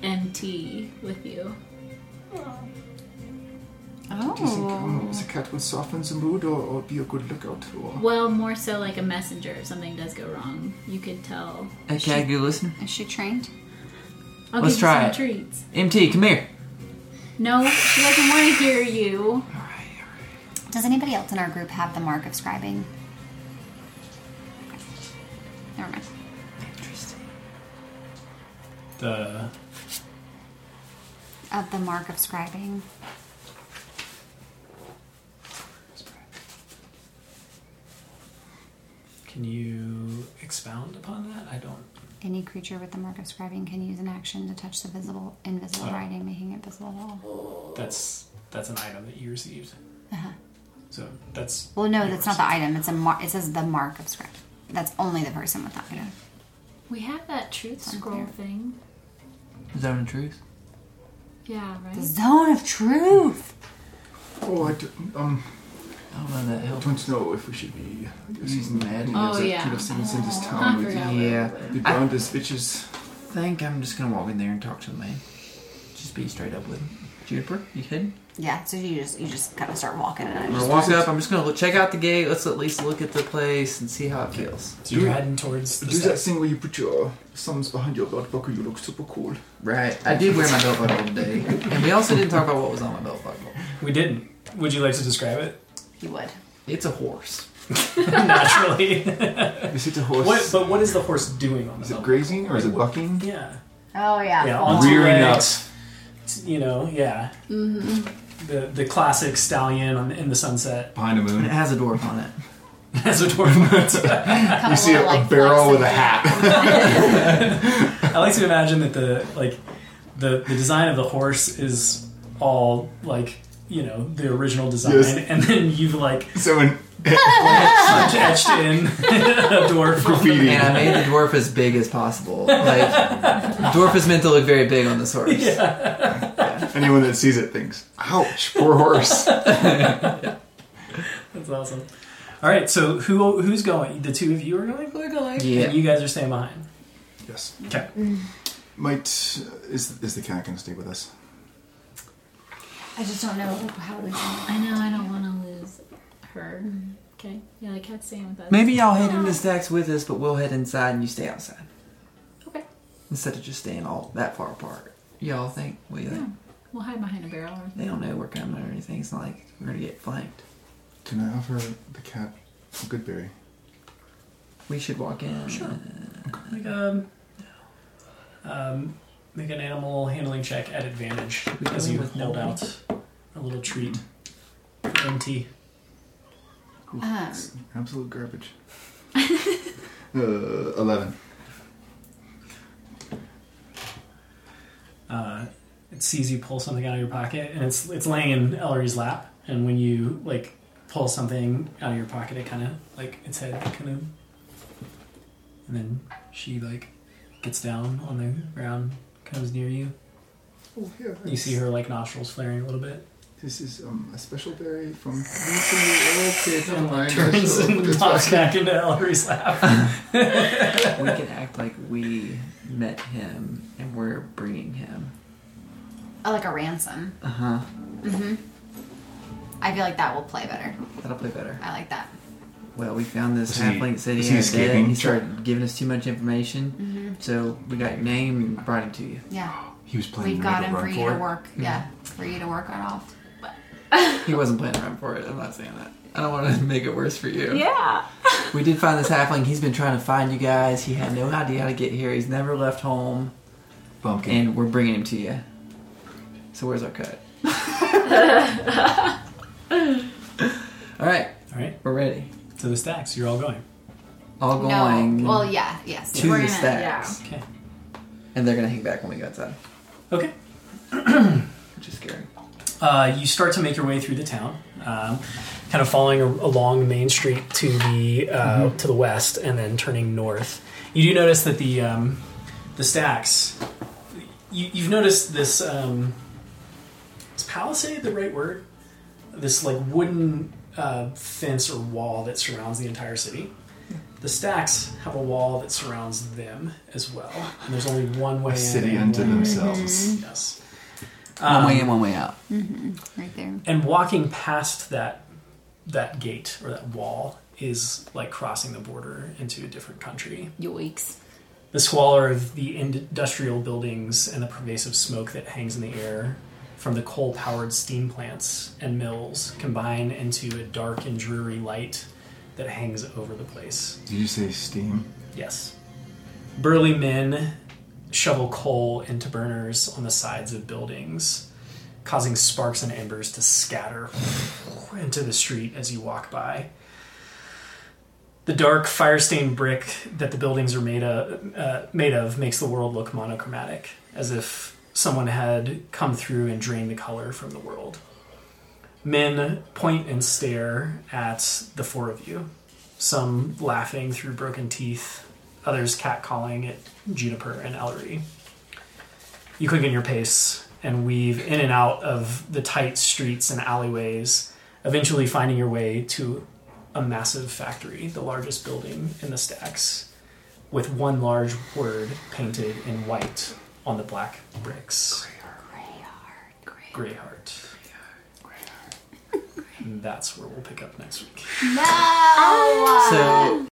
S7: MT with you.
S4: Do you think
S5: Oh.
S4: um, the cat would soften the mood or, or be a good lookout? Or
S7: Well, more so like a messenger. If something does go wrong, you could tell.
S6: Okay, good listener.
S5: Is she trained?
S7: I'll
S6: Let's
S7: give
S6: try
S7: you some
S6: it.
S7: treats.
S6: MT, come here.
S7: No, she doesn't want to hear you.
S5: Does anybody else in our group have the mark of scribing? Never mind.
S1: The
S5: Of the mark of scribing.
S1: can you expound upon that? I don't.
S5: Any creature with the mark of scribing can use an action to touch the visible, invisible
S1: Oh.
S5: writing, making it visible.
S1: That's that's an item that you received. So that's
S5: Uh-huh. Well, no, that's not the item. It's a mar- It says the mark of scribing. That's only the person with the item.
S7: We have that truth scroll thing.
S6: Zone of truth.
S7: Yeah,
S5: The
S7: right.
S5: zone of truth.
S4: oh, I d- um,
S6: I don't know that help.
S4: don't know if we should be. I guess he's mad.
S7: Oh,
S4: that
S7: yeah.
S4: Kind of things in this
S7: I
S4: town.
S7: forgot.
S4: with
S6: Yeah.
S4: the ground is bitches.
S6: I think I'm just gonna walk in there and talk to the man. Just be straight up with him. Juniper, you hidden?
S5: Yeah. So you just you just kind of start walking, and I
S6: I'm
S5: just
S6: gonna walk up. I'm just gonna look, check out the gate. Let's at least look at the place and see how it feels.
S1: so you're heading towards the
S4: Do that
S1: steps.
S4: thing where you put your thumbs behind your belt buckle. You look super cool.
S6: Right. I did wear my belt buckle today, and we also didn't talk about what was on my belt buckle.
S1: We didn't. Would you like to describe it?
S5: you would.
S6: It's a horse.
S1: Naturally.
S4: Is it a horse?
S1: what? But what is the horse doing on the
S4: Is it
S1: belt?
S4: grazing or is it bucking?
S1: Yeah.
S5: Oh yeah.
S1: Yeah.
S5: Full
S1: On
S5: on.
S1: two
S9: Rearing up.
S1: legs. T- You know. Yeah.
S5: Mm-hmm.
S1: The the classic stallion on, in the sunset
S9: Behind a
S6: And it
S9: moon.
S6: has a dwarf on it.
S1: as a dwarf.
S5: Kinda
S9: You see
S5: wanna,
S9: a, a
S5: like,
S9: barrel
S5: flex
S9: with a
S5: it.
S9: hat.
S1: I like to imagine that the like the the design of the horse is all like you know the original design,
S9: Yes.
S1: and then you've like
S9: so in
S1: etched in a dwarf.
S9: graffiti.
S6: And I made the dwarf as big as possible. Like, dwarf is meant to look very big on this horse.
S9: Anyone that sees it thinks, "Ouch, poor horse."
S1: That's awesome. All right, so who who's going? The two of you are going. We're going.
S6: Yeah.
S1: And you guys are staying behind.
S9: yes.
S1: Okay.
S9: Might uh, is is the cat gonna stay with us?
S5: I just don't know how we.
S7: I know. I don't want to lose her. Okay. Yeah, the cat's staying with us.
S6: Maybe y'all head into stacks with us, but we'll head inside and you stay outside
S7: Okay.
S6: instead of just staying all that far apart. Y'all think? What do you think?
S7: We'll hide behind a barrel. Or
S6: They don't know we're coming or anything. It's not like we're gonna get flanked.
S9: Can I offer the cat a good berry?
S6: We should walk in. Sure.
S1: Make a um, make an animal handling check at advantage
S6: we go
S1: as
S6: in
S1: you
S6: with
S1: hold
S6: no
S1: out a little treat. MT.
S5: Um,
S9: Absolute garbage. uh, Eleven.
S1: uh, it sees you pull something out of your pocket, and it's it's laying in Ellery's lap. And when you like pull something out of your pocket. It kind of like its head kind of, and then she like gets down on the ground, comes near you.
S9: Oh, here.
S1: You see her like nostrils flaring a little bit.
S9: This is um, a special berry from. okay, never mind.
S1: Turns
S9: I'll put
S1: and
S9: this
S1: pops
S9: back.
S1: back into Ellery's lap.
S6: We can act like we met him and we're bringing him.
S5: I like a ransom. Mm-hmm.
S6: Uh
S4: Uh-huh.
S6: huh.
S5: I feel like that will play better.
S6: That'll play better.
S5: I like that.
S6: Well, we found this
S4: Was he-
S6: halfling that said
S4: was
S6: he
S4: he
S6: had dead. and
S4: escaping?
S6: He started giving us too much information, so we got your name and brought him to you.
S5: Yeah,
S4: He was playing.
S5: we've
S4: to make
S5: got
S4: a
S5: him
S4: run
S5: for you
S4: for
S5: to
S4: it.
S5: work. Yeah, for you to work on off.
S6: He wasn't playing around for it. I'm not saying that. I don't want to make it worse for you.
S7: Yeah.
S6: We did find this halfling. He's been trying to find you guys. He had no idea how to get here. He's never left home,
S4: Bumpkin.
S6: and we're bringing him to you. So where's our cut? all right,
S1: all right,
S6: we're ready.
S1: to the stacks. You're all going.
S6: All going
S5: No, well, yeah, yes.
S6: to
S5: We're
S6: the
S5: gonna-
S6: stacks,
S1: Okay.
S6: and they're gonna hang back when we go outside,
S1: Okay.
S6: which is scary.
S1: Uh, you start to make your way through the town, um, kind of following a- along Main Street to the uh, to the west, and then turning north. You do notice that the um, the stacks. You, you've noticed this. Um, is palisade the right word? This like wooden uh, fence or wall that surrounds the entire city. The stacks have a wall that surrounds them as well, and the's only one way
S4: A city
S1: in. and
S4: unto
S1: one-
S4: themselves.
S1: Yes.
S6: One way in, one way out.
S5: Right there.
S1: and walking past that that gate or that wall is like crossing the border into a different country.
S8: Yoinks.
S1: The squalor of the industrial buildings and the pervasive smoke that hangs in the air from the coal powered steam plants and mills combine into a dark and dreary light that hangs over the place.
S4: Did you say steam?
S1: Yes. Burly men shovel coal into burners on the sides of buildings, causing sparks and embers to scatter into the street as you walk by. The dark, fire stained brick that the buildings are made of, uh, made of makes the world look monochromatic, as if someone had come through and drained the color from the world. Men point and stare at the four of you some laughing through broken teeth, others catcalling at Juniper and Ellery. You quicken your pace and weave in and out of the tight streets and alleyways, eventually finding your way to a massive factory, the largest building in the stacks, with one large word painted in white on the black bricks. Greyheart. Greyheart. That's where we'll pick up next week.
S5: No!
S6: So